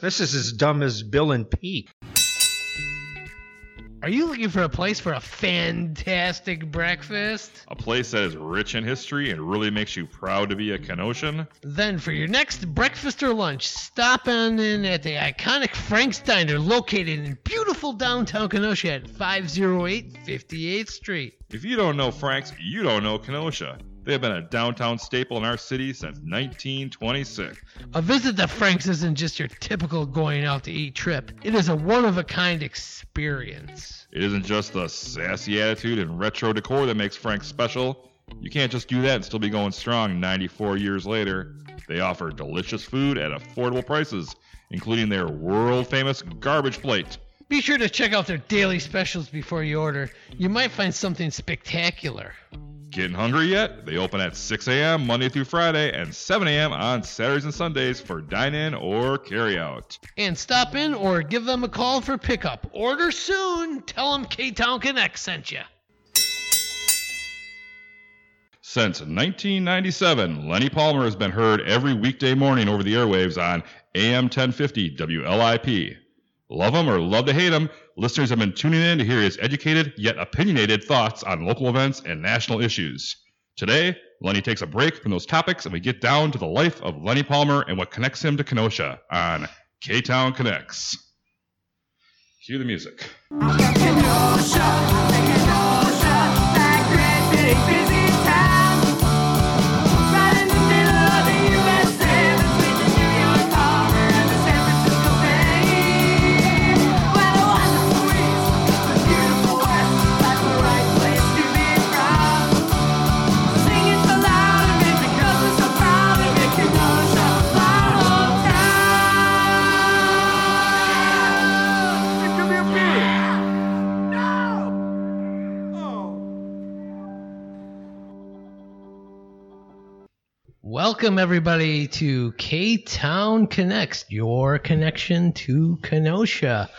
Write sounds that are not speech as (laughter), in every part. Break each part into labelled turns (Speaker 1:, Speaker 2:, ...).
Speaker 1: This is as dumb as Bill and Pete.
Speaker 2: Are you looking for a place for a fantastic breakfast?
Speaker 3: A place that is rich in history and really makes you proud to be a Kenoshan?
Speaker 2: Then, for your next breakfast or lunch, stop on in at the iconic Frank's Diner located in beautiful downtown Kenosha at 508 58th Street.
Speaker 3: If you don't know Frank's, you don't know Kenosha. They have been a downtown staple in our city since 1926.
Speaker 2: A visit to Frank's isn't just your typical going out to eat trip, it is a one of a kind experience.
Speaker 3: It isn't just the sassy attitude and retro decor that makes Frank's special. You can't just do that and still be going strong 94 years later. They offer delicious food at affordable prices, including their world famous garbage plate.
Speaker 2: Be sure to check out their daily specials before you order. You might find something spectacular.
Speaker 3: Getting hungry yet? They open at 6 a.m. Monday through Friday and 7 a.m. on Saturdays and Sundays for dine in or carry out.
Speaker 2: And stop in or give them a call for pickup. Order soon. Tell them K Town Connect sent you.
Speaker 3: Since 1997, Lenny Palmer has been heard every weekday morning over the airwaves on AM 1050 WLIP. Love him or love to hate him, listeners have been tuning in to hear his educated yet opinionated thoughts on local events and national issues. Today, Lenny takes a break from those topics and we get down to the life of Lenny Palmer and what connects him to Kenosha on K Town Connects. Cue the music.
Speaker 2: Welcome, everybody, to K Town Connects, your connection to Kenosha.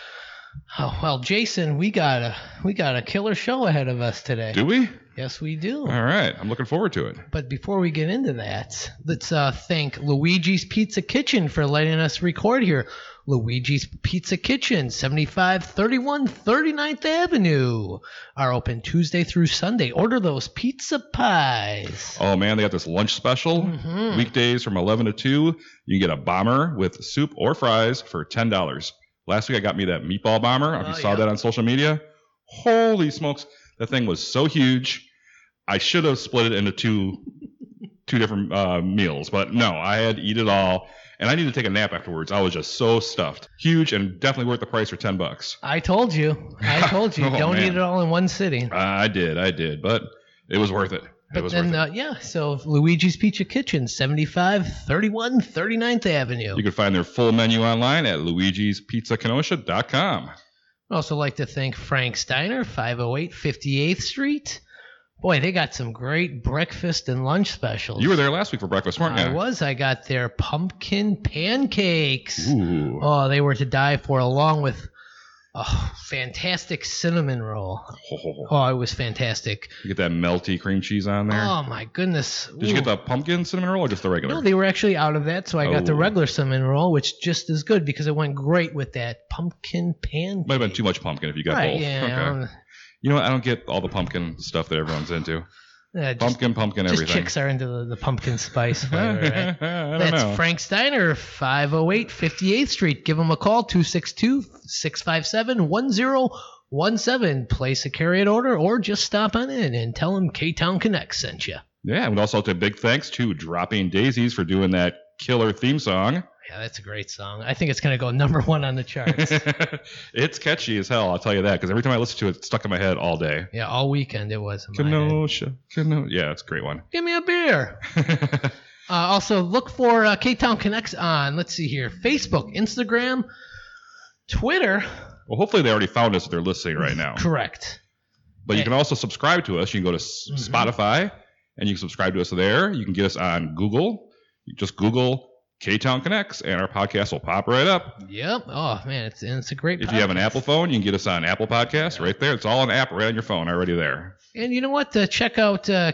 Speaker 2: Oh, well, Jason, we got a we got a killer show ahead of us today.
Speaker 3: Do we?
Speaker 2: yes, we do.
Speaker 3: All right. I'm looking forward to it.
Speaker 2: But before we get into that, let's uh, thank Luigi's Pizza Kitchen for letting us record here. Luigi's Pizza Kitchen, 7531 39th Avenue, are open Tuesday through Sunday. Order those pizza pies.
Speaker 3: Oh man, they got this lunch special.
Speaker 2: Mm-hmm.
Speaker 3: Weekdays from 11 to 2, you can get a bomber with soup or fries for $10. Last week I got me that meatball bomber. if you
Speaker 2: Oh,
Speaker 3: saw
Speaker 2: yeah.
Speaker 3: that on social media, holy smokes, that thing was so huge. I should have split it into two two different uh, meals, but no, I had to eat it all and I needed to take a nap afterwards. I was just so stuffed. Huge and definitely worth the price for 10 bucks.
Speaker 2: I told you. I told you.
Speaker 3: (laughs) Oh,
Speaker 2: don't
Speaker 3: man.
Speaker 2: eat it all in one sitting.
Speaker 3: I did, I did, but it was worth it. It
Speaker 2: But
Speaker 3: was
Speaker 2: then,
Speaker 3: worth it.
Speaker 2: uh, yeah, so Luigi's Pizza Kitchen, 7531 39th Avenue.
Speaker 3: You can find their full menu online at luigispizzakenosha.com.
Speaker 2: I'd also like to thank Frank Steiner, 508 58th Street. Boy, they got some great breakfast and lunch specials.
Speaker 3: You were there last week for breakfast, weren't you?
Speaker 2: Oh, I was. I got their pumpkin pancakes.
Speaker 3: Ooh.
Speaker 2: Oh, they were to die for, along with a fantastic cinnamon roll. Oh, it was fantastic.
Speaker 3: You get that melty cream cheese on there.
Speaker 2: Oh, my goodness.
Speaker 3: Did you get the pumpkin cinnamon roll or just the regular?
Speaker 2: No, they were actually out of that, so I got the
Speaker 3: Oh.
Speaker 2: regular cinnamon roll, which just is good because it went great with that pumpkin pancake.
Speaker 3: Might have been too much pumpkin if you got
Speaker 2: Right,
Speaker 3: both.
Speaker 2: yeah.
Speaker 3: Okay.
Speaker 2: um,
Speaker 3: You know what? I don't get all the pumpkin stuff that everyone's into.
Speaker 2: uh, just,
Speaker 3: Pumpkin, pumpkin,
Speaker 2: just
Speaker 3: everything.
Speaker 2: chicks are into the, the pumpkin
Speaker 3: (laughs)
Speaker 2: spice flavor, right?
Speaker 3: I don't
Speaker 2: That's
Speaker 3: know.
Speaker 2: Frank Steiner, 508 58th Street. Give him a call, 262 657 1017. Place a carry it order or just stop on in and tell him K Town Connect sent you.
Speaker 3: yeah, and also to big thanks to Dropping Daisies for doing that killer theme song. (laughs)
Speaker 2: Yeah, that's a great song. I think it's going to go (laughs) number one on the
Speaker 3: (laughs)
Speaker 2: charts.
Speaker 3: it's catchy as hell, I'll tell you that, because every time I listen to it, it's stuck in my head all day.
Speaker 2: yeah, all weekend it was. in my head.
Speaker 3: Kenosha, Kenosha. Yeah, it's a great one. (laughs)
Speaker 2: Give me a beer. Uh, also, look for uh, K Town Connects on, let's see here, Facebook, Instagram, Twitter.
Speaker 3: well, hopefully they already found us if they're listening right now.
Speaker 2: Correct.
Speaker 3: But you can also subscribe to us. You can go to S
Speaker 2: Mhm.
Speaker 3: Spotify and you can subscribe to us there. You can get us on Google. You just Google K Town Connects, and our podcast will pop right up.
Speaker 2: Yep. Oh man, it's and it's a great.
Speaker 3: If you have an
Speaker 2: podcast.
Speaker 3: Apple phone, you can get us on Apple Podcasts right there. It's all an app right on your phone already there.
Speaker 2: And you know what? Uh, check out uh,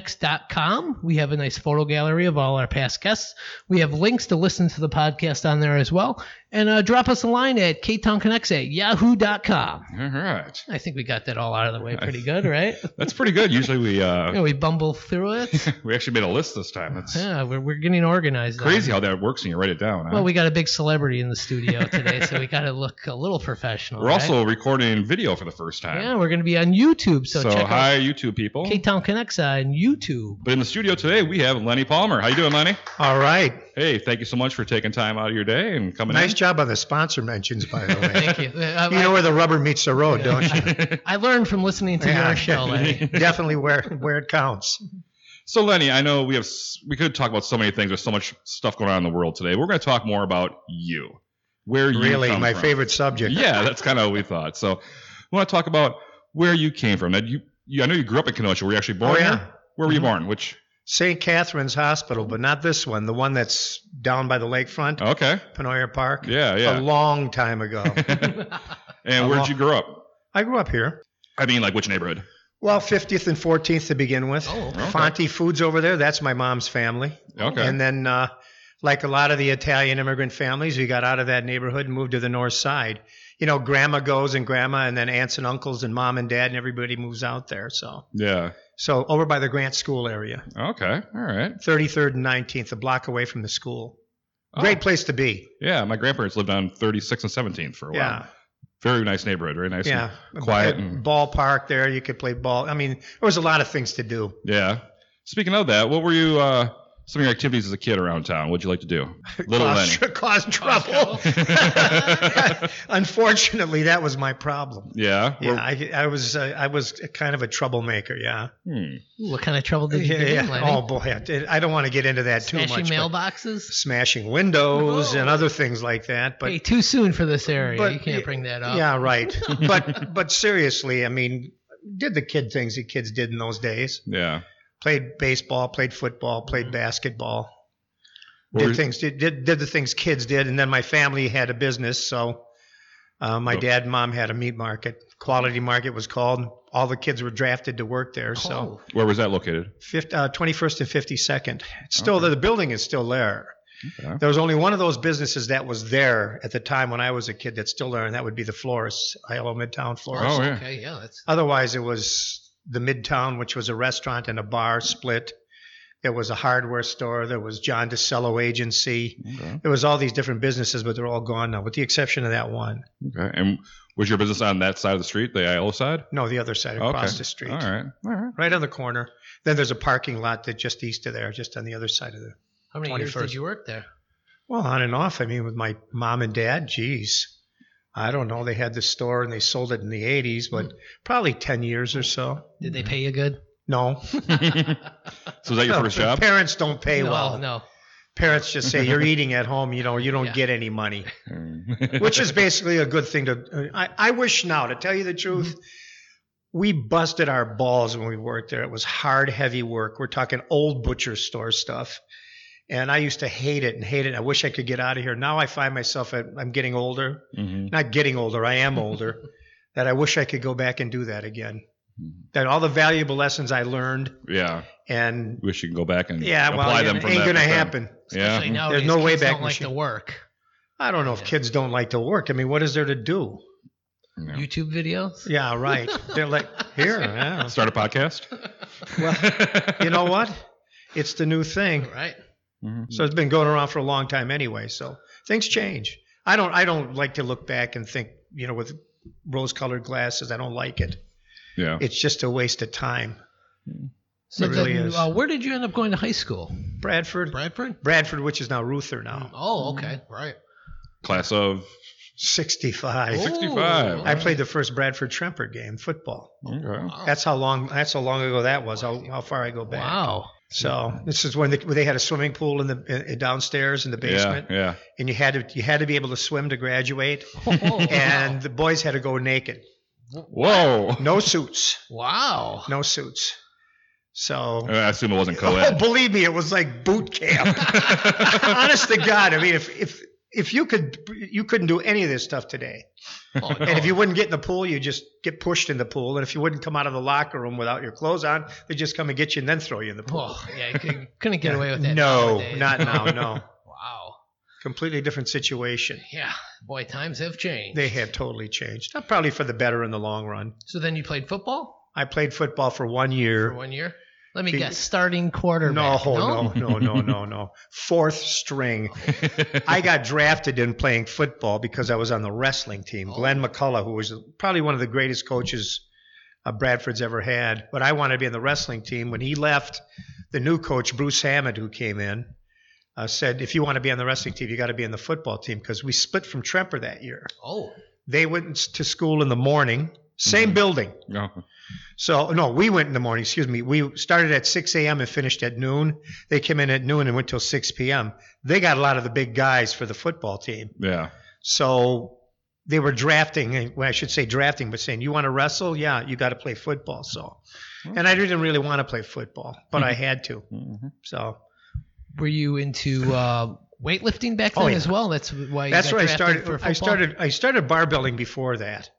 Speaker 2: ktownconnects.com. We have a nice photo gallery of all our past guests. We have links to listen to the podcast on there as well. And uh, drop us a line at ktownconnects at yahoo.com.
Speaker 3: All right.
Speaker 2: I think we got that all out of the way pretty good,
Speaker 3: (laughs)
Speaker 2: right?
Speaker 3: That's pretty good. Usually we
Speaker 2: yeah, (laughs)
Speaker 3: uh,
Speaker 2: we bumble through
Speaker 3: (laughs)
Speaker 2: it.
Speaker 3: we actually made a list this time. That's
Speaker 2: Yeah, we're, we're getting organized. now.
Speaker 3: crazy how that works when you write it down. huh?
Speaker 2: Well, we got a big celebrity in the studio today, so we got to look a little professional.
Speaker 3: We're
Speaker 2: right?
Speaker 3: also recording video for the first time.
Speaker 2: yeah, we're going to be on YouTube, so,
Speaker 3: so
Speaker 2: check out
Speaker 3: hi, YouTube people.
Speaker 2: K Town Connects on YouTube.
Speaker 3: But in the studio today, we have Lenny Palmer. How you doing, Lenny?
Speaker 1: All right.
Speaker 3: Hey, thank you so much for taking time out of your day and coming
Speaker 1: Nice job on the sponsor mentions, by the
Speaker 3: (laughs)
Speaker 1: way.
Speaker 2: Thank you.
Speaker 1: (laughs)
Speaker 2: Uh,
Speaker 1: you know where the rubber meets the road, don't you?
Speaker 3: in.
Speaker 2: I learned from listening to
Speaker 1: Yeah. (laughs)
Speaker 2: your show, Lenny.
Speaker 1: Definitely where where it counts.
Speaker 3: (laughs) so, Lenny, I know we have s- we could talk about so many things. There's so much stuff going on in the world today. We're going to talk more about you, where you
Speaker 1: Really,
Speaker 3: come
Speaker 1: my
Speaker 3: from. (laughs)
Speaker 1: favorite subject.
Speaker 3: Yeah, that's kind of what we thought. So, we want to talk about where you came from. Now, you, you, I know you grew up in Kenosha. Were you actually born
Speaker 1: Oh, yeah.
Speaker 3: here? Where were you
Speaker 1: Mhm.
Speaker 3: born? Which?
Speaker 1: St. Catherine's Hospital, but not this one. The one that's down by the lakefront,
Speaker 3: Okay.
Speaker 1: Panoyer Park.
Speaker 3: Uh, Yeah,
Speaker 1: A
Speaker 3: yeah.
Speaker 1: long time
Speaker 3: (laughs)
Speaker 1: ago.
Speaker 3: and
Speaker 1: a lo-
Speaker 3: where did you grow up?
Speaker 1: I grew up here.
Speaker 3: I mean, like which neighborhood?
Speaker 1: Well, 50th and 14th to begin with.
Speaker 2: oh,
Speaker 3: Okay.
Speaker 1: Fonte Foods over there, that's my mom's family.
Speaker 3: Okay.
Speaker 1: And then, uh, like a lot of the Italian immigrant families, we got out of that neighborhood and moved to the north side. You know, grandma goes and grandma, and then aunts and uncles and mom and dad, and everybody moves out there. So,
Speaker 3: yeah.
Speaker 1: so over by the Grant School area,
Speaker 3: Okay. All right.
Speaker 1: 33rd and 19th, a block away from the school.
Speaker 3: Oh,
Speaker 1: Great place to be.
Speaker 3: Yeah, my grandparents lived on 36th and 17th for a while.
Speaker 1: Yeah,
Speaker 3: Very nice neighborhood. Very nice.
Speaker 1: yeah.
Speaker 3: quiet
Speaker 1: A
Speaker 3: and-
Speaker 1: Ballpark there, you could play ball. I mean, there was a lot of things to do.
Speaker 3: Yeah. Speaking of that, what were you uh, some of your activities as a kid around town? What'd you like
Speaker 1: (laughs)
Speaker 3: to do? Little
Speaker 1: cause,
Speaker 3: Lenny.
Speaker 1: (laughs) cause trouble. (laughs) Unfortunately, that was my problem.
Speaker 3: yeah.
Speaker 1: Yeah,
Speaker 3: Were-
Speaker 1: I, I was uh, I was kind of a troublemaker. Yeah,
Speaker 3: hmm.
Speaker 2: Ooh, what kind of trouble did you
Speaker 1: yeah,
Speaker 2: get in,
Speaker 1: yeah.
Speaker 2: Lenny?
Speaker 1: Oh boy, I, did- I don't want to get into that too
Speaker 2: Smashing
Speaker 1: much. but
Speaker 2: mailboxes?
Speaker 1: smashing windows and other things like that. But
Speaker 2: hey, too soon for this area.
Speaker 1: but-
Speaker 2: you can't
Speaker 1: yeah,
Speaker 2: bring that up.
Speaker 1: yeah,
Speaker 2: (laughs)
Speaker 1: right. but but seriously, I mean, did the kid things the kids did in those days?
Speaker 3: Yeah.
Speaker 1: Played baseball, played football,
Speaker 2: Mm-hmm.
Speaker 1: played basketball.
Speaker 3: What
Speaker 1: did
Speaker 3: were-
Speaker 1: things did, did did the things kids did, and then my family had a business, so uh, my
Speaker 3: Oh.
Speaker 1: dad and mom had a meat market. Quality Market was called. All the kids were drafted to work there. So
Speaker 2: Oh,
Speaker 3: Where was that located?
Speaker 1: fifth, uh, 21st and 52nd. It's still
Speaker 3: Okay.
Speaker 1: there. The building is still there.
Speaker 3: Okay.
Speaker 1: There was only one of those businesses that was there at the time when I was a kid that's still there, and that would be the florist, ILO Midtown Florist.
Speaker 3: Oh, yeah.
Speaker 2: okay, yeah, that's
Speaker 1: Otherwise, it was the Midtown, which was a restaurant and a bar split. There was a hardware store. There was John DeCello Agency.
Speaker 3: Okay.
Speaker 1: There was all these different businesses, but they're all gone now, with the exception of that one.
Speaker 3: okay. And was your business on that side of the street, the ILO side?
Speaker 1: No, the other side,
Speaker 3: Okay.
Speaker 1: across the street,
Speaker 3: All right. All right.
Speaker 1: (laughs)
Speaker 3: (laughs)
Speaker 1: right on the corner. Then there's a parking lot that just east of there, just on the other side of the.
Speaker 2: how many years
Speaker 1: 21st.
Speaker 2: did you work there?
Speaker 1: Well, on and off. I mean, with my mom and dad, geez, I don't know. They had the store and they sold it in the 80s, but
Speaker 2: Hmm.
Speaker 1: probably 10 years or so.
Speaker 2: Did they pay you good?
Speaker 1: No.
Speaker 3: So was that your
Speaker 1: No, (laughs)
Speaker 3: first job?
Speaker 1: Parents don't pay
Speaker 2: no,
Speaker 1: well.
Speaker 2: no.
Speaker 1: Parents just say,
Speaker 2: (laughs)
Speaker 1: you're eating at home, you know, you don't
Speaker 2: Yeah.
Speaker 1: get any
Speaker 2: (laughs)
Speaker 1: money,
Speaker 3: Which
Speaker 1: which is basically a good thing to. I, I wish now, to tell you the
Speaker 2: Mm-hmm.
Speaker 1: truth, we busted our balls when we worked there. It was hard, heavy work. We're talking old butcher store stuff. And I used to hate it and hate it. I wish I could get out of here. Now I find myself, at, I'm getting older.
Speaker 3: Hmm. (laughs) Mm-hmm.
Speaker 1: not getting older, I am older, that I wish I could go back and do that again.
Speaker 3: Mm-hmm.
Speaker 1: That all the valuable lessons I learned
Speaker 3: Yeah.
Speaker 1: and
Speaker 3: Wish you could go back and
Speaker 1: yeah, well,
Speaker 3: Mm-hmm. apply
Speaker 1: it
Speaker 3: them from
Speaker 1: ain't
Speaker 3: that
Speaker 1: gonna
Speaker 3: perspective.
Speaker 1: happen.
Speaker 2: Especially
Speaker 3: Yeah. Mm-hmm.
Speaker 2: nowadays,
Speaker 1: no way
Speaker 2: kids
Speaker 1: back
Speaker 2: don't like to
Speaker 1: machine.
Speaker 2: work.
Speaker 1: I don't know if
Speaker 2: Yeah.
Speaker 1: kids don't like to work. I mean, what is there to do?
Speaker 3: Yeah.
Speaker 2: YouTube videos?
Speaker 1: Yeah, right. They're like
Speaker 3: (laughs)
Speaker 1: here. Yeah.
Speaker 3: Start a podcast? (laughs)
Speaker 1: You know what? It's the new thing.
Speaker 2: Right?
Speaker 3: Mhm.
Speaker 1: So it's been going around for a long time anyway. So things change. I don't. I don't like to look back and think. You know, with rose-colored glasses, I don't like it.
Speaker 3: Yeah.
Speaker 1: It's just a waste of time.
Speaker 2: So
Speaker 1: It really
Speaker 2: then,
Speaker 1: is.
Speaker 2: Uh, where did you end up going to high school?
Speaker 1: Bradford,
Speaker 2: Bradford?
Speaker 1: Bradford, which is now Ruther now.
Speaker 2: Oh, okay,
Speaker 1: Mm-hmm.
Speaker 2: right.
Speaker 3: Class of
Speaker 1: 65.
Speaker 2: Oh,
Speaker 3: 65.
Speaker 1: I played the first Bradford Tremper game, football.
Speaker 3: Okay.
Speaker 2: Wow.
Speaker 1: That's how long that's how long ago that was. How, how far I go back.
Speaker 2: wow.
Speaker 1: So this is when they, when they had a swimming pool in the in- in downstairs in the basement,
Speaker 3: Yeah, yeah.
Speaker 1: and you had to you had to be able to swim to graduate, (laughs)
Speaker 2: Oh,
Speaker 1: and the boys had to go naked,
Speaker 3: Whoa. (laughs)
Speaker 1: no suits,
Speaker 2: (laughs) wow.
Speaker 1: no suits. So
Speaker 3: I assume it wasn't
Speaker 1: (laughs)
Speaker 3: co
Speaker 1: Oh,
Speaker 3: ed.
Speaker 1: believe me, it was like boot
Speaker 2: (laughs)
Speaker 1: camp. Honest to God, I mean, if if if you could, you couldn't do any of this stuff today.
Speaker 2: Oh, no.
Speaker 1: And if
Speaker 2: (laughs)
Speaker 1: you wouldn't get in the pool, you just get pushed in the pool. And if you wouldn't come out of the locker room without your clothes on, they just come and get you and then throw you in the pool.
Speaker 2: oh, yeah, you could, couldn't get away with that.
Speaker 1: No,
Speaker 2: nowadays.
Speaker 1: not
Speaker 2: (laughs)
Speaker 1: now. No,
Speaker 2: Wow.
Speaker 1: completely different situation.
Speaker 2: Yeah, boy, times have changed.
Speaker 1: They had totally changed. Not probably for the better in the long run.
Speaker 2: So then you played football
Speaker 1: I played football for one
Speaker 2: for
Speaker 1: year.
Speaker 2: one year. Let me
Speaker 1: Be-
Speaker 2: guess, starting quarterback.
Speaker 1: No, no, no, no,
Speaker 2: (laughs)
Speaker 1: no, no. Fourth string. I got drafted in playing football because I was on the wrestling team. Glenn McCullough, who was probably one of the greatest coaches uh, Bradford's ever had, but I wanted to be on the wrestling team. When he left, the new coach, Bruce Hammond, who came in, uh, said, if you want to be on the wrestling team, you got to be on the football team because we split from Tremper that year.
Speaker 2: Oh,
Speaker 1: They went to school in the morning, same
Speaker 3: Mhm.
Speaker 1: building.
Speaker 3: (laughs) No.
Speaker 1: So no, we went in the morning. Excuse me. We started at 6 a.m. and finished at noon. They came in at noon and went till 6 p.m. They got a lot of the big guys for the football team.
Speaker 3: Yeah.
Speaker 1: So they were drafting. eh, Well, I should say drafting, but saying you want to wrestle? Yeah, you got to play football. So, and I didn't really want to play football, but I
Speaker 2: Mm-hmm.
Speaker 1: had to.
Speaker 3: Mhm.
Speaker 2: Oh,
Speaker 1: So
Speaker 2: were you into uh, weightlifting back then
Speaker 1: Oh, yeah.
Speaker 2: as well? That's why. You
Speaker 1: that's
Speaker 2: got
Speaker 1: where I
Speaker 2: drafted
Speaker 1: started.
Speaker 2: For
Speaker 1: I
Speaker 2: football?
Speaker 1: started. I started barbelling before that,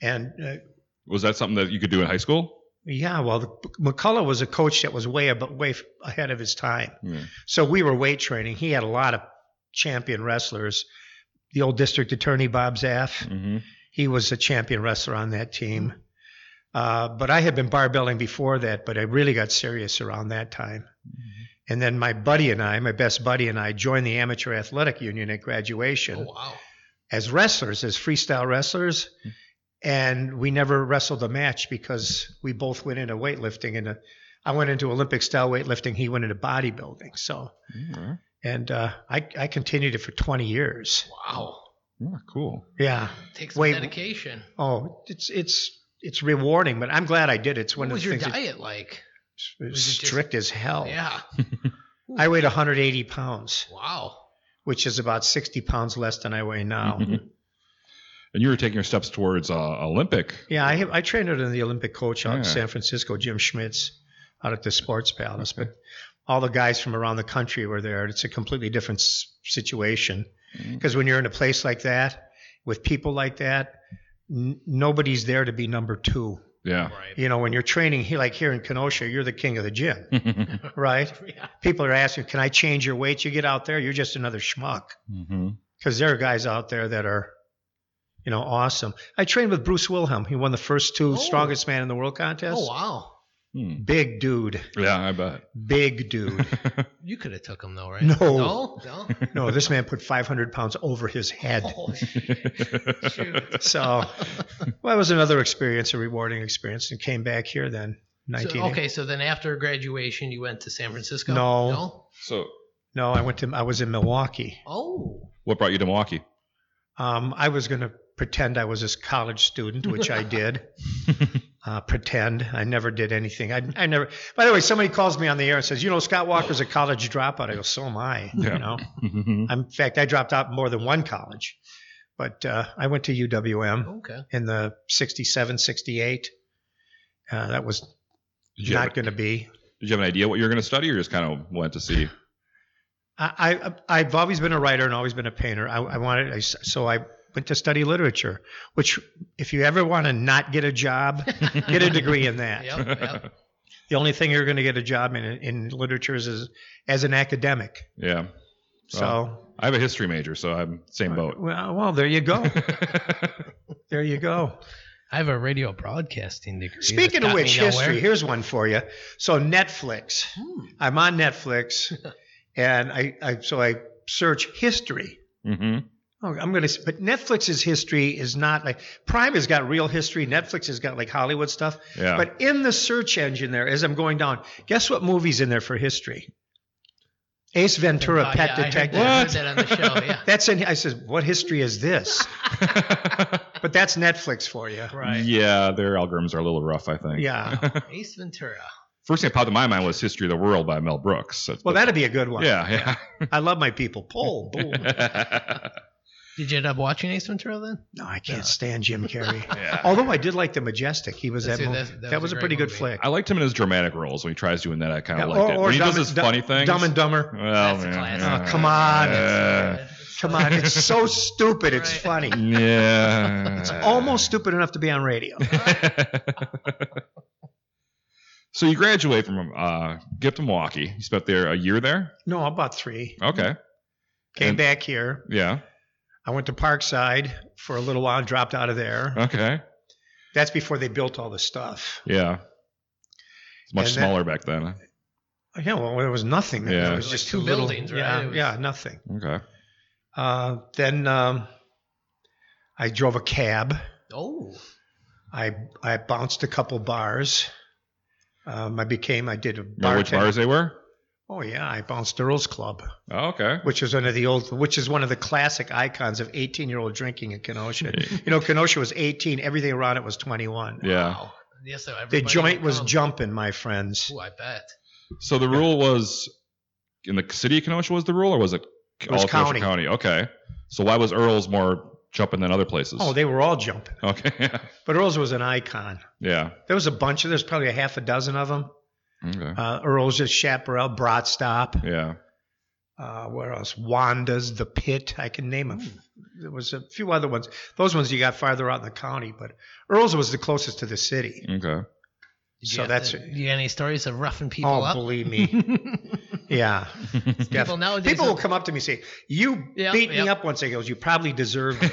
Speaker 1: and uh,
Speaker 3: Was that something that you could do in high school?
Speaker 1: yeah, well, the, McCullough was a coach that was way, ab- way f- ahead of his time.
Speaker 3: Yeah.
Speaker 1: So we were weight training. He had a lot of champion wrestlers. The old district attorney, Bob Zaff,
Speaker 3: hmm
Speaker 1: he was a champion wrestler on that team.
Speaker 2: Mm-hmm.
Speaker 1: Uh, but I had been barbelling before that, but I really got serious around that time. And then my buddy and I, my best buddy and I, joined the Amateur Athletic Union at graduation
Speaker 2: Oh, Mm-hmm. wow.
Speaker 1: as wrestlers, as freestyle wrestlers, and we never wrestled a match because we both went into weightlifting and uh, I went into Olympic style weightlifting. He went into bodybuilding. So,
Speaker 3: Alright.
Speaker 1: and uh, I I continued it for 20 years.
Speaker 2: Wow.
Speaker 3: Yeah, cool.
Speaker 1: Yeah.
Speaker 2: Takes some
Speaker 1: Wait,
Speaker 2: dedication.
Speaker 1: Oh, it's it's it's rewarding, but I'm glad I did. It's one of
Speaker 2: What was
Speaker 1: the
Speaker 2: your
Speaker 1: things that- Oh.
Speaker 2: diet like?
Speaker 1: it's
Speaker 2: was it just-
Speaker 1: uh, strict as hell.
Speaker 2: Yeah.
Speaker 1: I weighed 180 pounds,
Speaker 2: Wow.
Speaker 1: which is about 60 pounds less than I weigh
Speaker 2: (laughs)
Speaker 1: now.
Speaker 3: Mhm. And you were taking your steps towards uh, Olympic.
Speaker 1: Yeah, I have, I trained under the Olympic coach out in
Speaker 3: Yeah.
Speaker 1: San Francisco, Jim Schmitz, out at the Sports Palace. But all the guys from around the country were there. It's a completely different s- situation
Speaker 3: Mhm.
Speaker 1: because when you're in a place like that with people like that, n- nobody's there to be number two. (laughs)
Speaker 3: Yeah.
Speaker 2: Right.
Speaker 1: You know, when you're training here, like here in Kenosha, you're the king of the gym,
Speaker 2: Uh-huh.
Speaker 1: right?
Speaker 2: Yeah.
Speaker 1: People are asking, "Can I change your weight?" You get out there, you're just another schmuck Mm-hmm.
Speaker 3: hmm
Speaker 1: because there are guys out there that are, you know, awesome. I trained with Bruce Wilhelm. He won the first two
Speaker 2: Oh.
Speaker 1: strongest man in the world contest.
Speaker 2: Oh wow.
Speaker 3: Hmm.
Speaker 1: Big dude,
Speaker 3: Yeah, I bet. (laughs)
Speaker 1: big
Speaker 2: (laughs)
Speaker 1: dude.
Speaker 2: You could have took him though, right?
Speaker 1: No.
Speaker 2: No.
Speaker 1: (laughs)
Speaker 2: No.
Speaker 1: no, this man put 500 pounds over his head.
Speaker 2: Oh, (laughs) shoot.
Speaker 1: So, well, it was another experience, a rewarding experience, and came back here then.
Speaker 2: So,
Speaker 1: 19.
Speaker 2: okay, so then after graduation, you went to San Francisco.
Speaker 1: No.
Speaker 3: so,
Speaker 1: No, I went to. I was in Milwaukee.
Speaker 2: Oh.
Speaker 3: what brought you to Milwaukee?
Speaker 1: Um, I was going to pretend I was a college student, which I did. Uh, pretend I never did anything. I, I never. By the way, somebody calls me on the air and says, "You know, Scott Walker's a college dropout." I go, "So am I."
Speaker 3: Yeah.
Speaker 1: You know,
Speaker 3: Mhm.
Speaker 1: I'm, in fact, I dropped out more than one college, but uh, I went to UWM.
Speaker 2: Okay.
Speaker 1: in the 67, 68. Uh, that was
Speaker 3: Did you have
Speaker 1: not
Speaker 3: a-
Speaker 1: going to be.
Speaker 3: Did you have an idea what you were going to study, or just kind of went to see?
Speaker 1: I, I, I've always been a writer and always been a painter. I, I wanted, I s so I went to study literature, which if you ever want to not get a job, (laughs) get
Speaker 2: (laughs)
Speaker 1: a degree in that.
Speaker 2: Yep, yep.
Speaker 1: The only thing you're going to get a job in, in literature is, is as an academic.
Speaker 3: yeah,
Speaker 1: So,
Speaker 3: I have a history major, so I'm same boat. (laughs)
Speaker 1: well, well, there you
Speaker 2: (laughs)
Speaker 1: go. there you go.
Speaker 2: I have a radio broadcasting degree. that
Speaker 1: Speaking
Speaker 2: got
Speaker 1: of
Speaker 2: me
Speaker 1: which,
Speaker 2: nowhere.
Speaker 1: history, here's one for you. So, Netflix.
Speaker 2: Hmm.
Speaker 1: I'm on
Speaker 2: (laughs)
Speaker 1: Netflix, and I, I so I search history.
Speaker 3: hmm
Speaker 1: Oh, I'm gonna, s- but Netflix's history is not like Prime has got real history. Netflix has got like Hollywood stuff. (laughs)
Speaker 3: Yeah, (laughs)
Speaker 1: But in the search engine there, as I'm going down, guess what movies in there for history? Ace Ventura,
Speaker 2: Oh,
Speaker 1: Pet
Speaker 2: yeah,
Speaker 1: Detective.
Speaker 2: I heard,
Speaker 3: What?
Speaker 2: that, I heard that on the show. (laughs) Yeah.
Speaker 1: That's in. I said, what history is this? but that's Netflix for you.
Speaker 3: yeah, their algorithms are a little rough, I think.
Speaker 1: Yeah.
Speaker 2: Ace Ventura.
Speaker 3: First thing that popped in my mind was History of the World by Mel Brooks. That's-
Speaker 1: Well, that'd be a good one.
Speaker 3: yeah, (laughs)
Speaker 1: I love my people. Pull, boom.
Speaker 3: yeah.
Speaker 2: Did you end up watching Ace Ventura then?
Speaker 1: No, I can't stand Jim Carrey.
Speaker 3: Yeah.
Speaker 1: Although I did like The Majestic. He was
Speaker 2: That's
Speaker 1: that
Speaker 2: it,
Speaker 1: movie.
Speaker 2: that's-
Speaker 1: That, was a,
Speaker 2: great
Speaker 1: pretty good
Speaker 2: movie.
Speaker 1: flick.
Speaker 3: I liked him in his dramatic roles when he tries doing that. I kind
Speaker 1: Yeah,
Speaker 3: of liked it. When he does his
Speaker 1: Dumb-
Speaker 3: funny things. Oh,
Speaker 1: Dumb and Dumber.
Speaker 3: Well,
Speaker 2: That's a
Speaker 3: yeah,
Speaker 2: classic.
Speaker 3: yeah.
Speaker 1: Oh, come on.
Speaker 3: Yeah.
Speaker 1: Come on, it's
Speaker 3: (laughs)
Speaker 1: so stupid. It's
Speaker 2: Right.
Speaker 1: funny.
Speaker 3: Yeah.
Speaker 1: It's almost stupid enough to be on radio.
Speaker 3: (laughs) so you graduate from uh, Gift of Milwaukee. You spent there a year there.
Speaker 1: No, about three.
Speaker 3: Okay.
Speaker 1: Came
Speaker 3: And-
Speaker 1: back here.
Speaker 3: Yeah.
Speaker 1: I went to Parkside for a little while. Dropped out of there.
Speaker 3: Okay.
Speaker 1: That's before they built all the stuff.
Speaker 3: Yeah. It's much
Speaker 1: And that-
Speaker 3: smaller back then.
Speaker 1: Yeah, well, there was nothing. There,
Speaker 3: Yeah.
Speaker 1: It was
Speaker 2: Like
Speaker 1: just
Speaker 2: two
Speaker 1: two little-
Speaker 2: buildings, right?
Speaker 1: Yeah,
Speaker 2: It was-
Speaker 1: yeah, nothing.
Speaker 3: Okay.
Speaker 1: Uh, then um, I drove a cab.
Speaker 2: Oh,
Speaker 1: I I bounced a couple bars. Um, I became I did a
Speaker 3: Remember which
Speaker 1: bartender-
Speaker 3: bars they were?
Speaker 1: Oh yeah, I bounced Earl's Club, (laughs)
Speaker 3: Oh, okay.
Speaker 1: which is one of the old, which is one of the classic icons of 18-year-old drinking in
Speaker 3: (laughs)
Speaker 1: Kenosha.
Speaker 3: Yeah.
Speaker 1: You know, Kenosha was 18. Everything around it was 21.
Speaker 3: Yeah.
Speaker 2: wow. Yes, so
Speaker 1: The
Speaker 2: everybody
Speaker 1: joint
Speaker 2: would
Speaker 1: was
Speaker 2: come.
Speaker 1: jumping, my friends.
Speaker 2: Ooh, I bet.
Speaker 3: So the rule was in the city of Kenosha was the rule, or was it,
Speaker 1: It was
Speaker 3: all of Kenosha
Speaker 1: county.
Speaker 3: County? Okay. So why was Earl's more jumping than other places?
Speaker 1: Oh, they were all jumping.
Speaker 3: okay. (laughs)
Speaker 1: But Earl's was an icon.
Speaker 3: yeah.
Speaker 1: There was a bunch of there's probably a half a dozen of them.
Speaker 3: Okay.
Speaker 1: Uh, Earl's at Chaparral, Brat Stop.
Speaker 3: Yeah.
Speaker 1: Uh, where else? Wanda's, The Pit. I can name them.
Speaker 2: Hmm.
Speaker 1: There was a few other ones. Those ones you got farther out in the county, but Earl's was the closest to the city. (laughs)
Speaker 3: Okay.
Speaker 2: Did you
Speaker 1: So
Speaker 2: have
Speaker 1: that's-
Speaker 2: to- you got any stories of roughing people
Speaker 1: oh,
Speaker 2: up?
Speaker 1: believe
Speaker 2: (laughs)
Speaker 1: me. yeah.
Speaker 2: people nowadays
Speaker 1: People will
Speaker 2: have-
Speaker 1: come up to me and say, You
Speaker 2: Yeah,
Speaker 1: beat me
Speaker 2: yeah.
Speaker 1: up once. I goes, You probably deserve it.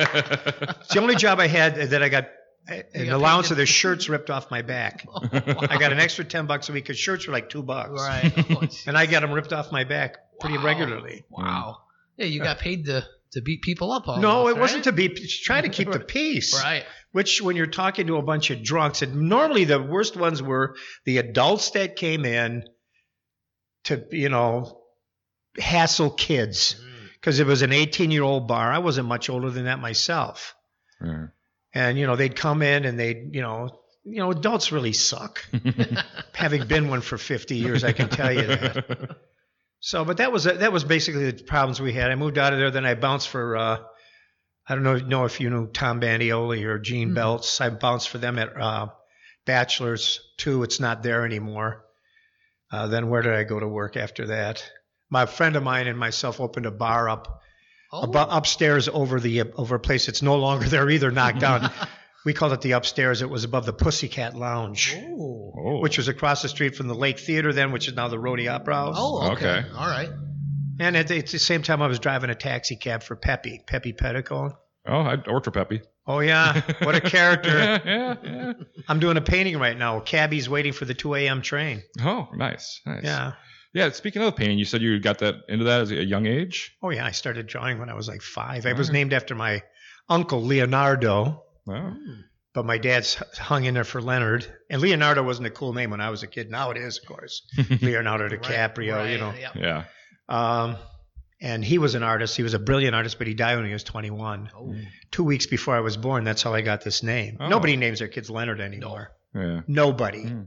Speaker 1: it's the only job I had that I
Speaker 2: (laughs)
Speaker 1: got an
Speaker 2: paid
Speaker 1: allowance
Speaker 2: to-
Speaker 1: of the shirts ripped off my back. (laughs) I
Speaker 2: (laughs)
Speaker 1: got an extra 10 bucks a week because shirts were like two bucks.
Speaker 2: right. Oh,
Speaker 1: (laughs)
Speaker 2: geez.
Speaker 1: And I got them ripped off my back pretty
Speaker 2: Wow.
Speaker 1: regularly.
Speaker 2: Wow. Yeah, you got paid to to beat people up. Almost,
Speaker 1: no, it
Speaker 2: right?
Speaker 1: wasn't to be, try to keep the peace.
Speaker 2: (laughs) Right.
Speaker 1: which when you're talking to a bunch of drunks, and normally the worst ones were the adults that came in to, you know, hassle kids because it was an 18 year old bar. I wasn't much older than that myself.
Speaker 3: Yeah.
Speaker 1: And, you know, they'd come in and they'd, you know, you know, adults really
Speaker 2: (laughs)
Speaker 1: suck. Having been one for 50 years, I can tell you that. So, but that was that was basically the problems we had. I moved out of there, then I bounced for uh, I don't know know if you know Tom Bandioli or Gene
Speaker 2: Mhm.
Speaker 1: Belts. I bounced for them at uh, Bachelors Two. It's not there anymore. Uh, then where did I go to work after that? My friend of mine and myself opened a bar up
Speaker 2: Oh,
Speaker 1: abo- upstairs over the over a place that's no longer (laughs) there either, knocked down. we called it the upstairs. It was above the Pussycat Lounge,
Speaker 2: Oh.
Speaker 3: (laughs) Oh.
Speaker 1: which was across the street from the Lake Theater then, which is now the Rhodey Opera House.
Speaker 2: Oh, okay.
Speaker 3: Okay.
Speaker 2: All right.
Speaker 1: And at the, at the same time, I was driving a taxi cab for Peppy, Peppy Petticle.
Speaker 3: Oh, I I worked for
Speaker 1: (laughs)
Speaker 3: Peppy.
Speaker 1: Oh, yeah. What a character.
Speaker 2: (laughs)
Speaker 3: yeah, yeah, yeah.
Speaker 1: I'm doing a painting right now. Cabby's waiting for the 2 a.m. train.
Speaker 3: Oh, nice, nice.
Speaker 1: Yeah.
Speaker 3: yeah. Speaking of painting, you said you got that into that at a young age.
Speaker 1: Oh, yeah. I started drawing when I was like five. I was
Speaker 2: Mm.
Speaker 3: Alright.
Speaker 1: named after my uncle, Leonardo,
Speaker 3: Oh,
Speaker 1: but my dad's h- hung in there for Leonard. And Leonardo wasn't a cool name when I was a kid. Now it is, of course. Leonardo
Speaker 2: (laughs) Right,
Speaker 1: DiCaprio, you
Speaker 2: right,
Speaker 1: know.
Speaker 2: yeah.
Speaker 3: yeah.
Speaker 1: Um, and he was an artist. He was a brilliant artist, but he died when he was 21.
Speaker 2: Oh.
Speaker 1: Two weeks before I was born, that's how I got this name.
Speaker 3: Oh.
Speaker 1: Nobody names their kids Leonard anymore.
Speaker 3: Yeah.
Speaker 1: Nobody.
Speaker 3: Hmm.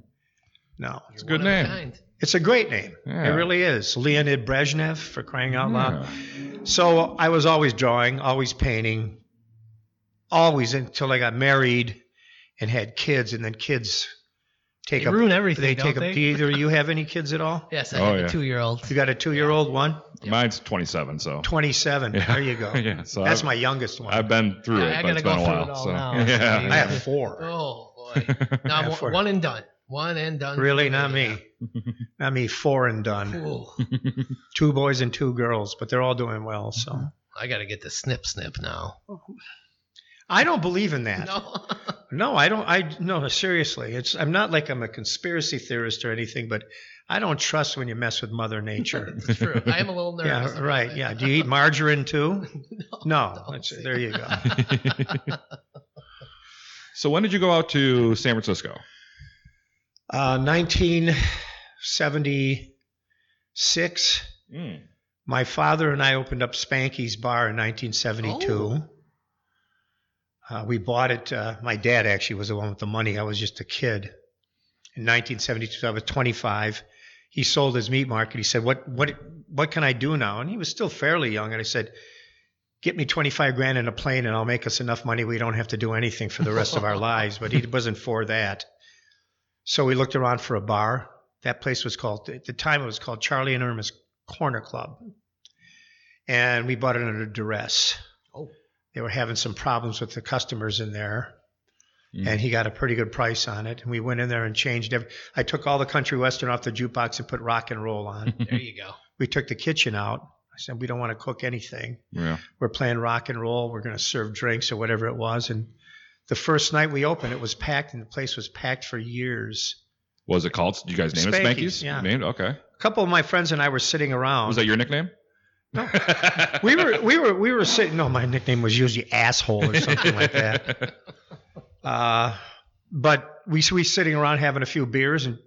Speaker 1: No.
Speaker 2: It's
Speaker 3: a good name.
Speaker 1: It's a great name.
Speaker 3: Yeah.
Speaker 1: It really is. Leonid Brezhnev for crying out loud.
Speaker 3: Yeah.
Speaker 1: So I was always drawing, always painting, always until I got married and had kids, and then kids take
Speaker 2: They
Speaker 1: up.
Speaker 2: ruin everything,
Speaker 1: They
Speaker 2: don't
Speaker 1: take
Speaker 2: they?
Speaker 1: up. Do either of you have any kids at all?
Speaker 2: Yes, I
Speaker 3: Oh,
Speaker 2: had
Speaker 3: yeah.
Speaker 2: a two-year-old.
Speaker 1: You got a two-year-old one,
Speaker 2: Yep.
Speaker 3: Mine's 27, so
Speaker 1: 27.
Speaker 3: Yeah.
Speaker 1: There you
Speaker 2: (laughs)
Speaker 1: go.
Speaker 3: (laughs) yeah. So
Speaker 1: That's
Speaker 3: I've,
Speaker 1: my youngest one.
Speaker 3: I've been through
Speaker 2: I-
Speaker 3: it,
Speaker 2: I
Speaker 3: but
Speaker 2: gotta
Speaker 3: it's
Speaker 2: go
Speaker 3: been a
Speaker 2: through
Speaker 3: while.
Speaker 2: it all
Speaker 3: so
Speaker 2: now.
Speaker 1: I
Speaker 3: yeah.
Speaker 1: have four.
Speaker 2: Oh
Speaker 1: (laughs)
Speaker 2: boy. Now
Speaker 1: Yeah, for-
Speaker 2: one and done. One and done.
Speaker 1: Really, not me. Not me. Four and done.
Speaker 2: Cool.
Speaker 1: Two boys and two girls, but they're all doing well. So
Speaker 2: I got to get the snip snip now.
Speaker 1: I don't believe in that.
Speaker 2: No.
Speaker 1: No, I don't. I no, seriously. It's I'm not like I'm a conspiracy theorist or anything, but I don't trust when you mess with Mother Nature.
Speaker 2: (laughs) It's true. I am a little
Speaker 1: (laughs)
Speaker 2: nervous.
Speaker 1: yeah,
Speaker 2: about
Speaker 1: right.
Speaker 2: it.
Speaker 1: Yeah. Do you eat margarine too? No.
Speaker 2: don't
Speaker 1: that's-
Speaker 2: say
Speaker 1: there you go.
Speaker 3: (laughs) so when did you go out to San Francisco?
Speaker 1: Uh, 1976. Hmm.
Speaker 3: Mm.
Speaker 1: My father and I opened up Spanky's Bar in 1972. Uh, we bought it. Uh, my dad actually was the one with the money. I was just a kid. In 1972, I was 25. He sold his meat market. He said, "What, what, what can I do now?" And he was still fairly young. And I said, get me 25 grand in a plane and I'll make us enough money we don't have to do anything for the rest of our lives. But he wasn't for that. So we looked around for a bar. That place was called, at the time it was called Charlie and Irma's Corner Club. And we bought it under duress.
Speaker 2: Oh.
Speaker 1: They were having some problems with the customers in there.
Speaker 3: Mm.
Speaker 1: And he got a pretty good price on it. And we went in there and changed every. I took all the country western off the jukebox and put rock and roll on.
Speaker 2: There you go.
Speaker 1: we took the kitchen out. I said, we don't want to cook anything
Speaker 3: Yeah.
Speaker 1: we're playing rock and roll, we're going to serve drinks or whatever it was. And the first night we opened, it was packed, and the place was packed for years.
Speaker 3: What was it called? Did you guys name it
Speaker 1: Spanky's,
Speaker 3: Spanky's?
Speaker 1: yeah.
Speaker 3: Named? Okay.
Speaker 1: A couple of my friends and I were sitting around.
Speaker 3: Was that your nickname?
Speaker 1: No. (laughs)
Speaker 3: (laughs)
Speaker 1: we were we were we were sitting. No, my nickname was usually asshole or something like
Speaker 3: (laughs)
Speaker 1: that. Uh, but we we sitting around having a few beers and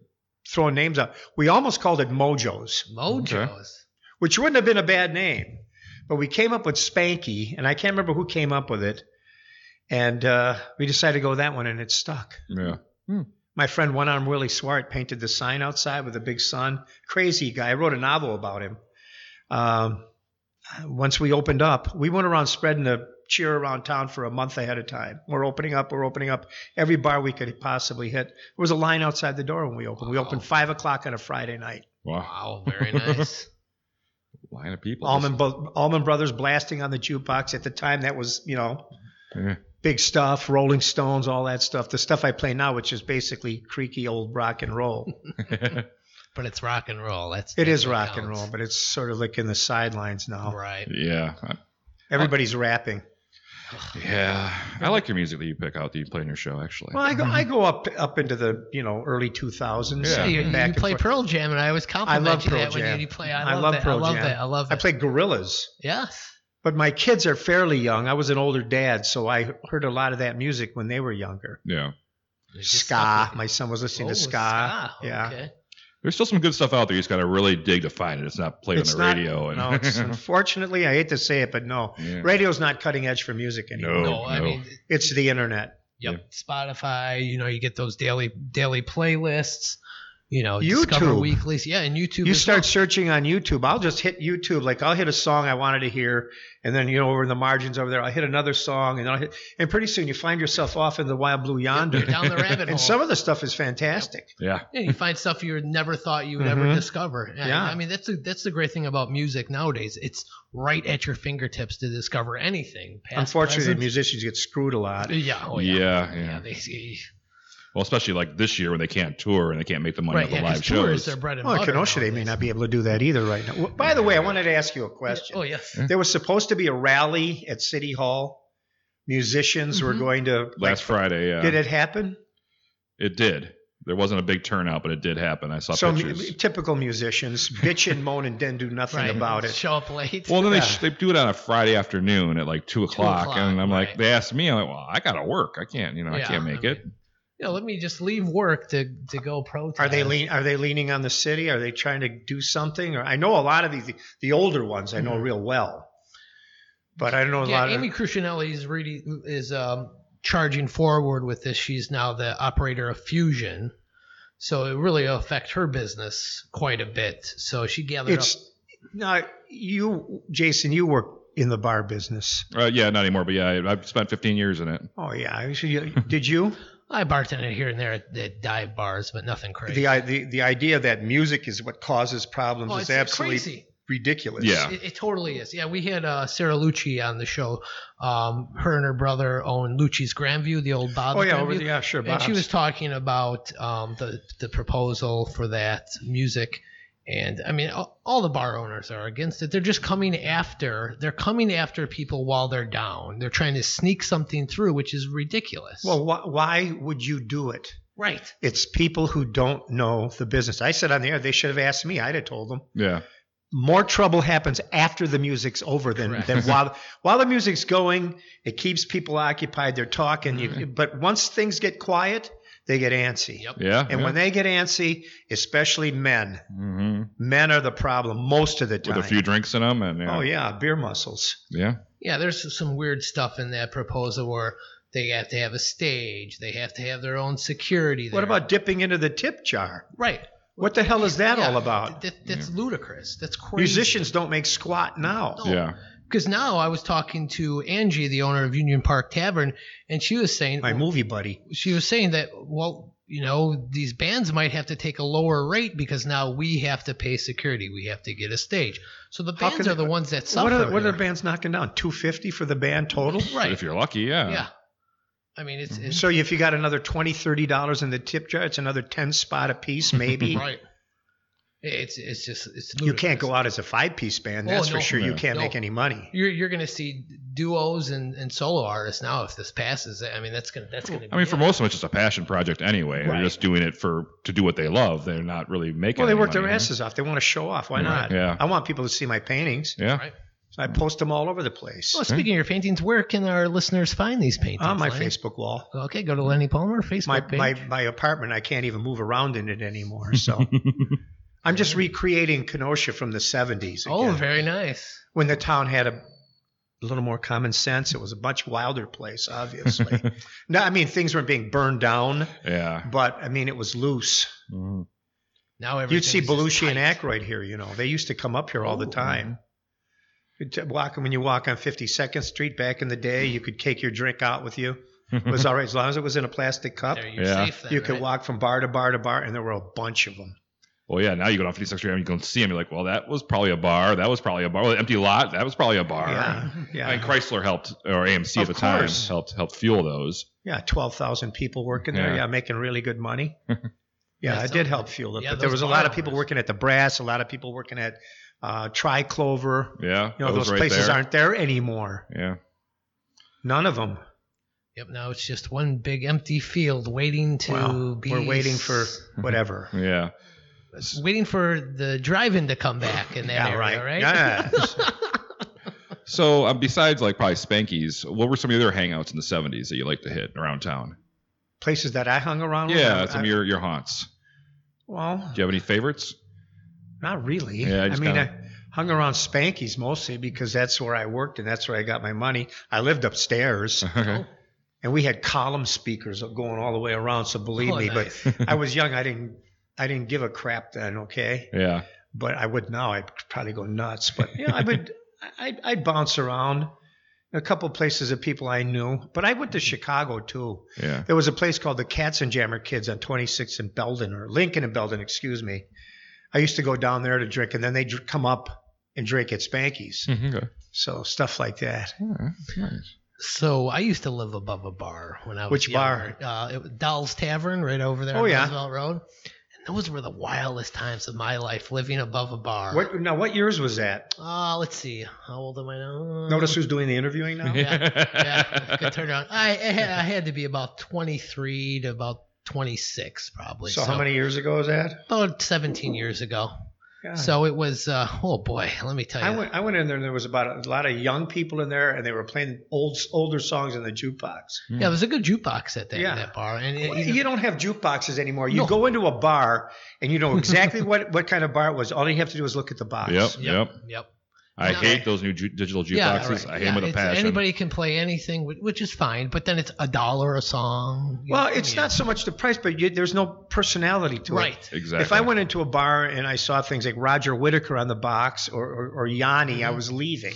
Speaker 1: throwing names out. We almost called it Mojos.
Speaker 2: Mojo's.
Speaker 1: which wouldn't have been a bad name. But we came up with Spanky, and I can't remember who came up with it. And uh, we decided to go with that one, and it stuck.
Speaker 3: yeah.
Speaker 1: My friend One Arm Willie Swart painted the sign outside with a big sun. Crazy guy. I wrote a novel about him. Um, once we opened up, we went around spreading the cheer around town for a month ahead of time. We're opening up. We're opening up every bar we could possibly hit. There was a line outside the door when we opened. We
Speaker 2: Wow.
Speaker 1: opened five o'clock on a Friday night.
Speaker 2: Wow,
Speaker 3: Wow.
Speaker 1: (laughs)
Speaker 2: very nice.
Speaker 3: Line of people.
Speaker 1: Almond, Bo- Allman Brothers blasting on the jukebox at the time. That was, you know,
Speaker 3: Yeah.
Speaker 1: big stuff, Rolling Stones, all that stuff. The stuff I play now, which is basically creaky old rock and
Speaker 2: (laughs)
Speaker 1: roll.
Speaker 2: but it's rock and roll. That's
Speaker 1: it
Speaker 2: that's
Speaker 1: is
Speaker 2: what
Speaker 1: rock and
Speaker 2: counts.
Speaker 1: roll, but it's sort of like in the sidelines now.
Speaker 2: Right.
Speaker 3: yeah.
Speaker 1: Everybody's rapping.
Speaker 3: Yeah. I like your music that you pick out that you play in your show, actually.
Speaker 1: Well, I go, I go up up into the you know early two thousands.
Speaker 3: Yeah.
Speaker 2: Yeah, you, you play Pearl Jam, and I always compliment
Speaker 1: love
Speaker 2: you
Speaker 1: Pearl
Speaker 2: that
Speaker 1: Jam.
Speaker 2: when you, you play. I
Speaker 1: I
Speaker 2: love,
Speaker 1: love
Speaker 2: that.
Speaker 1: Pearl
Speaker 2: I love
Speaker 1: Jam.
Speaker 2: that. I love
Speaker 1: I
Speaker 2: it.
Speaker 1: play Gorillas,
Speaker 2: Yes.
Speaker 1: but my kids are fairly young. I was an older dad, so I heard a lot of that music when they were younger.
Speaker 3: (laughs) yeah.
Speaker 2: It just stuck
Speaker 1: Ska.
Speaker 2: with you.
Speaker 1: My son was listening
Speaker 2: Oh,
Speaker 1: to ska. Yeah.
Speaker 2: Okay.
Speaker 3: There's still some good stuff out there. You just got to really dig to find it. It's not played
Speaker 1: It's
Speaker 3: on the
Speaker 1: not-
Speaker 3: radio. And, (laughs)
Speaker 1: No, it's, unfortunately, I hate to say it, but no,
Speaker 3: Yeah.
Speaker 1: (laughs) radio's not cutting edge for music anymore.
Speaker 3: Oh,
Speaker 2: no, I
Speaker 3: no.
Speaker 2: mean,
Speaker 1: It's the internet.
Speaker 2: yep. Spotify. You know, you get those daily daily playlists. You know, Discover
Speaker 1: YouTube.
Speaker 2: Weeklies. Yeah, and YouTube.
Speaker 1: You
Speaker 2: as
Speaker 1: start searching on YouTube. I'll just hit YouTube. Like I'll hit a song I wanted to hear, and then you know over in the margins over there, I'll hit another song, and I'll hit, and pretty soon you find yourself off in the wild blue
Speaker 2: well. (laughs) You're
Speaker 1: yonder. (laughs)
Speaker 2: down the rabbit hole.
Speaker 1: and some of the stuff is fantastic.
Speaker 3: yeah.
Speaker 2: Yeah, you find stuff you never thought you would ever
Speaker 1: Mhm.
Speaker 2: discover. Yeah,
Speaker 1: Yeah.
Speaker 2: I mean that's the that's the great thing about music nowadays. It's right at your fingertips to discover anything. past,
Speaker 1: Unfortunately,
Speaker 2: present.
Speaker 1: musicians get screwed a lot.
Speaker 2: Yeah, oh, yeah,
Speaker 3: Yeah, yeah.
Speaker 2: yeah. they,
Speaker 3: Well, especially like this year when they can't tour and they can't make the money
Speaker 2: right,
Speaker 3: off the
Speaker 2: yeah, 'cause
Speaker 3: live
Speaker 2: tours
Speaker 3: shows.
Speaker 2: are bread and
Speaker 1: Well, in
Speaker 2: butter.
Speaker 1: Kenosha, they may
Speaker 2: nowadays.
Speaker 1: not be able to do that either right now. Well, By the way, I wanted to ask you a question.
Speaker 2: Oh
Speaker 3: Hmm.
Speaker 2: yes,
Speaker 1: There was supposed to be a rally at City Hall. Musicians were
Speaker 2: Mhm.
Speaker 1: going to.
Speaker 3: Last Friday, yeah.
Speaker 1: Did it happen?
Speaker 3: It did. There wasn't a big turnout, but it did happen. I saw
Speaker 1: So mu-
Speaker 3: pictures.
Speaker 1: typical musicians bitch and moan and then do nothing
Speaker 2: right.
Speaker 1: about it.
Speaker 2: Show up late.
Speaker 3: well, then
Speaker 1: Yeah.
Speaker 3: they, sh- they do it on a Friday afternoon at like two o'clock,
Speaker 2: o'clock,
Speaker 3: and I'm like,
Speaker 2: right.
Speaker 3: they asked me, I'm like, well, I gotta work. I can't, you know, I
Speaker 2: Yeah,
Speaker 3: can't make
Speaker 2: I
Speaker 3: it.
Speaker 2: you know, let me just leave work to to go protest.
Speaker 1: Are they lean? Are they leaning on the city? Are they trying to do something? Or I know a lot of these the older ones I know real well, but I don't know a
Speaker 2: Mm-hmm. Yeah,
Speaker 1: lot
Speaker 2: Amy
Speaker 1: of.
Speaker 2: Crucianelli is really is um, charging forward with this. She's now the operator of Fusion, so it really affect her business quite a bit. So she gathered up.
Speaker 1: It's now you, Jason. You work in the bar business.
Speaker 3: Uh, yeah, not anymore. But yeah, I, I've spent 15 years in it.
Speaker 1: Oh yeah, I see
Speaker 3: (laughs)
Speaker 1: you- did you?
Speaker 2: I bartended here and there at, at dive bars, but nothing crazy.
Speaker 1: the, i- the the idea that music is what causes problems
Speaker 2: oh,
Speaker 1: is
Speaker 2: it's
Speaker 1: absolutely
Speaker 2: crazy.
Speaker 1: ridiculous.
Speaker 3: Yeah.
Speaker 2: It, it totally is. Yeah, we had uh, Sarah Lucci on the show. Um, her and her brother own Lucci's Grandview, the old Bob.
Speaker 1: Oh yeah,
Speaker 2: Grandview.
Speaker 1: over the, yeah, sure.
Speaker 2: and she
Speaker 1: Bob's.
Speaker 2: was talking about um, the the proposal for that music, and I mean, all, all the bar owners are against it. They're just coming after. They're coming after people while they're down. They're trying to sneak something through, which is ridiculous.
Speaker 1: well, why, why would you do it?
Speaker 2: right.
Speaker 1: It's people who don't know the business. I said on the air, they should have asked me. I'd have told them.
Speaker 3: Yeah,
Speaker 1: More trouble happens after the music's over than,
Speaker 2: Correct. (laughs)
Speaker 1: than while while the music's going. It keeps people occupied. They're talking. You, but once things get quiet, they get antsy.
Speaker 2: Yep.
Speaker 3: yeah.
Speaker 1: And when they get antsy, especially men,
Speaker 3: hmm
Speaker 1: men are the problem most of the
Speaker 3: with
Speaker 1: time.
Speaker 3: a few drinks in them, and yeah,
Speaker 1: Oh yeah, beer muscles.
Speaker 3: yeah.
Speaker 2: Yeah, there's some weird stuff in that proposal where they have to have a stage. They have to have their own security.
Speaker 1: What
Speaker 2: there.
Speaker 1: about dipping into the tip jar?
Speaker 2: right?
Speaker 1: What the hell is that
Speaker 2: Yeah,
Speaker 1: all about?
Speaker 2: That, that's ludicrous. That's crazy.
Speaker 1: Musicians don't make squat now.
Speaker 2: No.
Speaker 3: yeah.
Speaker 2: Because now I was talking to Angie, the owner of Union Park Tavern, and she was saying
Speaker 1: My movie buddy.
Speaker 2: she was saying that well you know these bands might have to take a lower rate because now we have to pay security we have to get a stage so the
Speaker 1: How
Speaker 2: bands
Speaker 1: could-
Speaker 2: are the ones that suffer
Speaker 1: What are, what are
Speaker 2: here.
Speaker 1: the bands knocking down? 250 for the band total?
Speaker 2: right
Speaker 3: If you're lucky, yeah.
Speaker 2: yeah i mean it's, it's
Speaker 1: Mm-hmm. So if you got another 20 $30 in the tip jar, it's another 10 spot a piece, maybe.
Speaker 2: (laughs) right it's it's just it's
Speaker 1: You can't
Speaker 2: ludicrous.
Speaker 1: go out as a five piece band.
Speaker 2: Oh,
Speaker 1: That's
Speaker 2: no.
Speaker 1: for sure. You
Speaker 3: No.
Speaker 1: can't
Speaker 2: No.
Speaker 1: make any money.
Speaker 2: you're you're gonna see duos and, and solo artists now if this passes i mean that's gonna that's gonna
Speaker 3: I mean,
Speaker 2: be
Speaker 3: for
Speaker 2: it.
Speaker 3: most of them, it's just a passion project anyway.
Speaker 1: Right.
Speaker 3: They're just doing it for to do what they love. They're not really making.
Speaker 1: Well, they
Speaker 3: any
Speaker 1: work their
Speaker 3: money,
Speaker 1: asses off. They want to show off. Why
Speaker 3: Right.
Speaker 1: not?
Speaker 3: Yeah.
Speaker 1: I want people to see my paintings.
Speaker 3: Yeah.
Speaker 2: Right.
Speaker 1: So I post them all over the place
Speaker 2: well, speaking of your paintings where can our listeners find these paintings
Speaker 1: on Ah, my
Speaker 2: Lenny?
Speaker 1: Facebook wall.
Speaker 2: okay go to lenny palmer facebook
Speaker 1: My,
Speaker 2: page.
Speaker 1: my my apartment, I can't even move around in it anymore. So I'm just recreating Kenosha from the 70s.
Speaker 2: oh
Speaker 1: again.
Speaker 2: very nice
Speaker 1: when the town had a little more common sense. It was a much wilder place, obviously.
Speaker 2: (laughs)
Speaker 1: no, I mean things weren't being burned down,
Speaker 3: Yeah.
Speaker 1: but I mean it was loose. Mm-hmm.
Speaker 3: Mhm.
Speaker 2: Now
Speaker 1: You'd see
Speaker 2: everything's just
Speaker 1: Belushi and
Speaker 2: tight.
Speaker 1: Aykroyd here. You know, they used to come up here all the
Speaker 2: Oh,
Speaker 1: time. You'd t- Walk when you walk on 52nd Street back in the day, you could take your drink out with you. It (laughs)
Speaker 2: (laughs)
Speaker 1: was all right as long as it was in a plastic cup.
Speaker 2: There, you're
Speaker 3: Yeah.
Speaker 2: safe then,
Speaker 1: You could
Speaker 2: right?
Speaker 1: walk from bar to bar to bar, and there were a bunch of them.
Speaker 3: Well, yeah. Now you go down 56th Street and you go and see them. You're like, well, that was probably a bar. That was probably a bar. Well, empty lot. That was probably a bar.
Speaker 1: Yeah,
Speaker 2: (laughs)
Speaker 1: yeah,
Speaker 3: I mean, Chrysler helped, or AMC
Speaker 1: Of
Speaker 3: at the time
Speaker 1: course.
Speaker 3: helped helped fuel those.
Speaker 1: yeah. Twelve thousand people working there.
Speaker 3: Yeah.
Speaker 1: Yeah, making really good
Speaker 3: (laughs)
Speaker 1: money. yeah,
Speaker 2: That's
Speaker 1: it did
Speaker 2: something.
Speaker 1: help fuel it.
Speaker 2: Yeah,
Speaker 1: but there
Speaker 2: those
Speaker 1: was a lot of
Speaker 2: bar
Speaker 1: people
Speaker 2: owners.
Speaker 1: working at the Brass, a lot of people working at uh, Tri Clover.
Speaker 3: Yeah.
Speaker 1: You know, those,
Speaker 3: right
Speaker 1: places
Speaker 3: there.
Speaker 1: aren't there anymore.
Speaker 3: Yeah.
Speaker 1: None of them.
Speaker 2: Yep. Now it's just one big empty field waiting to
Speaker 1: Well,
Speaker 2: be.
Speaker 1: we're waiting for whatever.
Speaker 3: Yeah.
Speaker 2: waiting for the drive-in to come back in that
Speaker 1: yeah,
Speaker 2: area,
Speaker 1: right.
Speaker 2: right? (laughs)
Speaker 1: Yes.
Speaker 3: So um, besides like probably Spanky's, what were some of the other hangouts in the 70s that you like to hit around town?
Speaker 1: places that I hung around. with, I-
Speaker 3: Yeah, some
Speaker 1: I-
Speaker 3: of your, your haunts.
Speaker 1: Well,
Speaker 3: Do you have any favorites?
Speaker 1: not really.
Speaker 3: Yeah, I
Speaker 1: I,
Speaker 3: just
Speaker 1: mean,
Speaker 3: kinda-
Speaker 1: I hung around Spanky's mostly because that's where I worked and that's where I got my money. I lived upstairs,
Speaker 3: (laughs) Okay.
Speaker 1: and we had column speakers going all the way around. So believe
Speaker 2: Oh,
Speaker 1: me, but
Speaker 2: nice. (laughs)
Speaker 1: I was young. I didn't. I didn't give a crap then. Okay.
Speaker 3: Yeah.
Speaker 1: but I would now. I'd probably go nuts. But you know, I would. (laughs) I'd, I'd bounce around a couple places of people I knew. But I
Speaker 2: Mm-hmm.
Speaker 1: went to Chicago too. (laughs)
Speaker 3: Yeah.
Speaker 1: There was a place called the Cats and Jammer Kids on 26th and Belden, or Lincoln and Belden, excuse me. I used to go down there to drink, and then they would come up and drink at Spanky's.
Speaker 3: Okay.
Speaker 1: So stuff like that.
Speaker 3: nice.
Speaker 2: So I used to live above a bar when I was
Speaker 1: Which
Speaker 2: younger. Uh, it, was Doll's Tavern, right over there
Speaker 1: Oh,
Speaker 2: on
Speaker 1: yeah.
Speaker 2: Roosevelt Road. And those were the wildest times of my life, living above a bar.
Speaker 1: What now? What years was that?
Speaker 2: Uh, let's see. How old am I now? Uh,
Speaker 1: Notice who's doing the interviewing
Speaker 3: (laughs)
Speaker 1: now.
Speaker 2: (laughs) yeah, I could turn around. I, I, had, I had to be about 23 to about 26, probably.
Speaker 1: So how many years ago was that?
Speaker 2: About 17 years ago.
Speaker 1: Yeah.
Speaker 2: So it was, uh, oh boy, let me tell you.
Speaker 1: I went, I went in there and there was about a lot of young people in there and they were playing old older songs in the jukebox.
Speaker 2: yeah, it was a good jukebox at that,
Speaker 1: Yeah.
Speaker 2: that bar. And it,
Speaker 1: Well, you don't have jukeboxes anymore. You
Speaker 2: No.
Speaker 1: go into a bar and you (laughs) know exactly what, what kind of bar it was. All you have to do is look at the box.
Speaker 3: Yep.
Speaker 2: yep.
Speaker 3: Yep.
Speaker 2: Yep.
Speaker 3: (laughs) I
Speaker 2: No.
Speaker 3: hate those new ju- digital jukeboxes.
Speaker 2: Yeah, right.
Speaker 3: I
Speaker 2: Yeah,
Speaker 3: hate them with a
Speaker 2: it's-
Speaker 3: passion.
Speaker 2: Anybody can play anything, whi- which is fine, but then it's a dollar a song. you
Speaker 1: Well,
Speaker 2: know,
Speaker 1: it's
Speaker 2: yeah.
Speaker 1: not so much the price, but you, there's no personality to it.
Speaker 2: Right.
Speaker 3: Exactly.
Speaker 1: If I went into a bar and I saw things like Roger Whittaker on the box or, or, or Yanni,
Speaker 3: Mm-hmm.
Speaker 1: I was
Speaker 3: (laughs)
Speaker 1: leaving.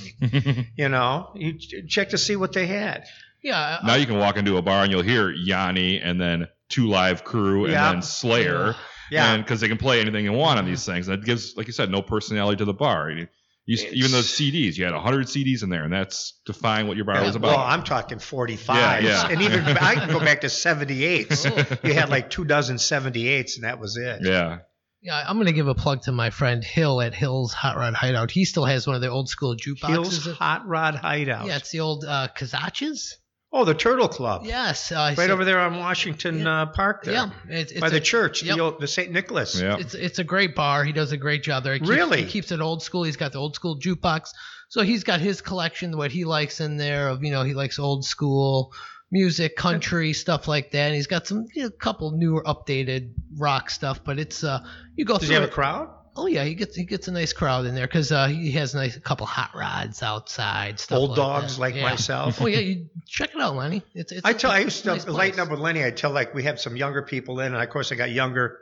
Speaker 1: you know, you ch- check to see what they had.
Speaker 3: (laughs)
Speaker 2: Yeah.
Speaker 3: (laughs) now you can walk into a bar and you'll hear Yanni and then Two Live Crew and
Speaker 1: Yeah.
Speaker 3: then Slayer.
Speaker 1: Yeah. Mm-hmm.
Speaker 3: because they can play anything they want on these things. And that gives, like you said, no personality to the bar. You, you, even those CDs, you had hundred CDs in there, and that's define what your bar
Speaker 2: Yeah,
Speaker 3: was
Speaker 1: well,
Speaker 3: (laughs) about.
Speaker 1: I'm talking 45s.
Speaker 3: Yeah, yeah.
Speaker 1: And
Speaker 3: (laughs)
Speaker 1: even I can go back to 78s.
Speaker 2: Oh.
Speaker 1: You had like two dozen 78s and that was it.
Speaker 3: yeah, (laughs)
Speaker 2: Yeah, I'm going to give a plug to my friend Hill at Hill's Hot Rod Hideout. He still has one of the old school jukeboxes.
Speaker 1: Hill's Hot Rod Hideout.
Speaker 2: yeah, it's the old uh, Kazachas.
Speaker 1: Oh, the Turtle Club.
Speaker 2: Yes, uh,
Speaker 1: Right over there on Washington
Speaker 2: Yeah.
Speaker 1: uh, Park there.
Speaker 2: Yeah, it's, it's
Speaker 1: By
Speaker 2: a,
Speaker 1: the church,
Speaker 2: yep.
Speaker 1: the, old, the St. Nicholas.
Speaker 3: yeah.
Speaker 2: It's it's a great bar. He does a great job there. He keeps,
Speaker 1: Really?
Speaker 2: he keeps it old school. He's got the old school jukebox, so he's got his collection, what he likes in there. Of you know, he likes old school music, country stuff like that. And he's got some you know, couple newer, updated rock stuff. But it's uh, you go
Speaker 1: Does he
Speaker 2: through.
Speaker 1: have a
Speaker 2: it-
Speaker 1: crowd?
Speaker 2: oh yeah, he gets he gets a nice crowd in there because uh, he has a nice a couple hot rods outside. Stuff
Speaker 1: Old
Speaker 2: like
Speaker 1: dogs
Speaker 2: that.
Speaker 1: like
Speaker 2: Yeah.
Speaker 1: myself.
Speaker 2: Oh yeah, you check it out, Lenny. It's, it's
Speaker 1: I tell I used to
Speaker 2: nice place.
Speaker 1: lighten up with Lenny. I tell like we had some younger people in, and of course I got younger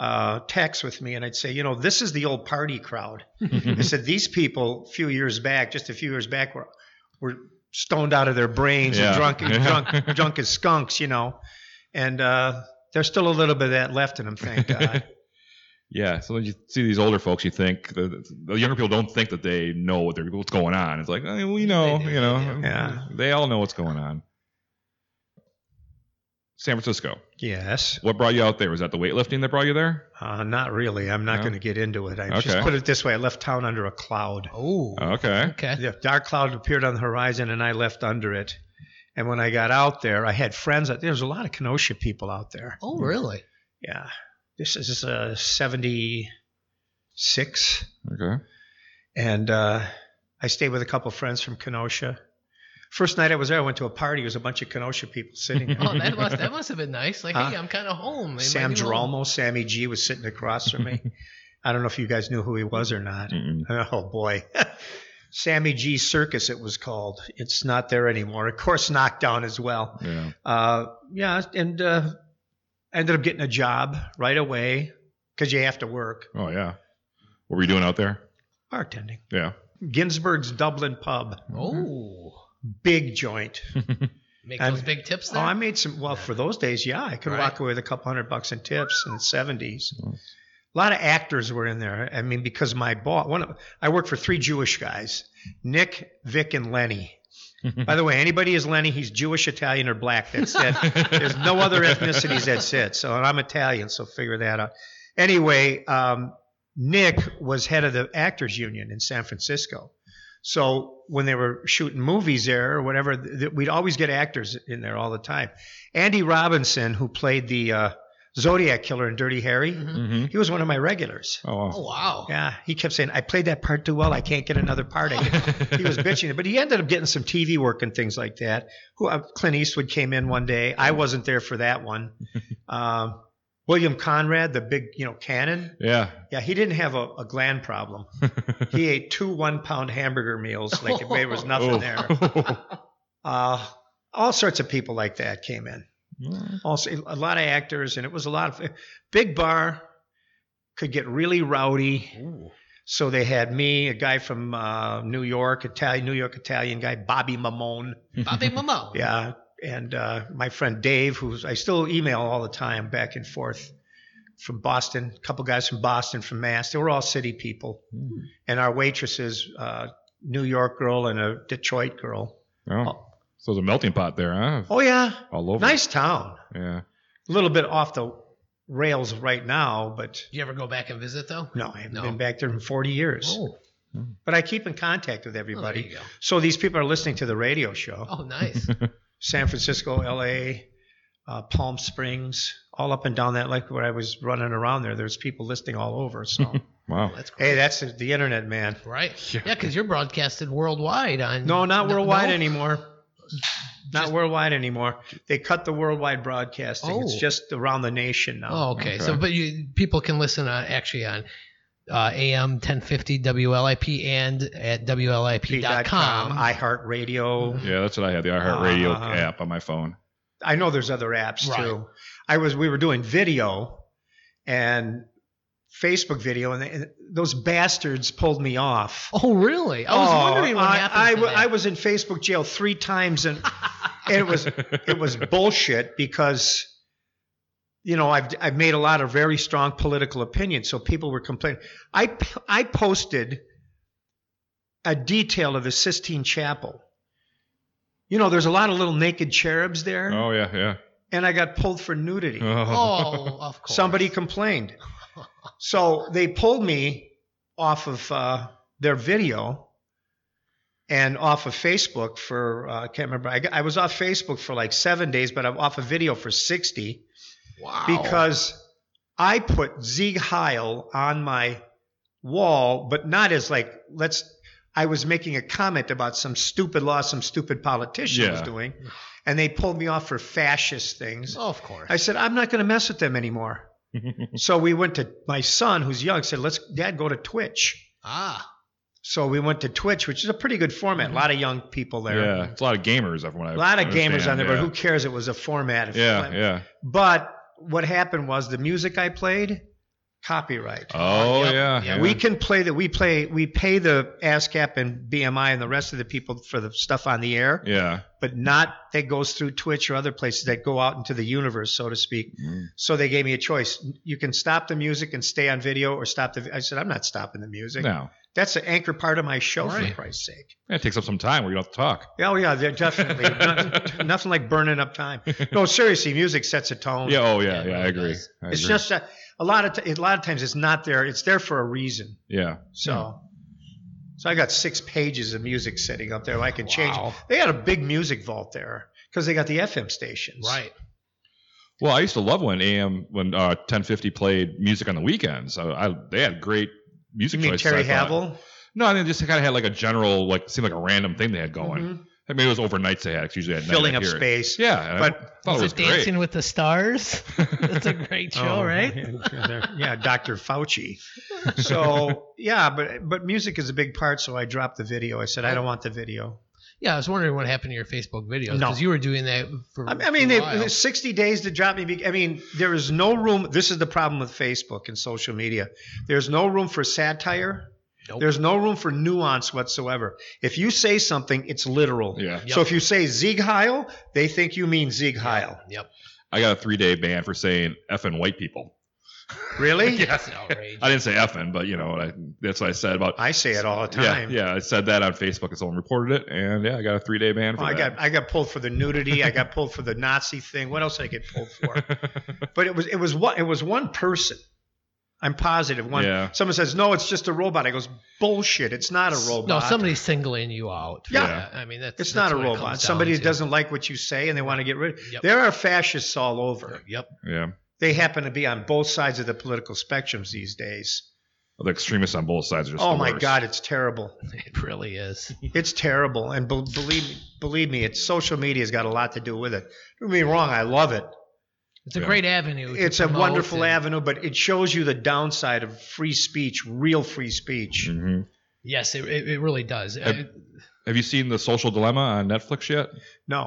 Speaker 1: uh, tax with me, and I'd say, you know, this is the old party crowd.
Speaker 3: Mm-hmm.
Speaker 1: I said these people, a few years back, just a few years back, were were stoned out of their brains
Speaker 3: Yeah.
Speaker 1: and drunk, and
Speaker 3: Yeah.
Speaker 1: drunk, drunk as skunks, you know, and uh, there's still a little bit of that left in them, thank God.
Speaker 3: yeah. So when you see these older folks, you think the, the younger people don't think that they know what they're, what's going on. It's like, eh, well, you know,
Speaker 2: They do,
Speaker 3: you know,
Speaker 1: do.
Speaker 2: they
Speaker 1: Yeah.
Speaker 3: they all know what's going on. San Francisco.
Speaker 1: yes,
Speaker 3: What brought you out there? Was that the weightlifting that brought you there?
Speaker 1: uh, not really. I'm not
Speaker 3: No.
Speaker 1: going to get into it. I
Speaker 3: Okay.
Speaker 1: just put it this way: I left town under a cloud.
Speaker 2: Oh. (laughs)
Speaker 3: Okay.
Speaker 2: Okay.
Speaker 1: The dark cloud appeared on the horizon, and I left under it. And when I got out there, I had friends. Out, there was a lot of Kenosha people out there.
Speaker 2: Oh, really?
Speaker 1: Yeah, this is uh, 76,
Speaker 3: Okay.
Speaker 1: and uh, I stayed with a couple friends from Kenosha. First night I was there, I went to a party. There was a bunch of Kenosha people
Speaker 2: (laughs)
Speaker 1: sitting there.
Speaker 2: Oh, that must that must have been nice. Like, hey,
Speaker 1: Huh?
Speaker 2: I'm kind of home. They
Speaker 1: Sam
Speaker 2: might be home.
Speaker 1: Geralmo, Sammy G was sitting across from
Speaker 2: (laughs)
Speaker 1: me. I don't know if you guys knew who he was or not.
Speaker 3: Mm-mm.
Speaker 1: (laughs) Oh boy. Sammy G Circus, it was called. It's not there anymore. Of course, Knockdown as well.
Speaker 3: Yeah.
Speaker 1: uh, yeah, and uh, ended up getting a job right away because you have to work
Speaker 3: Oh yeah. What were you doing out there?
Speaker 1: bartending.
Speaker 3: Yeah.
Speaker 1: Ginsburg's Dublin Pub,
Speaker 3: (laughs)
Speaker 2: Oh,
Speaker 1: big joint.
Speaker 2: make
Speaker 1: Mm-hmm. And-
Speaker 2: those big tips
Speaker 1: Oh,
Speaker 2: there.
Speaker 1: I made some. Well, for those days, yeah, I could
Speaker 2: Right.
Speaker 1: walk away with a couple hundred bucks in tips in the seventies.
Speaker 3: Nice.
Speaker 1: A lot of actors were in there. I mean, because my boss, one of, I worked for three Jewish guys: Nick, Vic, and Lenny. By the way, anybody is Lenny, he's Jewish, Italian, or black. That's it. There's no other ethnicities. That's it. So, and I'm Italian, so figure that out. Anyway, um, Nick was head of the actors union in San Francisco. So when they were shooting movies there or whatever, th- th- we'd always get actors in there all the time. Andy Robinson, who played the uh, Zodiac killer in Dirty Harry,
Speaker 2: Mhm.
Speaker 3: hmm
Speaker 1: he was one of my regulars.
Speaker 3: Oh. wow.
Speaker 2: Oh, wow.
Speaker 1: Yeah, he kept saying, "I played that part too well. I can't get another part." I get-" Oh, he was bitching, but he ended up getting some TV work and things like that. Who uh, Clint Eastwood came in one day. I wasn't there for that one. Um, William Conrad, the big, you know, cannon.
Speaker 3: (laughs) Yeah.
Speaker 1: Yeah, he didn't have a, a gland problem. He ate two one-pound hamburger meals like it- there was nothing
Speaker 3: Oh. (laughs)
Speaker 1: there. Uh, all sorts of people like that came in. Also, a lot of actors, and it was a lot of big bar. Could get really rowdy.
Speaker 2: Ooh.
Speaker 1: So they had me, a guy from uh, New York, Italian, New York Italian guy, Bobby Mamone. (laughs)
Speaker 2: Bobby Mamo.
Speaker 1: Yeah. And uh, my friend Dave, who's I still email all the time back and forth from Boston, a couple guys from Boston, from Mass. They were all city people.
Speaker 3: (laughs) Hmm.
Speaker 1: And our waitresses, uh, New York girl and a Detroit girl.
Speaker 3: Oh. So there's a melting pot there, huh?
Speaker 1: Oh, yeah.
Speaker 3: All over.
Speaker 1: Nice town.
Speaker 3: Yeah.
Speaker 1: A little bit off the rails right now, but
Speaker 2: Do you ever go back and visit though?
Speaker 1: no, I haven't
Speaker 2: No.
Speaker 1: been back there in 40 years.
Speaker 2: Oh, well,
Speaker 1: But I keep in contact with
Speaker 2: there
Speaker 1: everybody.
Speaker 2: you go.
Speaker 1: so these people are listening to the radio show. (laughs)
Speaker 2: Oh, nice.
Speaker 1: San Francisco, LA, uh, Palm Springs, all up and down that lake where I was running around there. There's people listing all over.
Speaker 2: (laughs)
Speaker 1: So,
Speaker 3: Wow.
Speaker 2: That's great.
Speaker 1: hey, that's the internet, man.
Speaker 2: Right. (laughs) Yeah, because you're broadcasted worldwide on.
Speaker 1: No, not worldwide
Speaker 2: no?
Speaker 1: anymore. Not
Speaker 2: Just-
Speaker 1: worldwide anymore. They cut the worldwide broadcasting. It's
Speaker 2: Oh.
Speaker 1: just around the nation now.
Speaker 2: Oh, okay. So,
Speaker 3: Okay.
Speaker 2: but you, people can listen on, actually on uh, AM 1050 WLIP and at WLIP.com. Mm-hmm.
Speaker 1: iHeartRadio.
Speaker 3: Yeah, that's what I had the iHeartRadio
Speaker 1: Uh-huh.
Speaker 3: app on
Speaker 1: (laughs)
Speaker 3: my phone.
Speaker 1: I know there's other apps
Speaker 2: Right.
Speaker 1: too. I was we were doing video and Facebook video, and, they, and those bastards pulled me off.
Speaker 2: oh, really? I was wondering what
Speaker 1: I,
Speaker 2: happened.
Speaker 1: I
Speaker 2: to
Speaker 1: wa-
Speaker 2: that.
Speaker 1: I was in Facebook jail three times,
Speaker 2: (laughs)
Speaker 1: and, and it was
Speaker 3: Oh,
Speaker 1: it was bullshit because you know I've I've made a lot of very strong political opinions, so people were complaining. I p- I posted a detail of the Sistine Chapel. You know, there's a lot of little naked cherubs there,
Speaker 3: Oh yeah, yeah.
Speaker 1: and I got pulled for nudity.
Speaker 3: (laughs)
Speaker 2: Oh, of
Speaker 1: (laughs)
Speaker 2: course.
Speaker 1: Somebody complained, so they pulled me off of uh, their video and off of Facebook for uh, I can't remember. I, got- I was off Facebook for like seven days, but I'm off of video for sixty
Speaker 2: Wow.
Speaker 1: because I put Zieg Heil on my wall, but not as like let's. I was making a comment about some stupid law some stupid politician was
Speaker 3: Yeah.
Speaker 1: doing, and they pulled me off for fascist things.
Speaker 2: Oh, of course.
Speaker 1: I said, I'm not going to mess with them
Speaker 3: (laughs)
Speaker 1: anymore. so we went to my son, who's young, said, let's, dad, go to Twitch.
Speaker 2: ah.
Speaker 1: So we went to Twitch, which is a pretty good format. A lot of young people there.
Speaker 3: Mm-hmm. Yeah, it's a lot of gamers. From what I
Speaker 1: A lot of gamers on
Speaker 3: understand,
Speaker 1: there, but who cares? It was a format.
Speaker 3: Yeah, yeah, yeah.
Speaker 1: But what happened was the music I played Copyright.
Speaker 3: Oh
Speaker 2: Yep.
Speaker 3: yeah,
Speaker 2: Yeah,
Speaker 1: We can play that. We play. We pay the ASCAP and BMI and the rest of the people for the stuff on the air,
Speaker 3: yeah.
Speaker 1: but not that goes through Twitch or other places that go out into the universe, so to speak.
Speaker 3: Mm.
Speaker 1: So they gave me a choice. You can stop the music and stay on video, or stop the. I said I'm not stopping the music.
Speaker 3: No,
Speaker 1: That's the anchor part of my show,
Speaker 3: Right.
Speaker 1: for Christ's sake.
Speaker 3: it takes up some time where you don't have to talk.
Speaker 1: Oh yeah, they're definitely
Speaker 3: (laughs)
Speaker 1: Not- nothing like burning up time. No, seriously, music sets a tone.
Speaker 3: Yeah. Oh yeah.
Speaker 2: Yeah,
Speaker 3: Yeah. I
Speaker 2: it
Speaker 3: agree.
Speaker 2: does.
Speaker 3: I
Speaker 1: it's
Speaker 3: agree.
Speaker 1: just a, a lot of t- a lot of times it's not there. It's there for a reason.
Speaker 3: yeah.
Speaker 1: So, so I got six pages of music sitting up there. I can change.
Speaker 2: Wow.
Speaker 1: They got a big music vault there because they got the FM stations.
Speaker 2: Right.
Speaker 3: Well, I used to love when AM when uh, 1050 played music on the weekends. I, I they had great
Speaker 1: You
Speaker 3: music.
Speaker 1: mean
Speaker 3: choices,
Speaker 1: Terry
Speaker 3: I thought.
Speaker 1: Havel?
Speaker 3: No, I mean just kind of had like a general like seemed like a random thing they had going.
Speaker 1: Mhm.
Speaker 3: I mean it was overnights they had 'cause usually at night
Speaker 1: Filling up
Speaker 3: I'd hear it.
Speaker 1: space.
Speaker 3: Yeah, and I
Speaker 1: But-
Speaker 3: thought
Speaker 2: was
Speaker 3: it was
Speaker 2: it Dancing with the (laughs) Stars? That's a great show,
Speaker 1: Oh,
Speaker 2: right?
Speaker 1: yeah, yeah, Dr.
Speaker 3: (laughs)
Speaker 1: Fauci. So yeah, but but music is a big part. So I dropped the video. I said I don't want the video.
Speaker 2: Yeah, I was wondering what happened to your Facebook videos
Speaker 1: No.
Speaker 2: because you were doing that for.
Speaker 1: I, I mean,
Speaker 2: for a
Speaker 1: they,
Speaker 2: while.
Speaker 1: 60 days to drop me. be- I mean, there is no room. This is the problem with Facebook and social media. There's no room for satire.
Speaker 2: Nope.
Speaker 1: There's no room for nuance whatsoever. If you say something, it's literal.
Speaker 3: great. Yeah,
Speaker 1: So if you say Zieg Heil, they think you mean Zieg Heil.
Speaker 2: Yep.
Speaker 3: I got a three day ban for saying effing white people. (laughs)
Speaker 2: (laughs)
Speaker 1: Really?
Speaker 2: That's outrageous.
Speaker 3: I didn't say effing, but you know what I, that's what I said about.
Speaker 1: I say it all the
Speaker 3: yeah,
Speaker 1: time.
Speaker 3: yeah, I said that on Facebook and someone reported it, and yeah, I got a three day ban for
Speaker 1: Well, Oh, I
Speaker 3: that.
Speaker 1: got I got pulled for the nudity. I got pulled for the Nazi thing. What else did I get pulled
Speaker 2: (laughs)
Speaker 1: for? but it was it was one it was one person. I'm positive. One
Speaker 3: Yeah.
Speaker 1: someone says no, it's just a robot. I goes bullshit. It's not a robot.
Speaker 2: No, somebody's singling you out. for
Speaker 1: Yeah.
Speaker 2: that. I mean, that's
Speaker 1: It's
Speaker 2: that's
Speaker 1: not a
Speaker 2: what it comes
Speaker 1: robot.
Speaker 2: down
Speaker 1: Somebody
Speaker 2: to.
Speaker 1: doesn't like what you say and they want to get rid.
Speaker 2: Yep.
Speaker 1: There are fascists all over.
Speaker 2: Yep. (laughs)
Speaker 3: yeah,
Speaker 1: They happen to be on both sides of the political spectrums these days.
Speaker 3: the extremists on both sides are just.
Speaker 1: oh
Speaker 3: the
Speaker 1: my
Speaker 3: worst.
Speaker 1: God, it's
Speaker 2: (laughs)
Speaker 1: terrible.
Speaker 2: It really is.
Speaker 1: It's terrible, and be- believe me, believe me, it's social media's got a lot to do with it. Don't get me wrong, I love it.
Speaker 2: It's a
Speaker 3: Yeah.
Speaker 2: great avenue. to
Speaker 1: It's a
Speaker 2: promote
Speaker 1: wonderful
Speaker 2: and-
Speaker 1: avenue, but it shows you the downside of free speech, real free speech.
Speaker 3: Mhm.
Speaker 2: Yes, it, it, it really does.
Speaker 3: Have-
Speaker 2: Uh,
Speaker 3: Have you seen the Social Dilemma on Netflix yet?
Speaker 1: No,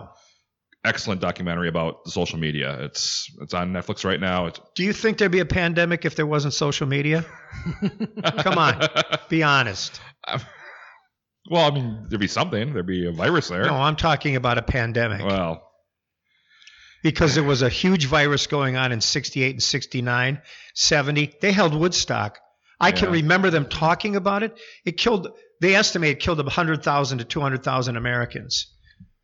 Speaker 3: Excellent documentary about the social media. It's it's on Netflix right now. It's
Speaker 1: do you think there'd be a pandemic if there wasn't social media? Come on, be honest.
Speaker 3: well, I mean, there'd be something. There'd be a virus there.
Speaker 1: No, I'm talking about a pandemic
Speaker 3: well,
Speaker 1: because there was a huge virus going on in 68 and 69, 70. They held Woodstock. I can
Speaker 3: Yeah.
Speaker 1: remember them talking about it. It killed, they estimate it killed 100,000 to 200,000 Americans.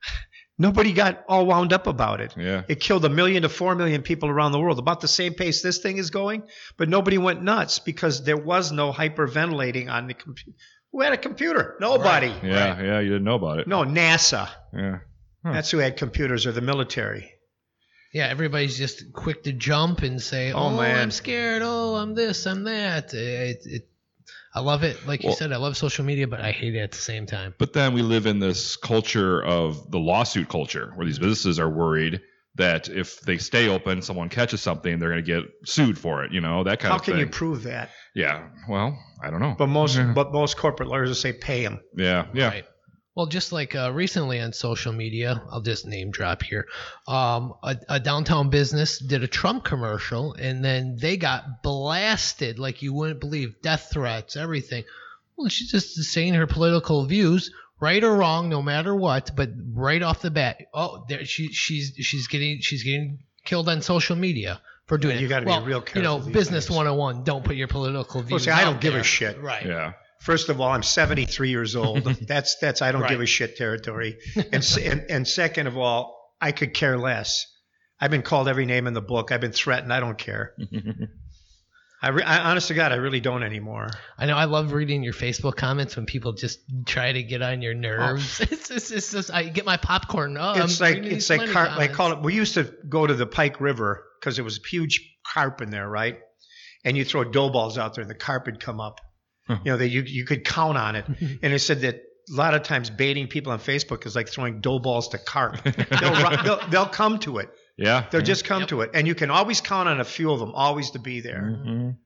Speaker 1: (laughs) Nobody got all wound up about it.
Speaker 3: yeah.
Speaker 1: It killed a million to four million people around the world, about the same pace this thing is going. But nobody went nuts because there was no hyperventilating on the computer. Who had a computer? Nobody.
Speaker 3: Yeah, yeah, you didn't know about it.
Speaker 1: No, NASA.
Speaker 3: Yeah. Huh.
Speaker 1: That's who had computers or the military.
Speaker 2: yeah, everybody's just quick to jump and say, "Oh,
Speaker 1: Oh, man.
Speaker 2: I'm scared. Oh, I'm this. I'm that." It, it, I love it. Like you
Speaker 3: Well-
Speaker 2: said, I love social media, but I hate it at the same time.
Speaker 3: But then we live in this culture of the lawsuit culture where these businesses are worried that if they stay open, someone catches something, they're going to get sued for it, you know, that kind
Speaker 1: How
Speaker 3: of
Speaker 1: can
Speaker 3: thing.
Speaker 1: you prove that?
Speaker 3: yeah. Well, I don't know.
Speaker 1: But most,
Speaker 3: Yeah.
Speaker 1: but most corporate lawyers will say pay them.
Speaker 3: yeah. Yeah.
Speaker 2: Right. Well, just like uh, recently on social media, I'll just name drop here. Um, a, a downtown business did a Trump commercial, and then they got blasted like you wouldn't believe, death threats, everything. Well, she's just saying her political views, right or wrong, no matter what. But right off the bat, oh, there, she, she's she's getting she's getting killed on social media for doing
Speaker 1: Yeah,
Speaker 2: it.
Speaker 1: you gotta be
Speaker 2: well,
Speaker 1: real
Speaker 2: You know,
Speaker 1: careful these
Speaker 2: business
Speaker 1: days.
Speaker 2: 101, Don't put your political views.
Speaker 1: see, I don't
Speaker 2: out
Speaker 1: give a
Speaker 2: there.
Speaker 1: shit.
Speaker 2: Right.
Speaker 3: Yeah.
Speaker 1: First of all, I'm 73 years
Speaker 3: (laughs)
Speaker 1: old. that's that's I don't
Speaker 2: Right.
Speaker 1: give a shit territory. And, s- and and second of all, I could care less. I've been called every name in the book. I've been threatened. I don't care. I, re- I honest to God, I really don't anymore.
Speaker 2: I know I love reading your Facebook comments when people just try to get on your
Speaker 1: Oh.
Speaker 2: nerves. (laughs) It's, it's, it's just I get my popcorn. Oh,
Speaker 1: it's
Speaker 2: I'm
Speaker 1: like
Speaker 2: reading
Speaker 1: it's
Speaker 2: these
Speaker 1: like
Speaker 2: funny
Speaker 1: carp. I call
Speaker 2: comments.
Speaker 1: it. We used to go to the Pike River because there was a huge carp in there, right? And you throw dough balls out there, and the carp would come up.
Speaker 3: Huh.
Speaker 1: You know, that you you could count on it. and they said that a lot of times baiting people on Facebook is like throwing dough balls to carp. they'll, ru- they'll they'll come to it.
Speaker 3: (laughs) Yeah.
Speaker 1: They'll just come to it, and you can always count on a few of them, always to be there,
Speaker 3: Mhm.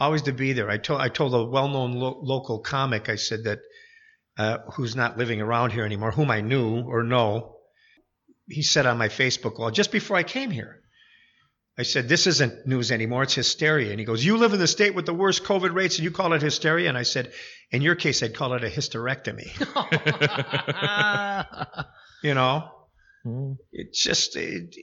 Speaker 1: always to be there. I told I told a well-known lo- local comic, I said that uh, who's not living around here anymore, whom I knew or know, he said on my Facebook wall just before I came here, I said, this isn't news anymore. It's hysteria. And he goes, you live in the state with the worst COVID rates and you call it hysteria. And I said, in your case, I'd call it a hysterectomy.
Speaker 2: (laughs)
Speaker 1: (laughs) you know,
Speaker 3: Mm-hmm.
Speaker 1: it's just, it,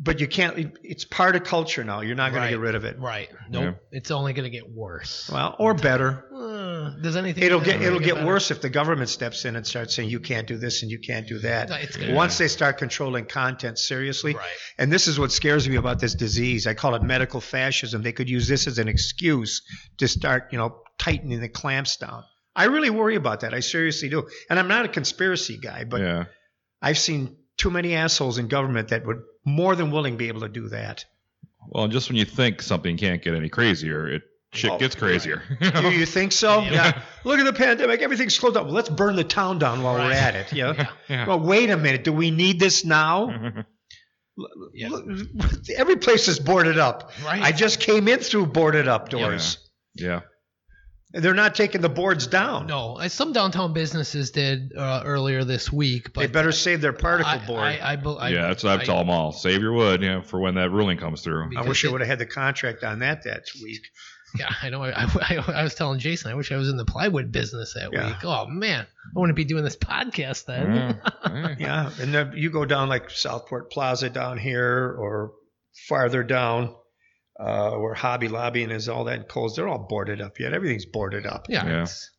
Speaker 1: but you can't, it- it's part of culture now. You're not going
Speaker 2: Right.
Speaker 1: to get rid of it.
Speaker 2: (laughs) right. Nope. It's only going to get worse.
Speaker 1: Well, or better.
Speaker 2: Uh, does anything?
Speaker 1: It'll get
Speaker 2: really
Speaker 1: it'll get
Speaker 2: better?
Speaker 1: worse if the government steps in and starts saying you can't do this and you can't do that.
Speaker 2: (laughs) It's gonna-
Speaker 1: Once they start controlling content seriously,
Speaker 2: Right.
Speaker 1: and this is what scares me about this disease. I call it medical fascism. They could use this as an excuse to start, you know, tightening the clamps down. I really worry about that. I seriously do. And I'm not a conspiracy guy, but
Speaker 3: yeah.
Speaker 1: I've seen too many assholes in government that would more than willing be able to do that.
Speaker 3: Well, and just when you think something can't get any crazier, it shit
Speaker 1: Oh,
Speaker 3: gets crazier. (laughs)
Speaker 1: Do you think so?
Speaker 2: Yeah.
Speaker 1: Yeah. Look at the pandemic. Everything's closed up. Let's burn the town down while we're
Speaker 2: Right.
Speaker 1: at it.
Speaker 2: (laughs)
Speaker 1: Yeah.
Speaker 2: Yeah.
Speaker 3: Yeah.
Speaker 1: Well, wait a minute. Do we need this now?
Speaker 2: Hmm. Yeah.
Speaker 1: Look, Every place is boarded up.
Speaker 2: Right.
Speaker 1: I just came in through boarded up doors.
Speaker 3: yeah.
Speaker 1: They're not taking the boards down.
Speaker 2: no. uh, Some downtown businesses did uh, earlier this week, but
Speaker 1: they better save their particle
Speaker 2: I,
Speaker 1: board. I,
Speaker 2: I, I, be- I-
Speaker 3: yeah, that's what I
Speaker 2: I-
Speaker 3: tell them all. Save your wood, yeah, for when that ruling comes through.
Speaker 2: Because
Speaker 1: wish I
Speaker 2: it-
Speaker 1: would have had the contract on that that
Speaker 2: (laughs)
Speaker 1: week.
Speaker 2: Yeah, I know. I, (laughs) I, I was telling Jason, I wish I was in the plywood business that
Speaker 1: Yeah.
Speaker 2: week. Oh man, I wouldn't be doing this podcast then.
Speaker 3: Yeah.
Speaker 1: Yeah, and then you go down like Southport Plaza down here, or farther down, uh, where Hobby Lobby and is all that closed. They're all boarded up yet. Everything's boarded up.
Speaker 2: (laughs) Yeah,
Speaker 3: Yeah.
Speaker 2: It's,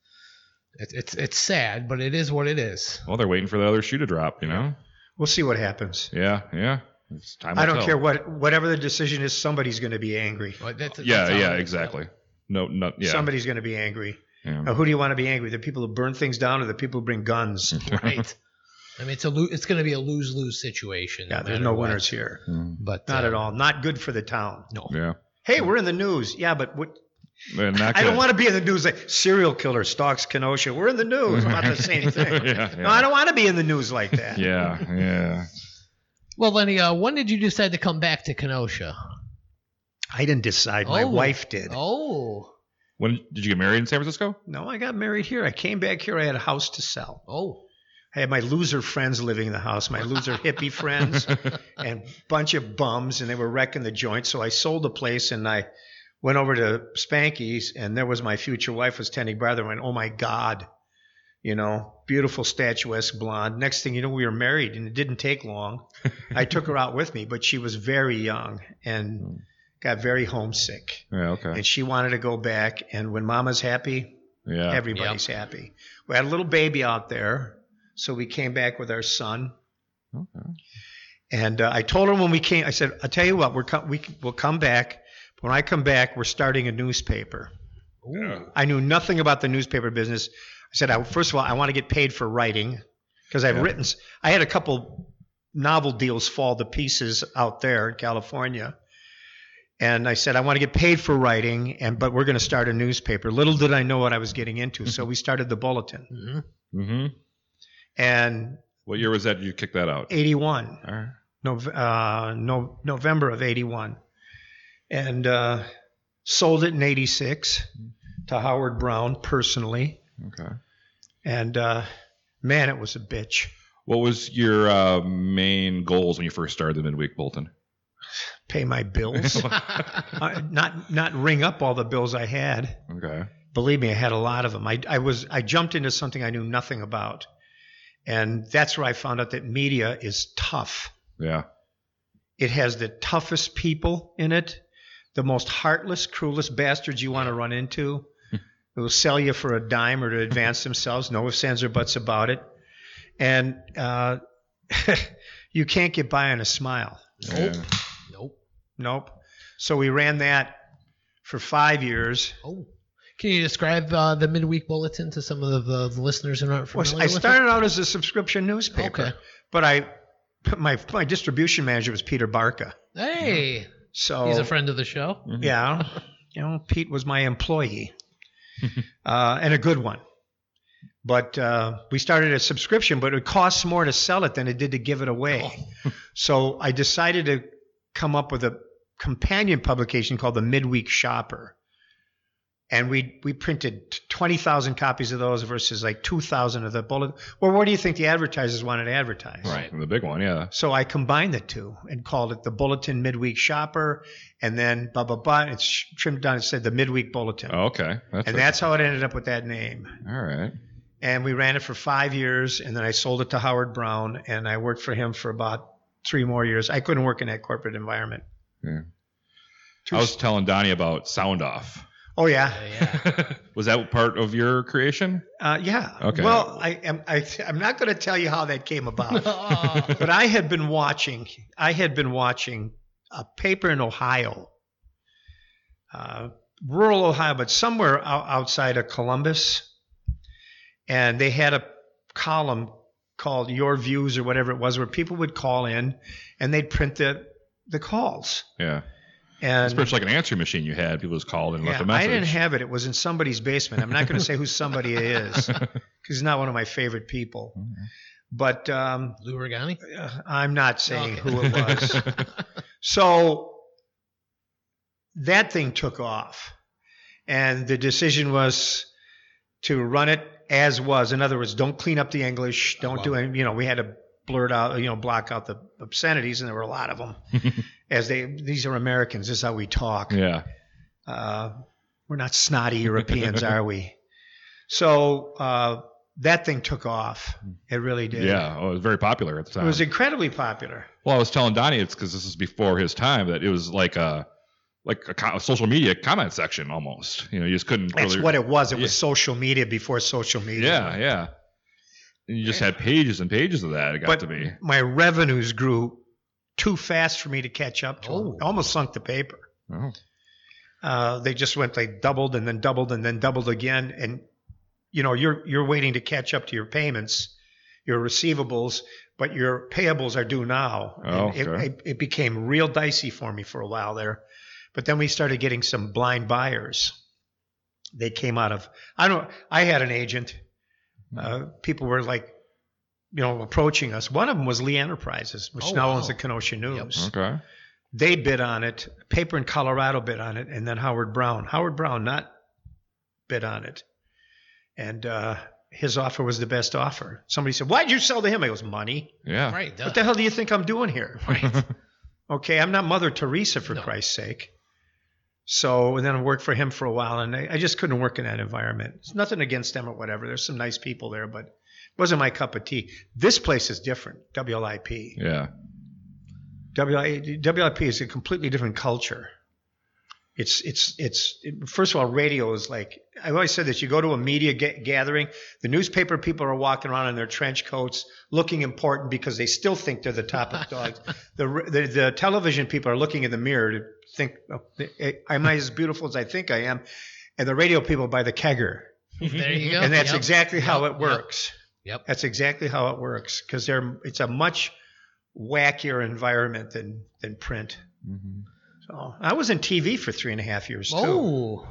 Speaker 2: it's it's it's sad, but it is what it is.
Speaker 3: Well, they're waiting for the other shoe to drop, you know?
Speaker 1: We'll see what happens.
Speaker 3: Yeah, yeah. It's time
Speaker 1: I
Speaker 3: will
Speaker 1: don't
Speaker 3: tell.
Speaker 1: care what whatever the decision is. Somebody's going to be angry.
Speaker 2: But that's,
Speaker 3: Yeah,
Speaker 2: that's how
Speaker 3: yeah,
Speaker 2: it is.
Speaker 3: exactly. No, no, yeah.
Speaker 1: Somebody's going to be angry.
Speaker 3: yeah.
Speaker 1: Now, who do you want to be angry? The people who burn things down, or the people who bring guns?
Speaker 2: right. I mean, it's a lo- it's going to be a lose lose situation.
Speaker 1: yeah, there's
Speaker 2: matter
Speaker 1: no
Speaker 2: what.
Speaker 1: winners here.
Speaker 3: Mm,
Speaker 2: But
Speaker 1: Not
Speaker 2: uh,
Speaker 1: at all. Not good for the town.
Speaker 2: No.
Speaker 3: Yeah.
Speaker 1: Hey, we're in the news. Yeah, but what,
Speaker 3: They're not
Speaker 1: I don't
Speaker 3: good.
Speaker 1: want to be in the news like serial killer stalks Kenosha. We're in the news about
Speaker 3: (laughs)
Speaker 1: the
Speaker 2: (laughs)
Speaker 1: same thing.
Speaker 3: yeah, yeah.
Speaker 1: No, I don't want to be in the news like that.
Speaker 3: yeah, yeah.
Speaker 2: Well, Lenny, uh, when did you decide to come back to Kenosha?
Speaker 1: I didn't decide. My
Speaker 2: Oh.
Speaker 1: wife did.
Speaker 2: Oh,
Speaker 3: When did you get married in San Francisco?
Speaker 1: No, I got married here. I came back here. I had a house to sell.
Speaker 2: oh,
Speaker 1: I had my loser friends living in the house, my loser hippie friends, and bunch of bums, and they were wrecking the joint. So I sold the place and I went over to Spanky's, and there was my future wife was tending bar there. I went, oh my God, you know, beautiful statuesque blonde. Next thing you know, we were married, and it didn't take long. I took her out with me, but she was very young and got very homesick.
Speaker 3: Yeah, okay.
Speaker 1: And she wanted to go back. And when mama's happy,
Speaker 3: Yeah.
Speaker 1: Everybody's happy. We had a little baby out there, so we came back with our son.
Speaker 3: Okay.
Speaker 1: And uh, I told her when we came, I said, "I'll tell you what, we're com- we c- we'll come back. But when I come back, we're starting a newspaper."
Speaker 3: Yeah.
Speaker 1: I knew nothing about the newspaper business. I said, I, first of all, I want to get paid for writing because I've
Speaker 3: Yeah.
Speaker 1: written. s- I had a couple novel deals fall to pieces out there in California, and I said, I want to get paid for writing, and but we're going to start a newspaper. Little did I know what I was getting into.
Speaker 3: (laughs)
Speaker 1: so we started the Bulletin,
Speaker 2: (laughs) hmm
Speaker 3: hmm
Speaker 1: and
Speaker 3: What year was that? Did you kick that out?
Speaker 1: '81.
Speaker 3: All right.
Speaker 1: Nov- uh, no, November of 81 and uh, sold it in 86 to Howard Brown personally.
Speaker 3: Okay.
Speaker 1: And uh, man, it was a bitch.
Speaker 3: What was your uh, main goals when you first started the midweek bulletin? (laughs)
Speaker 1: Pay my bills, uh, not not ring up all the bills I had.
Speaker 3: Okay.
Speaker 1: Believe me, I had a lot of them. I, I was I jumped into something I knew nothing about, and that's where I found out that media is tough.
Speaker 3: Yeah.
Speaker 1: It has the toughest people in it, the most heartless, cruelest bastards you want to run into, who will sell you for a dime or to advance themselves, no ifs, ands, or buts about it. And uh, (laughs) you can't get by on a smile.
Speaker 2: Nope.
Speaker 3: Yeah.
Speaker 2: Nope.
Speaker 1: Nope. So we ran that for five years.
Speaker 2: Oh. Can you describe uh, the midweek bulletin to some of the, the listeners who aren't
Speaker 1: Well,
Speaker 2: familiar
Speaker 1: I
Speaker 2: with it?
Speaker 1: started out as a subscription newspaper,
Speaker 2: Okay.
Speaker 1: but I my my distribution manager was Peter Barca.
Speaker 2: Hey,
Speaker 1: So
Speaker 2: he's a friend of
Speaker 1: (laughs)
Speaker 2: the show.
Speaker 1: Yeah. You know, Pete was my employee uh, and a good one. But uh, we started a subscription, but it costs more to sell it than it did to give it away. (laughs) so I decided to come up with a companion publication called the Midweek Shopper. and we we printed twenty thousand copies of those versus like two thousand of the bullet. Well, what do you think the advertisers wanted to advertise?
Speaker 3: Right. The big one, yeah.
Speaker 1: So I combined the two and called it the Bulletin Midweek Shopper, and then blah blah blah. It's trimmed down. It said the Midweek Bulletin,
Speaker 3: Oh, okay. That's
Speaker 1: and
Speaker 3: a-
Speaker 1: that's how it ended up with that name.
Speaker 3: all right.
Speaker 1: And we ran it for five years, and then I sold it to Howard Brown, and I worked for him for about three more years. I couldn't work in that corporate environment.
Speaker 3: Yeah.
Speaker 1: Two-
Speaker 3: Hmm. I was telling Donnie about Sound Off.
Speaker 1: oh yeah,
Speaker 2: Yeah, yeah.
Speaker 1: (laughs)
Speaker 3: (laughs) was that part of your creation?
Speaker 1: uh, yeah.
Speaker 3: Okay.
Speaker 1: Well, I am. I, I'm not going to tell you how that came about.
Speaker 2: Oh,
Speaker 1: but I had been watching. I had been watching a paper in Ohio, uh, rural Ohio, but somewhere out, outside of Columbus, and they had a column called "Your Views" or whatever it was, where people would call in, and they'd print the the calls.
Speaker 3: Yeah.
Speaker 1: And
Speaker 3: It's pretty much like an answering machine you had. People just called and left
Speaker 1: yeah,
Speaker 3: a
Speaker 1: I
Speaker 3: message.
Speaker 1: didn't have it. It was in somebody's basement. I'm not going to say who somebody it
Speaker 3: (laughs)
Speaker 1: is because he's not one of my favorite people. But um,
Speaker 2: Lou Regani?
Speaker 1: uh, I'm not saying
Speaker 3: (laughs)
Speaker 2: Okay.
Speaker 1: who it was. So that thing took off. And the decision was to run it as was. In other words, don't clean up the English. Don't
Speaker 2: wow.
Speaker 1: do any, you know, we had to blurt out, you know, block out the obscenities, and there were a lot of
Speaker 3: (laughs)
Speaker 1: them. as they, these are Americans. This is how we talk. (laughs)
Speaker 3: yeah.
Speaker 1: Uh, we're not snotty Europeans, are we? So uh, that thing took off. It really did.
Speaker 3: Hmm. Yeah. Oh, it was very popular at the
Speaker 1: It
Speaker 3: time.
Speaker 1: was incredibly popular.
Speaker 3: well, I was telling Donnie it's because this is before his time that it was like a like a, co- a social media comment section almost. You know, you just couldn't.
Speaker 1: That's
Speaker 3: really,
Speaker 1: what it was. It
Speaker 3: Yeah.
Speaker 1: was social media before social media.
Speaker 3: Yeah, yeah. And you just had pages and pages of that. It got
Speaker 1: But
Speaker 3: to be.
Speaker 1: my revenues grew too fast for me to catch up to. 'em.
Speaker 2: Oh.
Speaker 1: I almost sunk the paper.
Speaker 3: Oh.
Speaker 1: Uh, they just went. They doubled and then doubled and then doubled again. And you know, you're you're waiting to catch up to your payments, your receivables, but your payables are due now. And
Speaker 3: Oh,
Speaker 1: it,
Speaker 3: okay.
Speaker 1: it, it became real dicey for me for a while there, but then we started getting some blind buyers. They came out of I don't. I had an agent. Uh, people were like, you know, approaching us. One of them was Lee Enterprises, which now
Speaker 2: Oh, wow. Mm-hmm.
Speaker 1: owns the Kenosha News
Speaker 3: Okay.
Speaker 1: they bid on it. Paper in Colorado bid on it, and then Howard Brown. Howard Brown not bid on it, and uh, his offer was the best offer. Somebody said, "Why'd you sell to him?" I goes, "Money."
Speaker 3: Yeah.
Speaker 2: right. duh.
Speaker 1: What the hell do you think I'm doing here?
Speaker 2: (laughs) right.
Speaker 1: Okay, I'm not Mother Teresa for
Speaker 2: No.
Speaker 1: Christ's sake. So, and then I worked for him for a while, and I, I just couldn't work in that environment. It's nothing against them or whatever. There's some nice people there, but it wasn't my cup of tea. This place is different. WLIP.
Speaker 3: Yeah.
Speaker 1: WI WIP is a completely different culture. It's it's it's first of all, radio is like I've always said this. You go to a media ga- gathering, the newspaper people are walking around in their trench coats, looking important because they still think they're the top of dogs. the, r- the the television people are looking in the mirror to think, oh, "Am I as beautiful as I think I am?" And the radio people by the kegger,
Speaker 2: There you go.
Speaker 1: and that's
Speaker 2: Yep.
Speaker 1: exactly how
Speaker 2: Yep.
Speaker 1: it works.
Speaker 2: Yep.
Speaker 1: That's exactly how it works because they're it's a much wackier environment than than print.
Speaker 3: Mhm.
Speaker 1: So I was in TV for three and a half years too.
Speaker 2: Oh,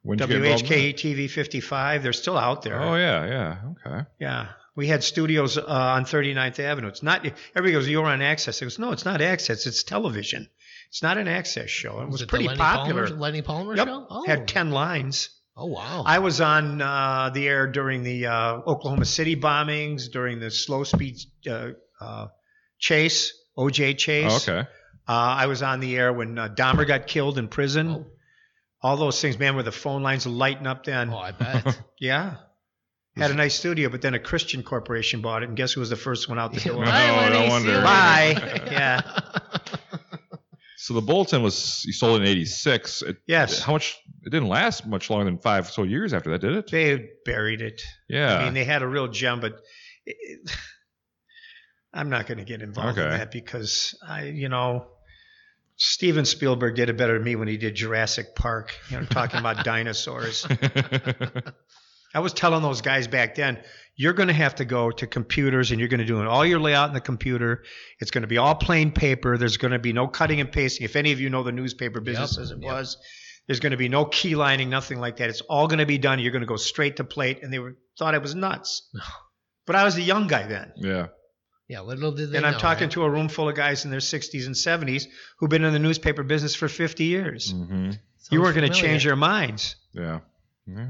Speaker 3: When did you get involved in
Speaker 1: WHKE TV 55. They're still out
Speaker 3: that?
Speaker 1: there.
Speaker 3: Oh yeah, yeah. Okay.
Speaker 1: Yeah. We had studios uh, on 39th Avenue. It's not everybody goes you're on Access. I goes no, it's not Access. It's television. It's not an Access show. It was,
Speaker 2: it the
Speaker 1: pretty
Speaker 2: Lenny
Speaker 1: popular.
Speaker 2: Palmer, Lenny Palmer
Speaker 1: Yep.
Speaker 2: show. Oh,
Speaker 1: Had 10 lines.
Speaker 2: Oh wow.
Speaker 1: I was on uh, the air during the uh, Oklahoma City bombings, during the slow speed uh, uh, chase, OJ chase.
Speaker 3: Oh, okay.
Speaker 1: Uh, I was on the air when uh, Dahmer got killed in prison.
Speaker 2: Oh.
Speaker 1: All those things, man, where the phone lines lighting up then.
Speaker 2: oh,
Speaker 1: (laughs)
Speaker 2: I bet.
Speaker 1: Yeah. Had a nice studio, but then a Christian corporation bought it, and guess who was the first one out the door?
Speaker 3: Right. no
Speaker 2: Lenny, see you
Speaker 3: wonder.
Speaker 2: later. (laughs)
Speaker 1: Bye. Yeah.
Speaker 3: So the bulletin was you sold in '86. It,
Speaker 1: Yes.
Speaker 3: How much? It didn't last much longer than five so years after that, did it?
Speaker 1: They buried it.
Speaker 3: Yeah.
Speaker 1: I mean, they had a real gem, but it, it- (sighs) I'm not going to get involved in
Speaker 3: Okay.
Speaker 1: that because I, you know, Steven Spielberg did it better than me when he did Jurassic Park. You know, talking
Speaker 3: (laughs)
Speaker 1: about dinosaurs. I was telling those guys back then, you're going to have to go to computers and you're going to do all your layout in the computer. It's going to be all plain paper. There's going to be no cutting and pasting. If any of you know the newspaper business
Speaker 2: Yep,
Speaker 1: as it
Speaker 2: yep.
Speaker 1: was, there's going to be no key lining, nothing like that. It's all going to be done. You're going to go straight to plate. And they were thought I was
Speaker 2: (sighs)
Speaker 1: nuts. But I was a young guy then.
Speaker 3: (laughs) yeah.
Speaker 2: yeah. Little did they
Speaker 1: And
Speaker 2: know. eh?
Speaker 1: I'm talking
Speaker 2: right?
Speaker 1: to a room full of guys in their 60s and 70s who've been in the newspaper business for 50 years.
Speaker 3: hmm
Speaker 1: You
Speaker 2: Mm. Sounds
Speaker 1: weren't going to
Speaker 2: familiar.
Speaker 1: change their minds.
Speaker 3: Yeah. Yeah.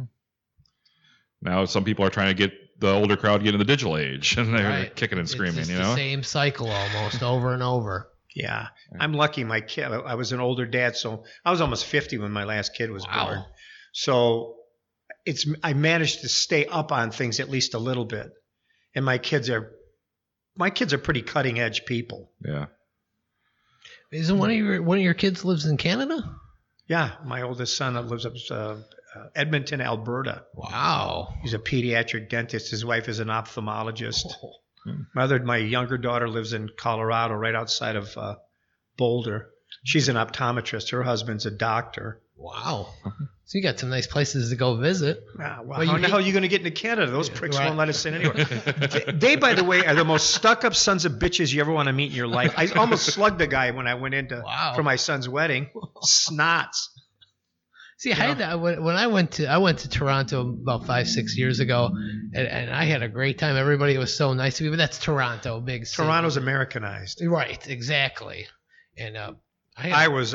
Speaker 3: Now some people are trying to get the older crowd get in the digital age, (laughs) and they're
Speaker 2: Right.
Speaker 3: kicking and screaming.
Speaker 2: it's just
Speaker 3: you
Speaker 2: the
Speaker 3: know.
Speaker 2: same cycle almost over and over.
Speaker 1: Yeah.
Speaker 3: Yeah.
Speaker 1: I'm lucky my kid, I I was an older dad, so I was almost 50 when my last kid was
Speaker 2: Wow.
Speaker 1: born. So it's, I managed to stay up on things at least a little bit. And my kids are, my kids are pretty cutting edge people.
Speaker 3: Yeah.
Speaker 2: Isn't one of your one of your kids lives in Canada?
Speaker 1: Yeah. My oldest son that lives up uh, uh, Edmonton, Alberta.
Speaker 2: Wow.
Speaker 1: He's a pediatric dentist. His wife is an ophthalmologist.
Speaker 3: Hmm.
Speaker 1: My other, my younger daughter lives in Colorado, right outside of uh, Boulder. She's an optometrist. Her husband's a doctor.
Speaker 2: Wow. So you got some nice places to go visit.
Speaker 1: Ah, well,
Speaker 2: Well,
Speaker 1: how
Speaker 2: you
Speaker 1: the
Speaker 2: hate-
Speaker 1: hell are you going to get into Canada? Those pricks
Speaker 2: Right.
Speaker 1: won't let us in anywhere. (laughs) They- they, by the way, are the most stuck-up sons of bitches you ever want to meet in your life. I almost slugged a guy when I went into
Speaker 2: Wow.
Speaker 1: for my son's wedding. (laughs) Snots.
Speaker 2: See, I had that when, when I went to I went to Toronto about five six years ago, and, and I had a great time. Everybody was so nice to me. But that's Toronto, big city.
Speaker 1: Toronto's Americanized.
Speaker 2: right? Exactly. And uh, I,
Speaker 1: I was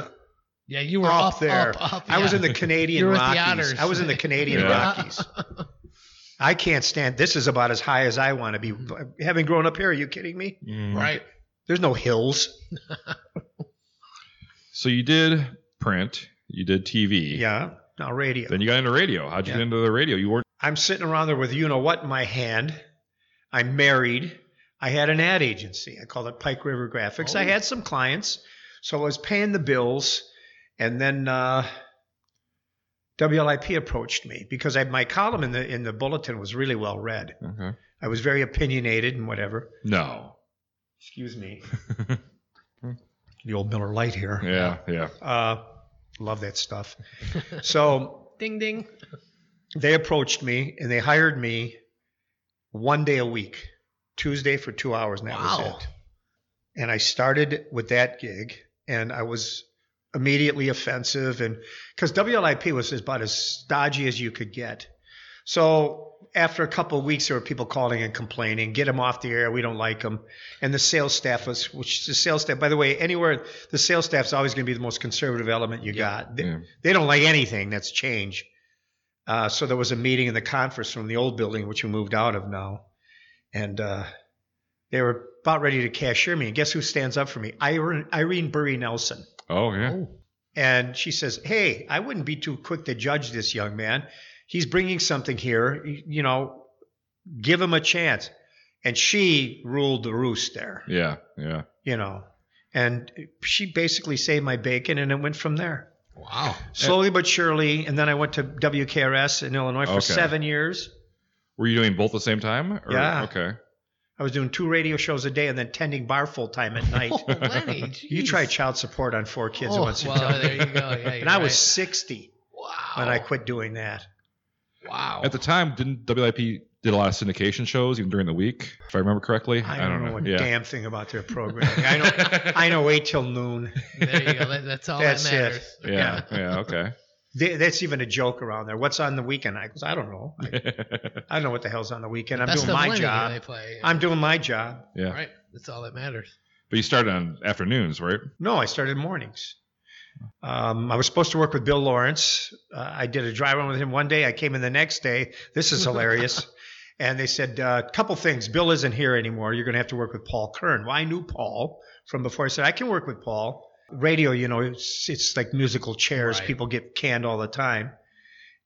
Speaker 2: yeah, you were
Speaker 1: up
Speaker 2: up,
Speaker 1: there.
Speaker 2: Up, up,
Speaker 1: I was
Speaker 2: yeah.
Speaker 1: in the Canadian
Speaker 2: You were with the
Speaker 1: Rockies.
Speaker 2: Otters.
Speaker 1: I was in the Canadian
Speaker 3: Yeah.
Speaker 1: Rockies. I can't stand. This is about as high as I want to be. Having grown up here, are you kidding me?
Speaker 3: Mm.
Speaker 2: right.
Speaker 1: There's no hills.
Speaker 3: So you did print. You did TV.
Speaker 1: Yeah. Now radio.
Speaker 3: Then you got into radio. How'd you
Speaker 1: Yeah.
Speaker 3: get into the radio? You weren't.
Speaker 1: I'm sitting around there with you know what in my hand. I'm married. I had an ad agency. I called it Pike River Graphics. I
Speaker 2: Oh.
Speaker 1: had some clients, so I was paying the bills, and then uh, WLIP approached me because I, my column in the in the bulletin was really well read.
Speaker 3: Okay.
Speaker 1: I was very opinionated and whatever.
Speaker 3: No.
Speaker 1: Excuse me. the old Miller Light here.
Speaker 3: Yeah. Yeah.
Speaker 1: Uh, love that stuff. so
Speaker 2: Ding ding.
Speaker 1: they approached me and they hired me one day a week, Tuesday for two hours, and that
Speaker 2: Wow.
Speaker 1: was it. And I started with that gig, and I was immediately offensive, and because WLIP was about as stodgy as you could get. So after a couple of weeks, there were people calling and complaining, get them off the air, we don't like them. And the sales staff was, which the sales staff, by the way, anywhere the sales staff's always going to be the most conservative element you got. They,
Speaker 3: Yeah.
Speaker 1: they don't like anything that's change. Uh, so there was a meeting in the conference room, the old building, which we moved out of now, and uh, they were about ready to cashier me. And guess who stands up for me? Irene, Irene Burry Nelson.
Speaker 3: Oh yeah.
Speaker 1: And she says, Hey, I wouldn't be too quick to judge this young man. He's bringing something here. You you know, give him a chance. And she ruled the roost there,
Speaker 3: Yeah. Yeah.
Speaker 1: you know. And she basically saved my bacon, and it went from there
Speaker 2: Wow.
Speaker 1: slowly but surely. And then I went to WKRS in Illinois for
Speaker 3: Okay.
Speaker 1: seven years.
Speaker 3: Were you doing both at the same time? Or-
Speaker 1: Yeah.
Speaker 3: Okay.
Speaker 1: I was doing two radio shows a day and then tending bar full time at
Speaker 2: (laughs)
Speaker 1: night.
Speaker 2: Oh, Lenny,
Speaker 1: (laughs) you
Speaker 2: jeez.
Speaker 1: try child support on four kids at
Speaker 2: Oh,
Speaker 1: once. you
Speaker 2: well,
Speaker 1: tell me.
Speaker 2: there you go. Yeah,
Speaker 1: (laughs) and I was 60
Speaker 2: wow.
Speaker 1: when I quit doing that.
Speaker 2: wow.
Speaker 3: At the time, didn't WIP did a lot of syndication shows even during the week, if I remember correctly?
Speaker 1: I don't, know, a
Speaker 3: yeah.
Speaker 1: damn thing about their programming. I know, I know wait till noon.
Speaker 2: there you go. That, that's all
Speaker 1: That's it.
Speaker 2: that matters.
Speaker 3: (laughs) yeah. Yeah. Okay.
Speaker 1: They, that's even a joke around there. What's on the weekend? I goes, I don't know. I, I don't know what the hell's on the weekend. I'm
Speaker 2: Best
Speaker 1: doing
Speaker 2: of
Speaker 1: my
Speaker 2: Lenny
Speaker 1: job.
Speaker 2: They play.
Speaker 1: I'm doing my job.
Speaker 3: Yeah.
Speaker 2: right. That's all that matters.
Speaker 3: But you started on afternoons,
Speaker 1: (laughs)
Speaker 3: right? (laughs)
Speaker 1: No, I started mornings. Um, I was supposed to work with Bill Lawrence. Uh, I did a dry run with him one day. I came in the next day. This is
Speaker 2: (laughs)
Speaker 1: hilarious. and they said, a uh, couple things. Bill isn't here anymore. You're going to have to work with Paul Kern. Well, I knew Paul from before. I said, I can work with Paul. Radio, you know, it's, it's like musical chairs.
Speaker 2: Right.
Speaker 1: People get canned all the time.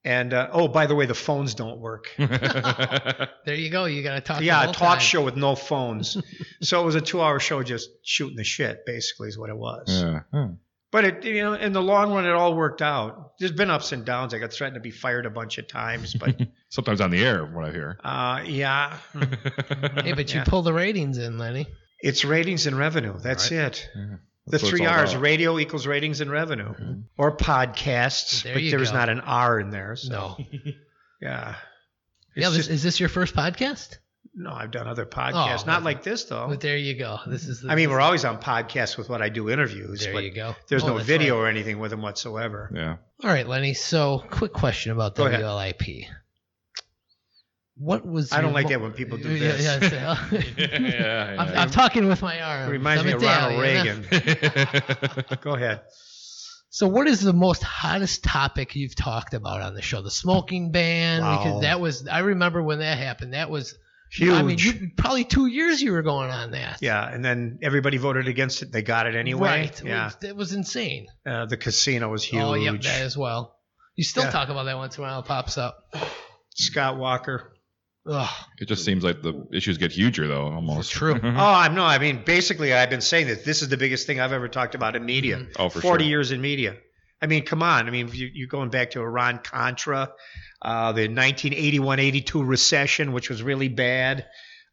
Speaker 1: And uh, oh, by the way, the phones don't work.
Speaker 2: There you go. You got to talk. the
Speaker 1: yeah, a
Speaker 2: whole
Speaker 1: talk
Speaker 2: time.
Speaker 1: show with no
Speaker 2: (laughs)
Speaker 1: phones. so it was a two hour show just shooting the shit, basically, is what it was.
Speaker 3: yeah. Hmm.
Speaker 1: But it, you know, in the long run, it all worked out. There's been ups and downs. I got threatened to be fired a bunch of times,
Speaker 3: (laughs)
Speaker 1: but
Speaker 3: Sometimes on the air, from what I hear. (laughs)
Speaker 1: uh, yeah,
Speaker 2: Hey, but you
Speaker 1: Yeah.
Speaker 2: pull the ratings in, Lenny.
Speaker 1: it's ratings and revenue. That's it.
Speaker 3: Yeah.
Speaker 1: The
Speaker 3: That's what it's
Speaker 1: three
Speaker 3: all
Speaker 1: R's:
Speaker 3: about.
Speaker 1: radio equals ratings and revenue,
Speaker 3: Mhm.
Speaker 1: or podcasts.
Speaker 2: There
Speaker 1: but
Speaker 2: you
Speaker 1: there was
Speaker 2: go.
Speaker 1: not an R in there. So, (laughs)
Speaker 2: No.
Speaker 1: Yeah. It's
Speaker 2: Yeah, this
Speaker 1: just,
Speaker 2: is this your first podcast?
Speaker 1: no, I've done other podcasts,
Speaker 2: Oh,
Speaker 1: not
Speaker 2: okay.
Speaker 1: like this though.
Speaker 2: But there you go. This is. The,
Speaker 1: I mean, we're always on podcasts with what I do interviews,
Speaker 2: there
Speaker 1: but
Speaker 2: you go.
Speaker 1: there's
Speaker 2: Oh,
Speaker 1: no
Speaker 2: that's
Speaker 1: video
Speaker 2: right.
Speaker 1: or anything with them whatsoever.
Speaker 3: Yeah.
Speaker 2: All right, Lenny. So, quick question about
Speaker 1: Go ahead.
Speaker 2: WLIP. What was?
Speaker 1: I don't
Speaker 2: your
Speaker 1: like
Speaker 2: mo-
Speaker 1: that when people do
Speaker 2: Yeah,
Speaker 1: this.
Speaker 2: yeah, so-
Speaker 1: (laughs)
Speaker 3: yeah,
Speaker 2: I'm, I'm talking with my arm.
Speaker 1: It reminds me
Speaker 2: I'm
Speaker 1: of Ronald
Speaker 2: Italian.
Speaker 1: Reagan. Go ahead.
Speaker 2: So, what is the most hottest topic you've talked about on the show? The smoking ban.
Speaker 1: Wow.
Speaker 2: Because that was, I remember when that happened. That was,
Speaker 1: Huge.
Speaker 2: I mean, you, probably two years you were going on that.
Speaker 1: yeah, and then everybody voted against it. They got it anyway.
Speaker 2: Right.
Speaker 1: Yeah,
Speaker 2: It was, it was insane.
Speaker 1: uh, the casino was huge.
Speaker 2: Oh, yep, that as well. You still
Speaker 1: Yeah.
Speaker 2: talk about that once in a while. It pops up.
Speaker 1: Scott Walker.
Speaker 2: Ugh.
Speaker 3: (laughs) It just seems like the issues get huger though, almost. (laughs)
Speaker 2: True.
Speaker 1: Oh, I'm no. I mean, basically, I've been saying that this is the biggest thing I've ever talked about in media.
Speaker 2: Mm-hmm.
Speaker 3: oh, for
Speaker 1: 40
Speaker 3: sure.
Speaker 1: years in media. I mean, come on. I mean, you, you're going back to Iran Contra, uh, the 1981 82 recession, which was really bad.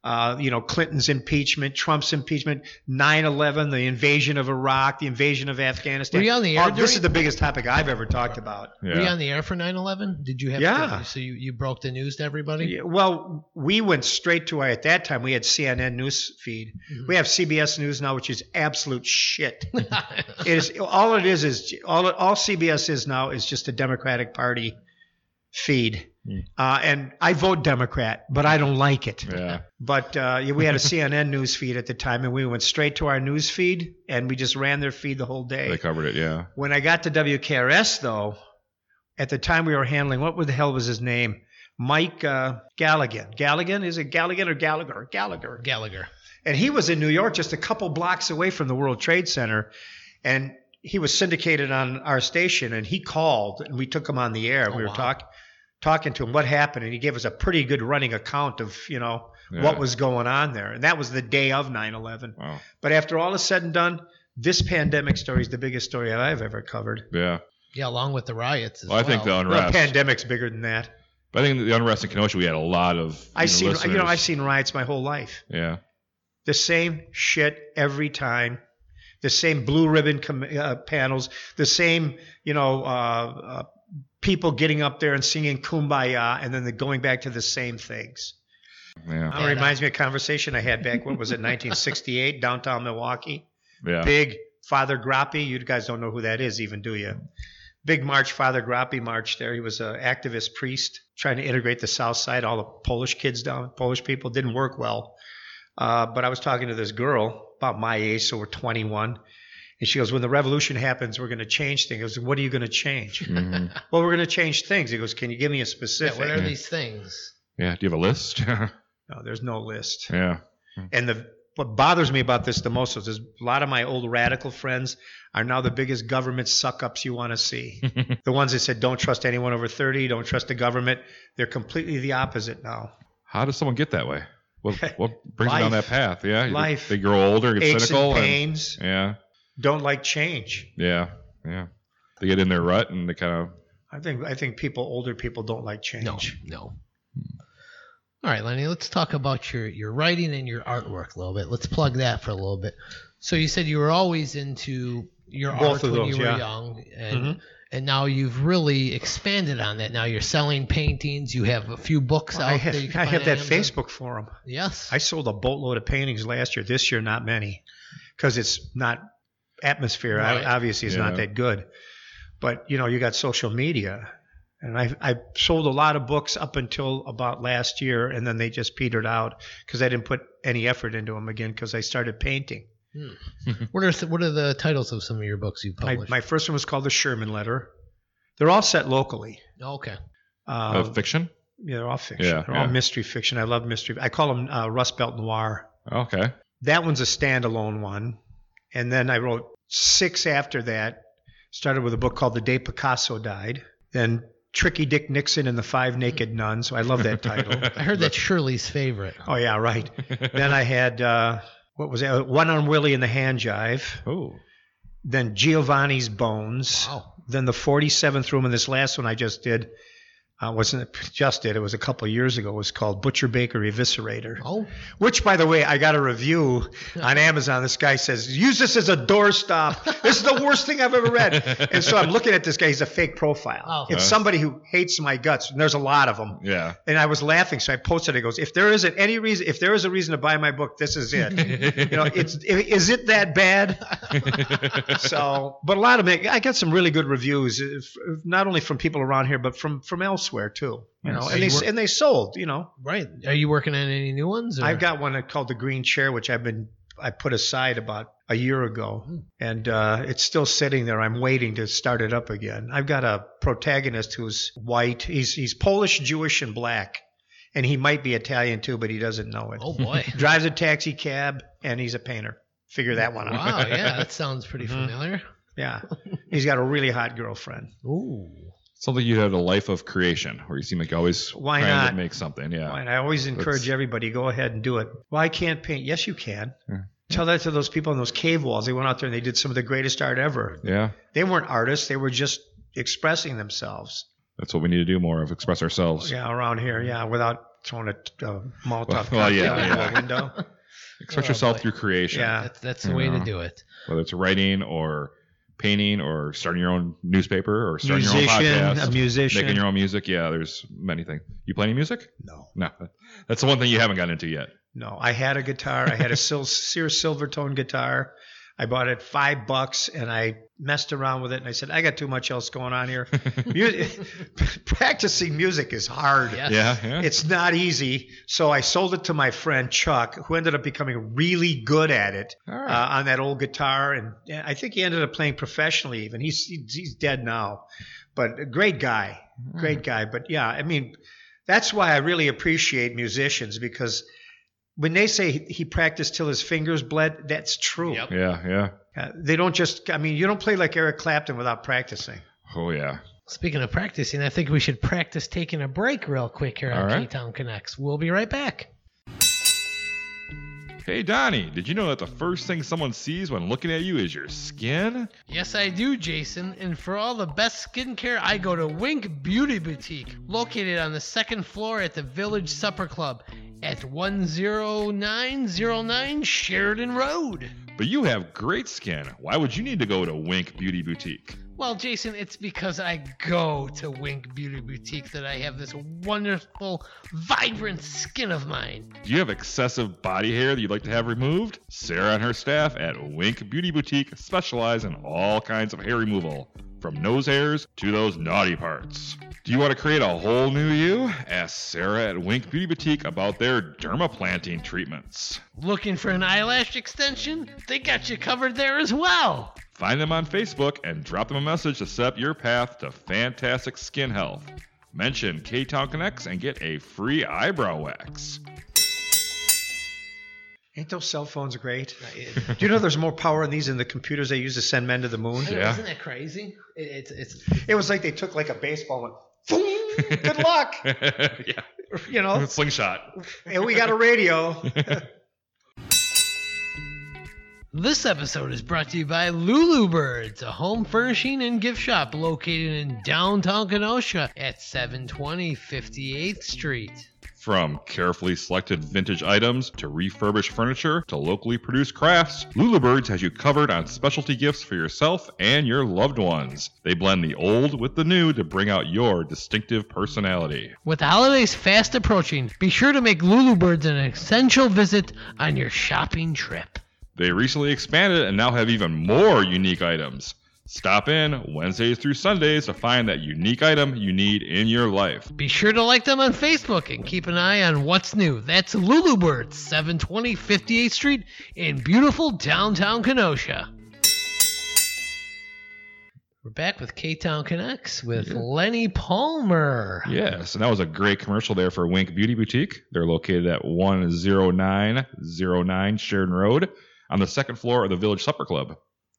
Speaker 1: Uh, you know, Clinton's impeachment, Trump's impeachment, 9 11, the invasion of Iraq, the invasion of Afghanistan.
Speaker 2: Were you on the air
Speaker 1: Oh, this
Speaker 2: during-
Speaker 1: is the biggest topic I've ever talked about.
Speaker 2: Were you
Speaker 3: Yeah.
Speaker 2: on the air for 9 11? Did you have
Speaker 1: Yeah.
Speaker 2: to? So, you, you broke the news to everybody?
Speaker 1: Yeah, Well, we went straight to our, at that time, we had CNN news feed.
Speaker 2: Mhm.
Speaker 1: We have CBS News now, which is absolute shit. it is all it is is all all CBS is now is just a Democratic Party feed.
Speaker 3: Hmm.
Speaker 1: Uh, and I vote Democrat, but I don't like it.
Speaker 3: Yeah.
Speaker 1: But uh, yeah, we had a CNN news feed at the time, and we went straight to our news feed, and we just ran their feed the whole day.
Speaker 3: They covered it. Yeah.
Speaker 1: when I got to WKRS, though, at the time we were handling, what the hell was his name? Mike uh, Galligan. Galligan? Is it Galligan or Gallagher? Gallagher
Speaker 2: (laughs) Gallagher.
Speaker 1: and he was in New York, just a couple blocks away from the World Trade Center, and he was syndicated on our station. And he called, and we took him on the air. and
Speaker 2: Oh,
Speaker 1: we were
Speaker 2: wow.
Speaker 1: talk, talking to him what happened, and he gave us a pretty good running account of you know
Speaker 3: yeah.
Speaker 1: what was going on there. And that was the day of 9/11.
Speaker 3: Wow.
Speaker 1: But after all is said and done, this pandemic story is the biggest story I've ever covered.
Speaker 3: Yeah.
Speaker 2: Yeah, along with the riots. As
Speaker 3: Well, I think the
Speaker 2: well.
Speaker 1: Well,
Speaker 3: unrest.
Speaker 1: pandemic's bigger than that.
Speaker 3: I think the unrest in Kenosha, we had a lot of.
Speaker 1: I
Speaker 3: have
Speaker 1: seen you know I've seen riots my whole life.
Speaker 3: Yeah.
Speaker 1: the same shit every time the same blue ribbon com- uh, panels the same you know uh, uh, people getting up there and singing kumbaya and then the, going back to the same things
Speaker 3: Yeah.
Speaker 1: It reminds me of a conversation i had back what was it (laughs) 1968 downtown milwaukee
Speaker 3: Yeah.
Speaker 1: big father grappi you guys don't know who that is even do you big march father grappi marched there he was an activist priest trying to integrate the south side all the polish kids down polish people didn't work well uh, but i was talking to this girl about my age so we're 21 and she goes when the revolution happens we're going to change things I goes, what are you going to
Speaker 2: (laughs)
Speaker 1: change
Speaker 3: hmm
Speaker 1: well we're going to change things he goes can you give me a
Speaker 2: Yeah,
Speaker 1: specific
Speaker 2: what are
Speaker 3: Yeah.
Speaker 2: these things?
Speaker 3: (laughs) Yeah. Do you have a list? (laughs)
Speaker 1: no there's no list
Speaker 3: yeah.
Speaker 1: And the what bothers me about this the most is, is a lot of my old radical friends are now the biggest government suck ups you want to see. the ones that said don't trust anyone over 30, don't trust the government, they're completely the opposite now.
Speaker 3: How does someone get that way?
Speaker 1: (laughs)
Speaker 3: What, what brings them down that
Speaker 1: Life.
Speaker 3: path? Yeah. You-
Speaker 1: Life.
Speaker 3: They grow older, get
Speaker 1: Aches
Speaker 3: cynical.
Speaker 1: and pains
Speaker 3: yeah.
Speaker 1: don't like change.
Speaker 3: Yeah. Yeah. They get in their rut and they kind of.
Speaker 1: I think I think people older people don't like change.
Speaker 2: No, no.
Speaker 1: Hmm.
Speaker 2: All right, Lenny, let's talk about your, your writing and your artwork a little bit. Let's plug that for a little bit. So you said you were always into your
Speaker 1: Both
Speaker 2: art
Speaker 1: of
Speaker 2: when
Speaker 1: those,
Speaker 2: you were
Speaker 1: yeah.
Speaker 2: young, and
Speaker 1: Mhm.
Speaker 2: and now you've really expanded on that. Now you're selling paintings. You have a few books
Speaker 1: Well,
Speaker 2: out
Speaker 1: I have,
Speaker 2: there. You can
Speaker 1: I
Speaker 2: find
Speaker 1: have
Speaker 2: on
Speaker 1: that
Speaker 2: Amazon.
Speaker 1: Facebook forum.
Speaker 2: Yes.
Speaker 1: I sold a boatload of paintings last year. This year, not many, because it's not atmosphere. I-
Speaker 2: Right.
Speaker 1: Obviously, it's not
Speaker 3: Yeah.
Speaker 1: that good. But you know, you got social media, and I I sold a lot of books up until about last year, and then they just petered out because I didn't put any effort into them again because I started painting.
Speaker 2: what are what are the titles of some of your books you
Speaker 1: My,
Speaker 2: published?
Speaker 1: my first one was called the Sherman Letter. They're all set locally.
Speaker 2: Oh, okay.
Speaker 1: Uh,
Speaker 3: of fiction?
Speaker 1: yeah, they're all fiction.
Speaker 3: Yeah,
Speaker 1: they're
Speaker 3: yeah.
Speaker 1: all mystery fiction. I love mystery. I call them uh, Rust Belt Noir.
Speaker 3: Oh, Okay.
Speaker 1: that one's a standalone one. And then I wrote six after that. Started with a book called The Day Picasso Died. Then Tricky Dick Nixon and the Five Naked Nuns. So I love
Speaker 3: (laughs)
Speaker 1: that title.
Speaker 2: I heard that's Shirley's favorite.
Speaker 1: oh yeah, right. Then I had uh, what was that? One on Willie and the Hand Jive.
Speaker 3: Oh.
Speaker 1: Then Giovanni's Bones.
Speaker 2: Wow.
Speaker 1: Then the 47th room. And this last one I just did uh, wasn't just did. It was a couple of years ago. It was called Butcher Baker Eviscerator.
Speaker 2: Oh,
Speaker 1: Which, by the way, I got a
Speaker 2: (laughs)
Speaker 1: review on Amazon. This guy says, use this as a doorstop. This is the worst thing I've ever read. And so I'm looking at this guy. He's a fake profile.
Speaker 2: Oh.
Speaker 1: It's
Speaker 3: Yeah.
Speaker 1: somebody who hates my guts. And there's a lot of them.
Speaker 3: Yeah.
Speaker 1: And I was laughing. So I posted it. It goes, if there isn't any reason, if there is a reason to buy my book, this is it. (laughs)
Speaker 2: (laughs)
Speaker 1: you know, it's, is it that bad?
Speaker 3: (laughs)
Speaker 1: so, but a lot of it, I got some really good reviews, if- not only from people around here, but from, from elsewhere too. You know,
Speaker 3: Nice.
Speaker 1: and
Speaker 2: You
Speaker 1: they,
Speaker 2: were-
Speaker 1: and they sold, you know.
Speaker 2: right. Are you working on any new ones? Or?
Speaker 1: I've got one called the green chair, which I've been I put aside about a year ago,
Speaker 3: Hmm.
Speaker 1: and uh, it's still sitting there. I'm waiting to start it up again. I've got a protagonist who's white. He's he's Polish, Jewish, and black, and he might be Italian too, but he doesn't know it.
Speaker 2: Oh
Speaker 1: (laughs)
Speaker 2: boy.
Speaker 1: Drives a taxi cab, and he's a painter. Figure that one out.
Speaker 2: wow. Yeah, that sounds pretty
Speaker 1: Mhm.
Speaker 2: familiar.
Speaker 3: (laughs)
Speaker 1: Yeah, he's got a really hot girlfriend.
Speaker 2: Ooh.
Speaker 3: Sounds like you had a life of creation where you seem like you're always
Speaker 1: Why
Speaker 3: trying
Speaker 1: not?
Speaker 3: to make something. Yeah.
Speaker 1: And I always encourage
Speaker 3: That's-
Speaker 1: everybody go ahead and do it. Well, I can't paint. Yes, you can.
Speaker 3: Yeah.
Speaker 1: Tell that to those people in those cave walls. They went out there and they did some of the greatest art ever.
Speaker 3: Yeah.
Speaker 1: They weren't artists. They were just expressing themselves.
Speaker 3: That's what we need to do more of express ourselves.
Speaker 1: Yeah, around here. Yeah, without throwing a uh, Molotov
Speaker 3: Well,
Speaker 1: cocktail
Speaker 3: (laughs) well, yeah,
Speaker 1: out
Speaker 3: yeah.
Speaker 1: the window.
Speaker 3: Express
Speaker 2: Oh,
Speaker 3: yourself
Speaker 2: boy.
Speaker 3: through creation.
Speaker 1: Yeah.
Speaker 2: That's that's the
Speaker 3: You
Speaker 2: way to
Speaker 3: know.
Speaker 2: do it.
Speaker 3: Whether it's writing or painting or starting your own newspaper or starting your own
Speaker 1: musician, a
Speaker 3: podcast.
Speaker 1: musician.
Speaker 3: Making your own music, yeah. There's many things. You play any music?
Speaker 1: no,
Speaker 3: No, that's the one thing you haven't gotten into yet.
Speaker 1: no. I had a guitar. I had a Sil- Sears Silvertone guitar. I bought it five bucks, and I messed around with it. And I said, I got too much else going on
Speaker 3: (laughs)
Speaker 1: here. Music, (laughs) practicing music is hard.
Speaker 2: Yes.
Speaker 3: Yeah, yeah.
Speaker 1: It's not easy. So I sold it to my friend Chuck, who ended up becoming really good at it
Speaker 3: All
Speaker 1: uh,
Speaker 3: right.
Speaker 1: on that old guitar. And yeah, I think he ended up playing professionally, even. He's, he's he's dead now, but a great guy, great guy. But yeah, I mean, that's why I really appreciate musicians because when they say he- he practiced till his fingers bled, that's true.
Speaker 2: Yep.
Speaker 3: Yeah, yeah.
Speaker 1: Uh, they don't just, I mean, you don't play like Eric Clapton without practicing.
Speaker 3: Oh yeah.
Speaker 2: Speaking of practicing, I think we should practice taking a break real quick here
Speaker 3: All
Speaker 2: on
Speaker 3: right.
Speaker 2: K-Town Connects. We'll be right back.
Speaker 3: Hey Donnie, did you know that the first thing someone sees when looking at you is your skin?
Speaker 2: Yes, I do, Jason. And for all the best skincare, I go to Wink Beauty Boutique, located on the second floor at the Village Supper Club at 10909 Sheridan Road.
Speaker 3: But you have great skin. Why would you need to go to Wink Beauty Boutique?
Speaker 2: Well, Jason, it's because I go to Wink Beauty Boutique that I have this wonderful, vibrant skin of mine.
Speaker 3: Do you have excessive body hair that you'd like to have removed? Sarah and her staff at Wink Beauty Boutique specialize in all kinds of hair removal, from nose hairs to those naughty parts. Do you want to create a whole new you? Ask Sarah at Wink Beauty Boutique about their dermaplanting treatments.
Speaker 2: Looking for an eyelash extension? They got you covered there as well.
Speaker 3: Find them on Facebook and drop them a message to set up your path to fantastic skin health. Mention K Town Connects and get a free eyebrow wax. (laughs)
Speaker 1: Ain't those cell phones great? (laughs) Do you know there's more power in these than the computers they use to send men to the
Speaker 2: (laughs)
Speaker 1: moon?
Speaker 3: Yeah.
Speaker 2: Isn't that crazy? It, it's it's
Speaker 1: It was like they took like a baseball and went, "Boom, good luck.
Speaker 3: yeah,
Speaker 1: You know,
Speaker 3: slingshot.
Speaker 1: and we got a radio.
Speaker 2: This episode is brought to you by Lulu Birds, a home furnishing and gift shop located in downtown Kenosha at 720 58th Street.
Speaker 3: From carefully selected vintage items to refurbished furniture to locally produced crafts, Lulabirds has you covered on specialty gifts for yourself and your loved ones. They blend the old with the new to bring out your distinctive personality.
Speaker 2: With the holidays fast approaching, be sure to make Lulu Birds an essential visit on your shopping trip.
Speaker 3: They recently expanded and now have even more unique items. Stop in Wednesdays through Sundays to find that unique item you need in your life.
Speaker 2: Be sure to like them on Facebook and keep an eye on what's new. That's Lulu Birds, 720 58th Street in beautiful downtown Kenosha. We're back with K Town Connects with Lenny Palmer.
Speaker 3: Yes, and that was a great commercial there for Wink Beauty Boutique. They're located at 10909 Sheridan Road on the second floor of the Village Supper Club.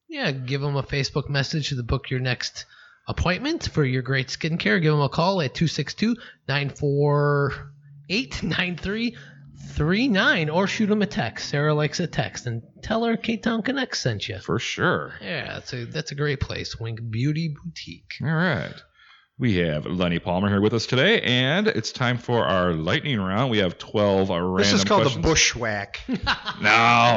Speaker 2: Yeah, give them a Facebook message to book your next appointment for your great skincare. Give them a call at 262 948 9339 or shoot them a text. Sarah likes a text and tell her K Town Connects sent you.
Speaker 3: For sure.
Speaker 2: Yeah, that's a that's a great place, Wink Beauty Boutique.
Speaker 3: All right. We have Lenny Palmer here with us today, and it's time for our lightning round. We have 12 random
Speaker 1: this is called
Speaker 3: questions.
Speaker 1: the
Speaker 3: (laughs)
Speaker 1: bushwhack.
Speaker 3: No, no.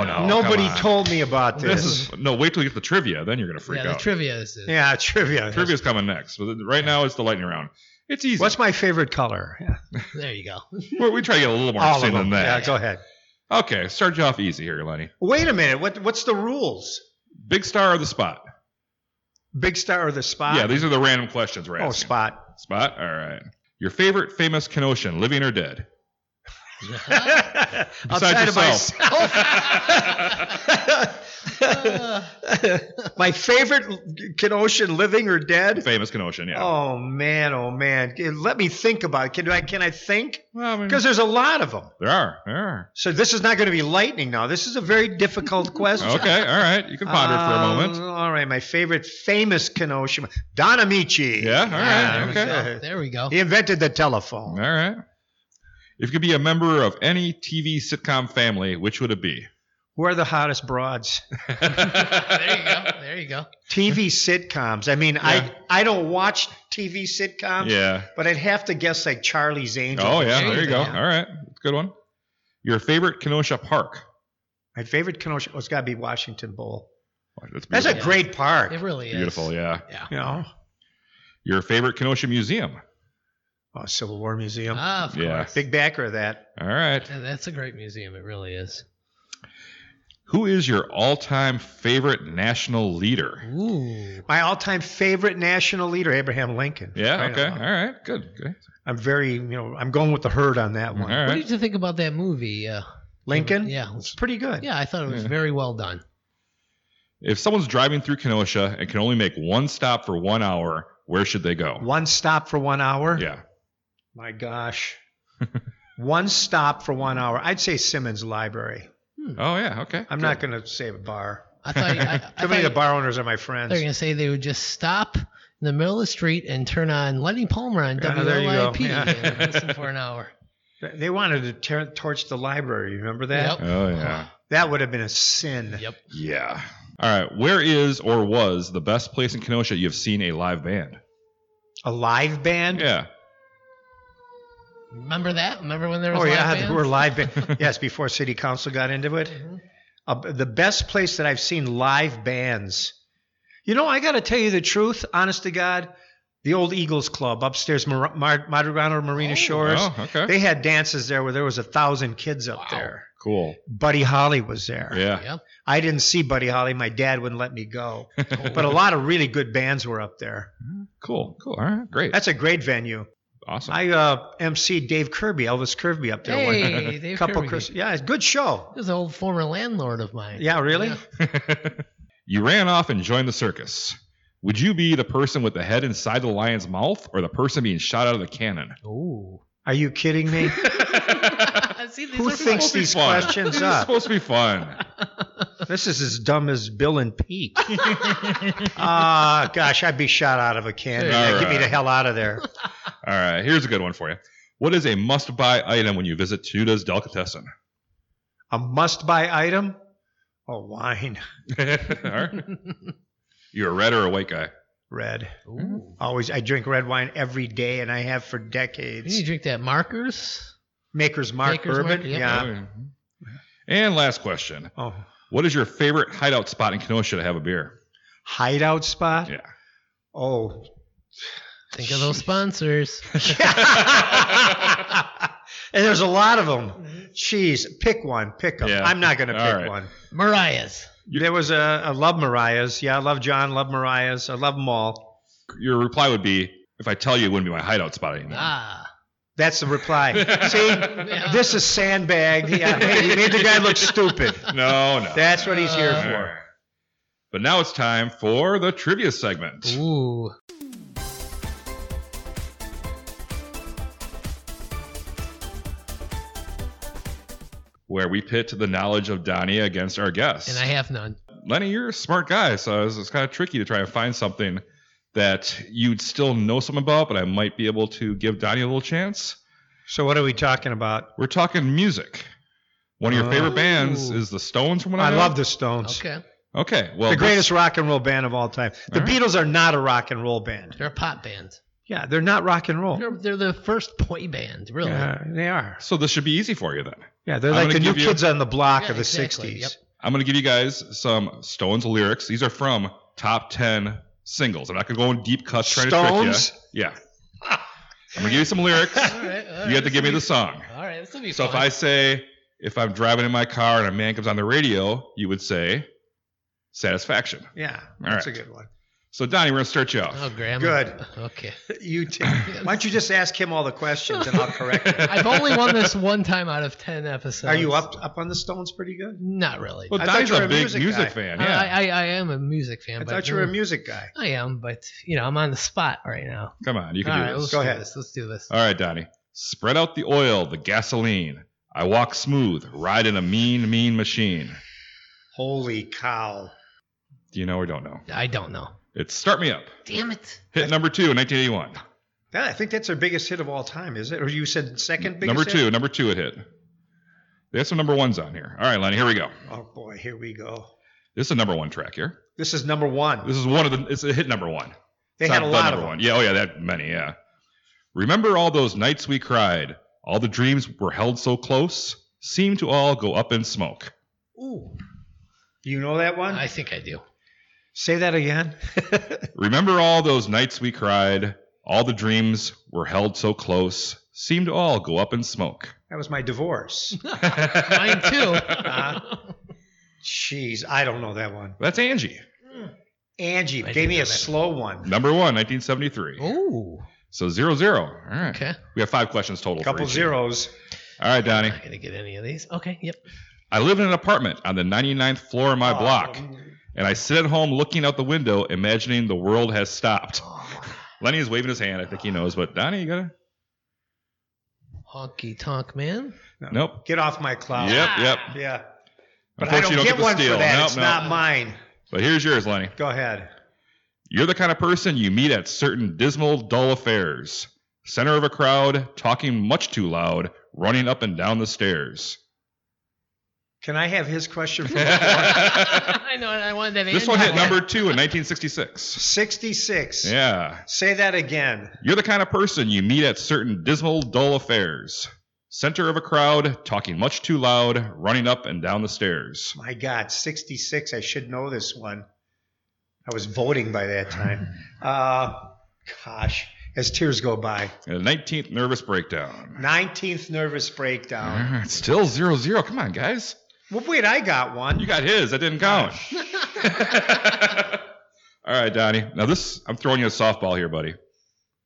Speaker 3: come
Speaker 1: Nobody
Speaker 3: on.
Speaker 1: told me about this.
Speaker 3: This is no. Wait till you get the trivia, then you're gonna freak
Speaker 2: yeah,
Speaker 3: out.
Speaker 2: the trivia is is-
Speaker 1: yeah, trivia.
Speaker 3: Trivia's coming next, but right now it's the lightning round. It's easy.
Speaker 1: What's my favorite color? Yeah,
Speaker 2: There you
Speaker 1: (laughs)
Speaker 2: go. (laughs)
Speaker 3: We're- we try to get a little more
Speaker 1: All
Speaker 3: interesting
Speaker 1: of
Speaker 3: than
Speaker 1: them. Yeah,
Speaker 3: that.
Speaker 1: go ahead.
Speaker 3: Okay, start you off easy here, Lenny.
Speaker 1: Wait a minute. What what's the rules?
Speaker 3: Big star or the spot?
Speaker 1: Big star or the spot?
Speaker 3: yeah, these are the random questions we're
Speaker 1: Oh,
Speaker 3: asking.
Speaker 1: spot. (laughs)
Speaker 3: spot. All right. Your favorite famous Kenoshan, living or dead?
Speaker 1: Outside of
Speaker 2: Uh,
Speaker 1: myself. (laughs) My favorite Kenoshan, living or dead.
Speaker 3: Famous Kenoshan, yeah.
Speaker 1: Oh man, oh man. Let me think about it. Can I can I think?
Speaker 3: Well, I mean,
Speaker 1: Because there's a lot of them.
Speaker 3: there are. There are.
Speaker 1: So this is not going to be lightning now. This is a very
Speaker 3: (laughs)
Speaker 1: difficult question.
Speaker 3: Okay, all right. You can ponder it for a moment.
Speaker 1: Um, all right, my favorite famous Kenosha, Don Amici.
Speaker 3: Yeah, all right,
Speaker 1: Yeah,
Speaker 3: okay.
Speaker 1: uh,
Speaker 2: oh, there we go.
Speaker 1: He invented the
Speaker 3: All
Speaker 1: telephone.
Speaker 3: right. If you could be a member of any TV sitcom family, which would it be? (laughs)
Speaker 1: Who are the hottest broads?
Speaker 2: There you go. There you go.
Speaker 3: (laughs)
Speaker 1: TV sitcoms. I mean,
Speaker 3: Yeah.
Speaker 1: I I don't watch TV sitcoms,
Speaker 3: Yeah.
Speaker 1: but I'd have to guess like Charlie's Angels.
Speaker 3: Oh
Speaker 1: or
Speaker 3: yeah, there you
Speaker 1: something.
Speaker 3: go. All right, good one. Your favorite Kenosha park?
Speaker 1: My favorite Kenosha oh, it's got to be Washington Bowl.
Speaker 3: That's
Speaker 1: That's
Speaker 3: beautiful.
Speaker 1: a
Speaker 2: Yeah.
Speaker 1: great park.
Speaker 2: It really is.
Speaker 3: beautiful. Yeah.
Speaker 1: You know,
Speaker 3: Your favorite Kenosha museum?
Speaker 1: oh, Civil War Museum.
Speaker 2: Ah, of
Speaker 3: Yeah.
Speaker 2: course.
Speaker 1: Big backer of that.
Speaker 3: All right.
Speaker 2: Yeah, That's a great museum. It really is.
Speaker 3: Who is your all-time favorite national leader?
Speaker 2: Ooh.
Speaker 1: My all-time favorite national leader, Abraham Lincoln.
Speaker 3: Yeah.
Speaker 1: Right
Speaker 3: Okay. All
Speaker 1: on.
Speaker 3: right. Good. Good.
Speaker 1: I'm very, you know, I'm going with the herd on that
Speaker 3: All
Speaker 1: one.
Speaker 2: What
Speaker 3: right.
Speaker 2: did you think about that movie? Uh,
Speaker 1: Lincoln.
Speaker 2: Yeah.
Speaker 1: it's pretty good.
Speaker 2: yeah, I thought it was
Speaker 3: Yeah.
Speaker 2: very well done.
Speaker 3: If someone's driving through Kenosha and can only make one stop for one hour, where should they go?
Speaker 1: One stop for one hour.
Speaker 3: Yeah.
Speaker 1: My
Speaker 2: (laughs)
Speaker 1: gosh. one stop for one hour. I'd say Simmons Library.
Speaker 3: Oh yeah. Okay.
Speaker 1: I'm not going to say a bar.
Speaker 2: I thought. I, I
Speaker 1: Too many
Speaker 2: thought
Speaker 1: of the bar owners are my friends.
Speaker 2: They're going to say they would just stop in the middle of the street and turn on Lenny Palmer on
Speaker 1: Yeah, there you go.
Speaker 2: WLIP
Speaker 1: Yeah.
Speaker 2: and listen for an hour.
Speaker 1: They- They wanted to tear, torch the library. You remember that?
Speaker 2: Yep.
Speaker 3: Oh yeah.
Speaker 1: That would have been a sin.
Speaker 2: Yep.
Speaker 3: Yeah. All right. Where is or was the best place in Kenosha you've seen a live band?
Speaker 1: A live band?
Speaker 3: Yeah.
Speaker 2: Remember that? Remember when there was
Speaker 1: Oh,
Speaker 2: live
Speaker 1: yeah. (laughs)
Speaker 2: bands? Mm-hmm.
Speaker 1: There were live
Speaker 2: (laughs)
Speaker 1: band. yes, before city council got into it. Uh, the best place that I've seen live bands. You know, I got to tell you the truth, honest to God, the old Eagles Club upstairs, Mar- Mar- Madrigano Marina Shores.
Speaker 3: Oh, okay.
Speaker 1: They had dances there where there was a thousand kids up
Speaker 2: Wow.
Speaker 1: there.
Speaker 3: Cool.
Speaker 1: Buddy Holly was there.
Speaker 3: Yeah.
Speaker 2: Yep.
Speaker 1: I didn't see Buddy Holly. My dad wouldn't let me
Speaker 2: (laughs)
Speaker 1: go. But a lot of really good bands were up there.
Speaker 3: Cool. Cool. All right. Great.
Speaker 1: That's a great venue.
Speaker 3: awesome.
Speaker 1: I uh, emceed Dave Kirby, Elvis Kirby, up there. one- (laughs)
Speaker 2: Hey, Dave
Speaker 1: couple
Speaker 2: Kirby.
Speaker 1: Chris, yeah, it's a good show.
Speaker 2: He was an old former landlord of mine.
Speaker 1: Yeah, really.
Speaker 2: Yeah.
Speaker 3: (laughs) you ran off and joined the circus. Would you be the person with the head inside the lion's mouth or the person being shot out of the cannon?
Speaker 2: Ooh.
Speaker 1: Are you kidding me?
Speaker 2: (laughs) See, these
Speaker 1: Who (laughs)
Speaker 2: are
Speaker 1: thinks
Speaker 3: Supposed to be
Speaker 1: these
Speaker 3: fun.
Speaker 1: questions
Speaker 3: This is
Speaker 1: up?
Speaker 3: supposed to be fun.
Speaker 1: This is as dumb as Bill and
Speaker 3: (laughs)
Speaker 1: Pete. Ah, gosh, I'd be shot out of a cannon.
Speaker 3: All
Speaker 1: Get me
Speaker 3: right.
Speaker 1: the hell out of there.
Speaker 3: All right, here's a good one for you. What is a must-buy item when you visit Tuda's Delicatessen? (laughs)
Speaker 1: A must-buy item? Oh, wine.
Speaker 3: All right. You're a red or a white guy?
Speaker 1: Red.
Speaker 2: Ooh.
Speaker 1: Always. I drink red wine every day, and I have for
Speaker 2: Didn't you
Speaker 1: decades.
Speaker 2: drink that markers?
Speaker 1: Maker's Mark
Speaker 2: Maker's
Speaker 1: bourbon.
Speaker 2: Mark, yeah.
Speaker 1: yeah.
Speaker 3: And last question.
Speaker 1: Oh,
Speaker 3: What is your favorite hideout spot in Kenosha to have a beer?
Speaker 1: hideout spot.
Speaker 3: Yeah.
Speaker 1: Oh,
Speaker 2: Think
Speaker 1: (laughs)
Speaker 2: of those sponsors.
Speaker 1: and there's a lot of them. Jeez, pick one, pick them.
Speaker 3: Yeah.
Speaker 1: I'm not going to pick
Speaker 3: All right.
Speaker 1: one.
Speaker 2: Mariah's.
Speaker 1: There was a, I love Mariah's. Yeah, I love John, love Mariah's. I love them all.
Speaker 3: Your reply would be, if I tell you, it wouldn't be my hideout spot anymore.
Speaker 2: Ah.
Speaker 1: That's the reply. Ah. See, this is sandbagged. Yeah, hey, you made the guy look stupid.
Speaker 3: No, no.
Speaker 1: That's what he's here
Speaker 3: All
Speaker 1: for.
Speaker 3: right. But now it's time for the trivia segment.
Speaker 2: Ooh.
Speaker 3: where we pit the knowledge of Donnie against our guests.
Speaker 2: And I have none.
Speaker 3: Lenny, you're a smart guy, so it's, it's kind of tricky to try and find something that you'd still know something about, but I might be able to give Donnie a little chance.
Speaker 1: So, what are we talking about?
Speaker 3: We're talking music. One of your favorite
Speaker 2: Oh.
Speaker 3: bands is the Stones, from what I,
Speaker 1: I
Speaker 3: know.
Speaker 1: love the Stones.
Speaker 2: Okay.
Speaker 3: Okay, well,
Speaker 1: The
Speaker 3: this-
Speaker 1: greatest rock and roll band of all time. The
Speaker 3: All right.
Speaker 1: Beatles are not a rock and roll band.
Speaker 2: They're a pop band.
Speaker 1: Yeah, they're not rock and roll.
Speaker 2: They're, they're the first poi band, really.
Speaker 1: Yeah, they are.
Speaker 3: So this should be easy for you then.
Speaker 1: Yeah, they're
Speaker 3: I'm
Speaker 1: like
Speaker 3: gonna
Speaker 1: the new
Speaker 3: give you-
Speaker 1: kids on the block
Speaker 2: Yeah,
Speaker 1: of the
Speaker 2: exactly.
Speaker 1: 60s.
Speaker 2: Yep.
Speaker 3: I'm going to give you guys some Stones lyrics. These are from top 10 singles. I'm not going to go in deep cuts trying
Speaker 1: Stones?
Speaker 3: to trick you. Yeah. I'm going to give you some lyrics.
Speaker 2: All right, all right,
Speaker 3: You have to
Speaker 2: this
Speaker 3: give me
Speaker 2: will
Speaker 3: the
Speaker 2: be-
Speaker 3: song.
Speaker 2: All right, this will be
Speaker 3: So if
Speaker 2: fun.
Speaker 3: I say, if I'm driving in my car and a man comes on the radio, you would say, satisfaction.
Speaker 1: Yeah,
Speaker 3: All
Speaker 1: that's
Speaker 3: right.
Speaker 2: (laughs)
Speaker 1: a good one.
Speaker 3: So, Donnie, we're going to start you off.
Speaker 2: Oh, grandma.
Speaker 1: Good.
Speaker 2: Okay.
Speaker 1: You t- why don't you just ask him all the questions and I'll correct it.
Speaker 2: I've only won this one time out of ten episodes.
Speaker 1: Are you up up on the Stones pretty good?
Speaker 2: Not really.
Speaker 3: (laughs) Well,
Speaker 1: I thought
Speaker 3: Donnie's
Speaker 1: you were
Speaker 3: a
Speaker 1: a
Speaker 3: big music,
Speaker 1: music guy.
Speaker 3: fan.
Speaker 2: I-
Speaker 3: Yeah.
Speaker 2: I, I, I am a music fan.
Speaker 1: I
Speaker 2: but
Speaker 1: thought you were a music guy.
Speaker 2: I am, but you know, I'm on the spot right now.
Speaker 3: Come on, you can
Speaker 2: All
Speaker 3: do
Speaker 2: right,
Speaker 3: this.
Speaker 2: let's
Speaker 1: Go
Speaker 2: do
Speaker 1: ahead.
Speaker 2: this. Let's do this.
Speaker 3: All right, Donnie. Spread out the oil, the gasoline. I walk smooth, ride in a mean, mean machine.
Speaker 1: Holy cow.
Speaker 3: Do you know or don't know?
Speaker 2: I don't know.
Speaker 3: It's Start Me Up.
Speaker 2: Damn it.
Speaker 3: Hit number two, 1981.
Speaker 1: That, I think that's their biggest hit of all time, is it? Or you said second biggest
Speaker 3: number
Speaker 1: hit?
Speaker 3: two, number two it hit. They have some number ones on here. All right, Lenny, here we go.
Speaker 1: Oh boy, here we go.
Speaker 3: This is a number one track here.
Speaker 1: This is number one.
Speaker 3: This is one of the, it's a hit number one.
Speaker 1: They
Speaker 3: It's
Speaker 1: had a
Speaker 3: not the
Speaker 1: lot of
Speaker 3: number
Speaker 1: them.
Speaker 3: one. Yeah, oh yeah, that many, yeah. Remember all those nights we cried? All the dreams were held so close, seemed to all go up in smoke.
Speaker 1: Ooh. You know that one?
Speaker 2: I think I do.
Speaker 1: Say that again.
Speaker 3: Remember all those nights we cried? All the dreams were held so close, seemed to all go up
Speaker 1: (laughs)
Speaker 3: in smoke.
Speaker 1: that was my divorce.
Speaker 2: Mine
Speaker 3: (laughs)
Speaker 2: too. Uh,
Speaker 1: Jeez, I don't know that one.
Speaker 3: That's Angie.
Speaker 1: Angie
Speaker 2: I
Speaker 1: gave
Speaker 2: didn't
Speaker 1: me
Speaker 2: know
Speaker 1: a
Speaker 2: that.
Speaker 1: slow one.
Speaker 3: Number one, 1973.
Speaker 1: Oh.
Speaker 2: Ooh.
Speaker 3: So zero zero. All right.
Speaker 2: Okay.
Speaker 3: We have five questions total. for
Speaker 1: Couple
Speaker 3: each.
Speaker 1: zeros.
Speaker 3: All right, Donnie.
Speaker 2: Not gonna get any of these. Okay. Yep.
Speaker 3: I live in an apartment on the 99th floor of my
Speaker 1: Oh,
Speaker 3: block, and I sit at home looking out the window, imagining the world has stopped. Lenny is waving his hand. I think he knows, but Donnie, you gotta.
Speaker 2: Honky Tonk Man.
Speaker 3: Nope.
Speaker 1: Get off my cloud.
Speaker 3: Yep, yep.
Speaker 1: Yeah. But I don't,
Speaker 3: Unfortunately, you
Speaker 1: get,
Speaker 3: the
Speaker 1: one
Speaker 3: steal.
Speaker 1: for that.
Speaker 3: Nope,
Speaker 1: it's
Speaker 3: nope.
Speaker 1: not mine.
Speaker 3: But here's yours, Lenny.
Speaker 1: Go ahead.
Speaker 3: You're the kind of person you meet at certain dismal, dull affairs. Center of a crowd, talking much too loud, running up and down the stairs. (laughs)
Speaker 1: Can I have his question for
Speaker 2: (laughs) I know. I wanted that.
Speaker 3: this
Speaker 2: Andy
Speaker 3: one hit
Speaker 2: one.
Speaker 3: number two in 1966.
Speaker 1: 66?
Speaker 3: Yeah.
Speaker 1: Say that again.
Speaker 3: You're the kind of person you meet at certain dismal, dull affairs. Center of a crowd, talking much too loud, running up and down the stairs.
Speaker 1: My God, 66. I should know this one. I was voting by that time. Uh, gosh, as tears go by.
Speaker 3: And the 19th nervous breakdown.
Speaker 1: 19th nervous
Speaker 3: All
Speaker 1: breakdown.
Speaker 3: right, Ah, still zero zero. Come on, guys.
Speaker 1: Well, wait, I got one.
Speaker 3: You got his. That didn't count. (laughs) All right, Donnie. Now this, I'm throwing you a softball here, buddy.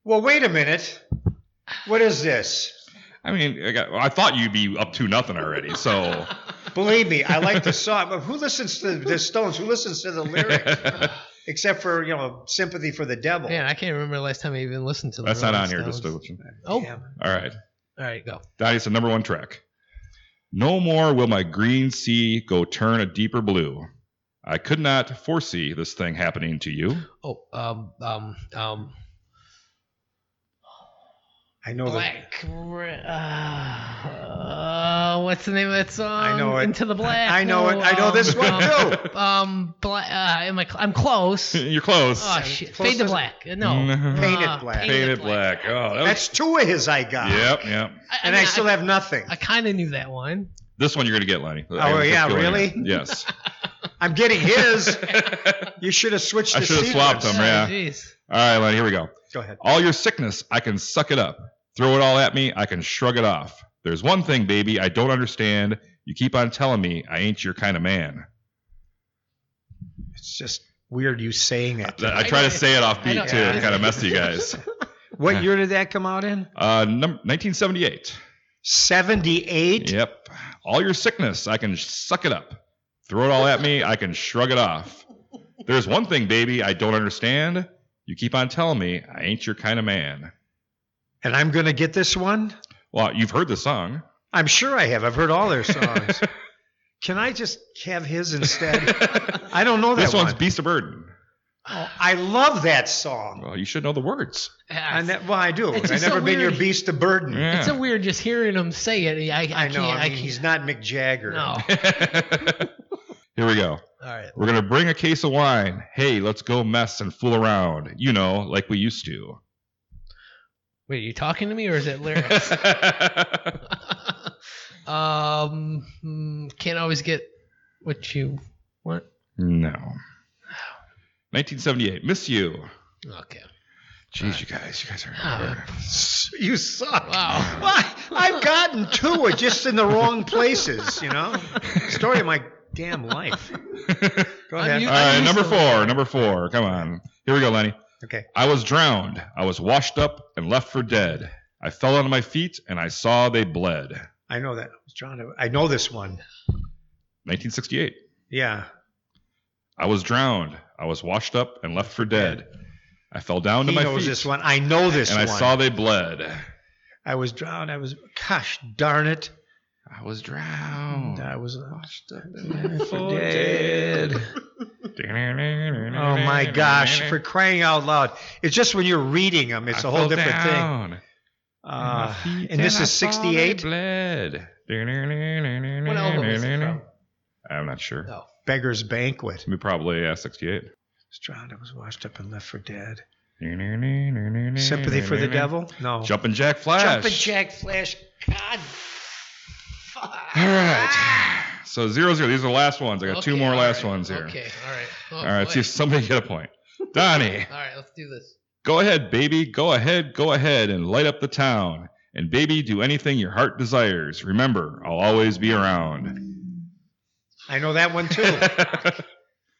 Speaker 1: Well, wait a minute. What is this?
Speaker 3: I mean, I, got, well, I thought you'd be up to nothing already. So, (laughs)
Speaker 1: Believe me, I like the song, but who listens to the Stones? Who listens to the
Speaker 3: (laughs)
Speaker 1: lyrics?
Speaker 3: that's
Speaker 1: Except for, you know, Sympathy for the Devil.
Speaker 2: Man, I can't remember the last time I even listened to. the
Speaker 3: not
Speaker 2: Rolling
Speaker 3: on here. Just
Speaker 2: Stones.
Speaker 3: to,
Speaker 2: Oh.
Speaker 1: Damn.
Speaker 3: all right.
Speaker 2: All right. Go.
Speaker 3: That is the number one track. No more will my green sea go turn a deeper blue. I could not foresee this thing happening to you. (laughs)
Speaker 2: Oh. Um. Um. Um.
Speaker 1: I know that.
Speaker 2: Black. Ra- Uh, (sighs) what's the name of that song?
Speaker 1: I know it.
Speaker 2: Into the Black.
Speaker 1: I know it. I know
Speaker 2: um,
Speaker 1: this one
Speaker 2: um,
Speaker 1: too.
Speaker 2: Um, bla- uh, am I cl- I'm
Speaker 3: (laughs)
Speaker 2: close.
Speaker 3: You're close.
Speaker 2: Oh shit!
Speaker 1: Close
Speaker 2: Fade to
Speaker 1: as-
Speaker 2: black. Uh, No.
Speaker 3: Mhm.
Speaker 1: Painted
Speaker 2: Uh,
Speaker 1: black.
Speaker 3: (laughs) Painted black. Oh, that was,
Speaker 1: That's two of his I got.
Speaker 3: yep, yep.
Speaker 1: And I, still
Speaker 2: I,
Speaker 1: have nothing.
Speaker 2: I kind of knew that one.
Speaker 3: This one you're gonna get, Lenny. Oh
Speaker 1: yeah, really? (laughs)
Speaker 3: Yes.
Speaker 1: I'm getting
Speaker 2: (laughs)
Speaker 1: his.
Speaker 3: All
Speaker 1: You should have switched
Speaker 3: I
Speaker 1: the
Speaker 3: should have
Speaker 1: sequence.
Speaker 3: swapped them, right? Yeah.
Speaker 2: Oh, jeez.
Speaker 3: right, Lenny. Here we go.
Speaker 1: Go ahead.
Speaker 3: All your sickness, I can suck it up. Throw it all at me, I can shrug it off. There's one thing, baby, I don't understand. You keep on telling me I ain't your kind of man.
Speaker 1: It's just weird you saying it.
Speaker 3: I
Speaker 2: I
Speaker 3: try to
Speaker 2: don't-
Speaker 3: say it off
Speaker 2: I
Speaker 3: beat
Speaker 2: don't-
Speaker 3: too.
Speaker 1: yeah.
Speaker 3: It kind of messed you guys.
Speaker 1: What year did that come out in?
Speaker 3: Uh, num- 1978.
Speaker 1: 78.
Speaker 3: Yep. All your sickness, I can suck it up. Throw it all at me, I can shrug it off. There's one thing, baby, I don't understand. You keep on telling me I ain't your kind of man.
Speaker 1: And I'm going to get this one?
Speaker 3: Well, you've heard the song.
Speaker 1: I'm sure I have. I've heard all their
Speaker 3: (laughs)
Speaker 1: songs. Can I just have his instead?
Speaker 3: this
Speaker 1: I don't know that
Speaker 3: one's
Speaker 1: one.
Speaker 3: Beast of Burden.
Speaker 1: Oh, I love that song.
Speaker 3: Well, you should know the words. (laughs)
Speaker 1: I ne- well, I do. I've
Speaker 2: It's
Speaker 1: never
Speaker 2: just so
Speaker 1: been your
Speaker 2: weird.
Speaker 1: beast of burden.
Speaker 3: Yeah.
Speaker 2: It's so weird just hearing him say it. I, I,
Speaker 1: I know.
Speaker 2: Can't,
Speaker 1: I mean,
Speaker 2: can't.
Speaker 1: he's not Mick Jagger. (laughs)
Speaker 2: No. All
Speaker 3: Here we go.
Speaker 2: right.
Speaker 3: We're gonna bring a case of wine. Hey, let's go mess and fool around. You know, like we used to.
Speaker 2: Wait, are you talking to me or is it
Speaker 3: (laughs)
Speaker 2: lyrics? (laughs)
Speaker 3: All
Speaker 2: um, mm, can't always get what you want.
Speaker 3: No. 1978. Miss you.
Speaker 2: Okay.
Speaker 3: Jeez, you guys, you guys are.
Speaker 2: Ah.
Speaker 1: You suck.
Speaker 2: Wow.
Speaker 1: Why? I've gotten two it just in the wrong places, you know? Story of my damn life. Go
Speaker 2: I'm
Speaker 1: ahead.
Speaker 2: u-
Speaker 3: All right,
Speaker 2: used
Speaker 3: number
Speaker 2: to-
Speaker 3: four. Number four. Come on. Here we go, Lenny.
Speaker 1: Okay.
Speaker 3: I was drowned. I was washed up and left for dead. I fell on my feet and I saw they bled.
Speaker 1: I know that. I was trying to. I know this one.
Speaker 3: 1968.
Speaker 1: Yeah.
Speaker 3: I was drowned. I was washed up and left for dead. I fell down
Speaker 1: He
Speaker 3: to my
Speaker 1: knows
Speaker 3: feet
Speaker 1: this one. I know this
Speaker 3: and I
Speaker 1: one.
Speaker 3: saw they bled.
Speaker 1: I was drowned. I was. Gosh darn it.
Speaker 3: I was (laughs) drowned.
Speaker 1: I was. uh,
Speaker 3: washed up
Speaker 1: for dead. Oh my gosh! For crying out loud! It's just when you're reading them, it's a whole different thing.
Speaker 3: thing.
Speaker 1: Uh, and this is '68.
Speaker 3: Bled.
Speaker 2: What
Speaker 3: What
Speaker 2: album is it from?
Speaker 3: I'm not sure.
Speaker 2: No.
Speaker 1: Beggar's Banquet.
Speaker 3: We probably yeah, 68.
Speaker 1: Was drowned. I was washed up and left for dead. Sympathy for the Devil. No.
Speaker 3: Jumping Jack Flash.
Speaker 1: Jumpin' Jack Flash. God. Fuck.
Speaker 3: All right. So zero zero. These are the last ones. I got two
Speaker 2: Okay,
Speaker 3: more
Speaker 2: all
Speaker 3: last
Speaker 2: right.
Speaker 3: ones here.
Speaker 2: Okay, all right. Oh,
Speaker 3: All right.
Speaker 2: boy.
Speaker 3: See if somebody get a point. Donnie.
Speaker 2: all right, let's do this.
Speaker 3: Go ahead, baby. Go ahead, go ahead and light up the town. And baby, do anything your heart desires. Remember, I'll always be around.
Speaker 1: I know that one too. (laughs)
Speaker 3: All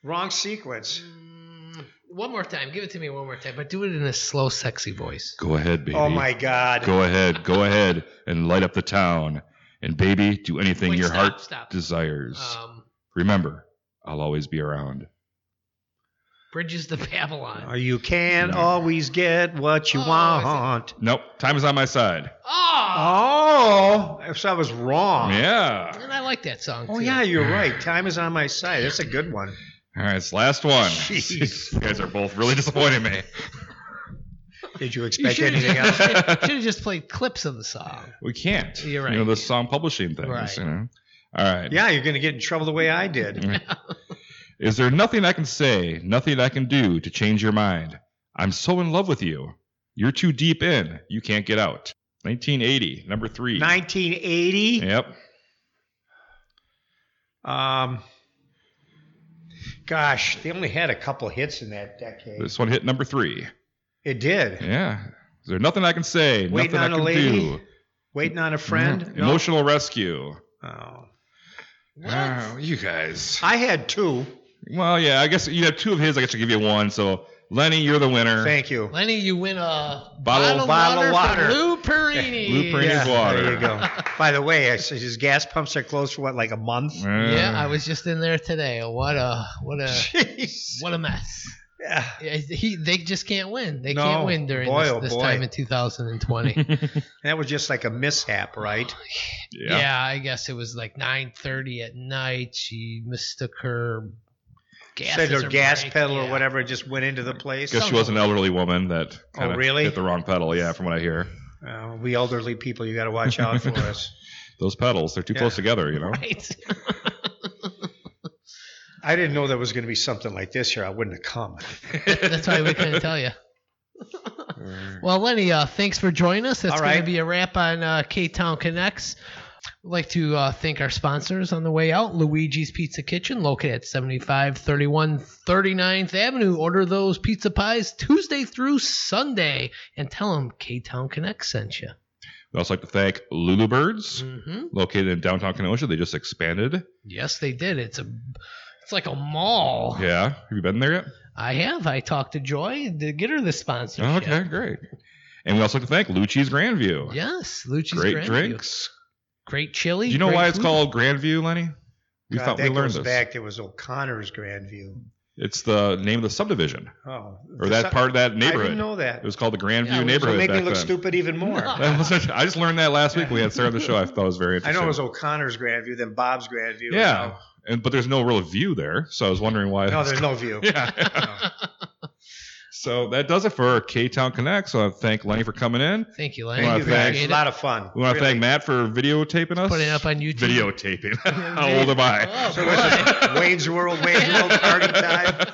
Speaker 1: Wrong sequence.
Speaker 2: Mm, one more time. Give it to me one more time, but do it in a slow, sexy voice.
Speaker 3: Go ahead, baby.
Speaker 1: Oh my God.
Speaker 3: Go ahead, go ahead and light up the town. And baby, do anything
Speaker 2: Wait,
Speaker 3: your
Speaker 2: stop,
Speaker 3: heart
Speaker 2: stop.
Speaker 3: desires.
Speaker 2: Um,
Speaker 3: Remember, I'll always be around.
Speaker 2: Bridges to Babylon.
Speaker 1: Oh, you can't always get what you
Speaker 2: Oh, is it-
Speaker 1: want.
Speaker 3: Nope, time is on my side.
Speaker 2: Oh,
Speaker 1: Oh, so I was wrong.
Speaker 3: Yeah.
Speaker 2: and I like that song.
Speaker 1: Oh
Speaker 2: too.
Speaker 1: yeah, you're right. Time is on my side. That's a good one.
Speaker 3: All right, it's the last one. (laughs)
Speaker 1: Jeez.
Speaker 3: you guys are both really (laughs) disappointing me.
Speaker 1: Did you
Speaker 2: You
Speaker 1: expect
Speaker 2: should
Speaker 1: anything
Speaker 2: have (laughs)
Speaker 1: else?
Speaker 2: just played clips of the song.
Speaker 3: We can't.
Speaker 2: You're right.
Speaker 3: You know, the song publishing things.
Speaker 2: Right.
Speaker 3: You know? All right.
Speaker 1: Yeah, you're gonna get in trouble the way I did.
Speaker 3: Is there nothing I can say, nothing I can do to change your mind? I'm so in love with you. You're too deep in. You can't get out. 1980, number three.
Speaker 1: 1980.
Speaker 3: Yep.
Speaker 1: Um, gosh, they only had a couple hits in that decade.
Speaker 3: This one hit number three.
Speaker 1: It did.
Speaker 3: Yeah. Is there nothing I can say,
Speaker 1: Waiting
Speaker 3: nothing I
Speaker 1: on a
Speaker 3: can
Speaker 1: lady?
Speaker 3: do?
Speaker 1: Waiting on a friend.
Speaker 3: Mm.
Speaker 1: No.
Speaker 3: Emotional rescue.
Speaker 1: Oh.
Speaker 2: What?
Speaker 3: Oh, you guys.
Speaker 1: I had two.
Speaker 3: Well, yeah, I guess you have two of his. I guess I'll give you one. So, Lenny, you're the winner.
Speaker 1: Thank you.
Speaker 2: Lenny, you win a
Speaker 3: Bottle-
Speaker 2: of
Speaker 1: bottle of
Speaker 2: water,
Speaker 1: water.
Speaker 2: from Lou Perini.
Speaker 3: Lou Perini.
Speaker 1: Yeah,
Speaker 3: His water.
Speaker 1: There you
Speaker 3: (laughs)
Speaker 1: go. By the way, I s- his gas pumps are closed for what, like a month?
Speaker 3: Uh,
Speaker 2: Yeah, I was just in there today. What a what
Speaker 1: (laughs)
Speaker 2: a
Speaker 1: Jeez.
Speaker 2: what a mess.
Speaker 1: Yeah.
Speaker 2: Yeah, He they just can't win. They
Speaker 1: No.
Speaker 2: can't win during
Speaker 1: Boy,
Speaker 2: this,
Speaker 1: oh,
Speaker 2: this
Speaker 1: boy.
Speaker 2: time in 2020.
Speaker 1: That was just like a mishap, right?
Speaker 3: Yeah.
Speaker 2: yeah. I guess it was like 9:30 at night. She mistook her gas
Speaker 1: Said
Speaker 2: as
Speaker 1: her
Speaker 2: her
Speaker 1: gas
Speaker 2: brake.
Speaker 1: pedal or
Speaker 2: Yeah.
Speaker 1: whatever just went into the place.
Speaker 3: Guess she was an elderly woman that kind of
Speaker 1: Oh, really?
Speaker 3: hit the wrong pedal. Yeah, from what I hear.
Speaker 1: Uh, we elderly people, you got to watch out for
Speaker 3: (laughs)
Speaker 1: us.
Speaker 3: Those pedals, they're too
Speaker 1: Yeah.
Speaker 3: close together, you know?
Speaker 2: Right. (laughs)
Speaker 1: I didn't know there was going to be something like this here. I wouldn't have come.
Speaker 2: That's why we couldn't tell you. Well, Lenny, uh, thanks for joining us. That's
Speaker 1: All
Speaker 2: going
Speaker 1: right.
Speaker 2: to be a wrap on uh, K Town Connects. I'd like to uh, thank our sponsors on the way out Luigi's Pizza Kitchen, located at 7531 39th Avenue. Order those pizza pies Tuesday through Sunday and tell them K Town Connects sent you.
Speaker 3: We'd also like to thank Lulu Birds,
Speaker 2: hmm
Speaker 1: Mm-hmm.
Speaker 3: located in downtown Kenosha. They just expanded.
Speaker 2: Yes, they did. It's a. It's like a mall.
Speaker 3: Yeah. Have you been there yet?
Speaker 2: I have. I talked to Joy to get her the
Speaker 3: Oh,
Speaker 2: sponsorship.
Speaker 3: okay, great. And we also like to thank Lucci's Grandview.
Speaker 2: Yes, Lucci's
Speaker 3: great
Speaker 2: Grandview.
Speaker 3: drinks.
Speaker 2: Great chili.
Speaker 3: Do you know
Speaker 2: great
Speaker 3: why it's
Speaker 2: food.
Speaker 3: called Grandview, Lenny? We
Speaker 1: God,
Speaker 3: thought
Speaker 1: that
Speaker 3: we learned
Speaker 1: goes
Speaker 3: this.
Speaker 1: back. It was O'Connor's Grand View.
Speaker 3: It's the name of the subdivision
Speaker 1: Oh,
Speaker 3: or that part of that
Speaker 1: I
Speaker 3: neighborhood.
Speaker 1: didn't know that.
Speaker 3: It was called the Grandview
Speaker 2: Yeah, it was-
Speaker 1: So
Speaker 3: neighborhood.
Speaker 1: make me
Speaker 3: back
Speaker 1: look
Speaker 3: then.
Speaker 1: stupid even more.
Speaker 2: No.
Speaker 1: I
Speaker 3: That was actually- (laughs) I just learned that last week when we had Sarah on the show. I thought it
Speaker 1: (laughs)
Speaker 3: was very interesting.
Speaker 1: know it was O'Connor's Grand View, then Bob's Grand View.
Speaker 3: Yeah, and but there's no real view there, so I was wondering why.
Speaker 1: No,
Speaker 3: (laughs)
Speaker 1: there's no view. (laughs)
Speaker 3: yeah. so that does it for K Town Connect. So I want to thank Lenny for coming in.
Speaker 2: Thank you, Lenny.
Speaker 1: Thank you guys.
Speaker 2: Appreciate
Speaker 1: A
Speaker 2: it.
Speaker 1: lot of fun.
Speaker 3: We want to
Speaker 1: Really.
Speaker 3: thank Matt for videotaping us.
Speaker 2: Putting it up on YouTube. (laughs)
Speaker 3: videotaping. (laughs) How old am I?
Speaker 2: Oh,
Speaker 1: So what's this, Wayne's World, Wayne's World party time.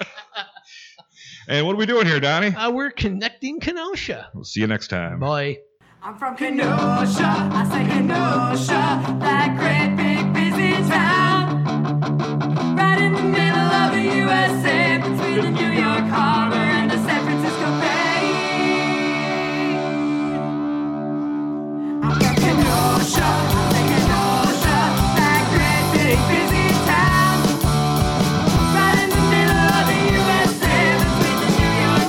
Speaker 3: And what are we doing here, Donnie?
Speaker 2: Uh, we're connecting Kenosha.
Speaker 3: We'll see you next time.
Speaker 2: Boy.
Speaker 4: I'm from Kenosha, I say Kenosha, that great big busy town. Right in the middle of the USA, between the New York Harbor and the San Francisco Bay. I'm from Kenosha, I say Kenosha, that great big busy town. Right in the middle of the USA, between the New York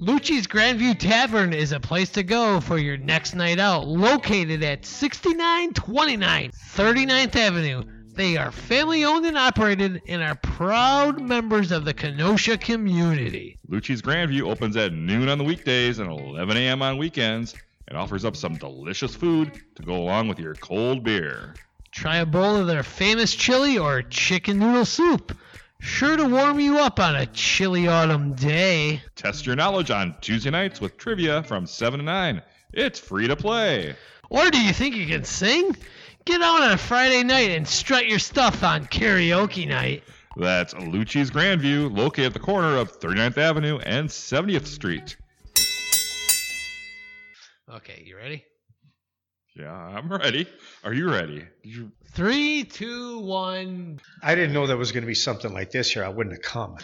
Speaker 2: Lucci's Grandview Tavern is a place to go for your next night out, located at 6929 39th Avenue. They are family owned and operated and are proud members of the Kenosha community.
Speaker 3: Lucci's Grandview opens at noon on the weekdays and 11 a.m. on weekends and offers up some delicious food to go along with your cold beer.
Speaker 2: Try a bowl of their famous chili or chicken noodle soup, sure to warm you up on a chilly autumn day.
Speaker 3: Test your knowledge on Tuesday nights with trivia from 7 to 9. It's free to play.
Speaker 2: Or do you think you can sing? Get out on a Friday night and strut your stuff on karaoke night.
Speaker 3: That's Lucci's Grandview, located at the corner of 39th Avenue and 70th Street.
Speaker 2: Okay, you ready?
Speaker 3: Yeah, I'm ready. Are you ready? Did you
Speaker 2: Three, two, one.
Speaker 1: I didn't know there was going to be something like this here. I wouldn't have come.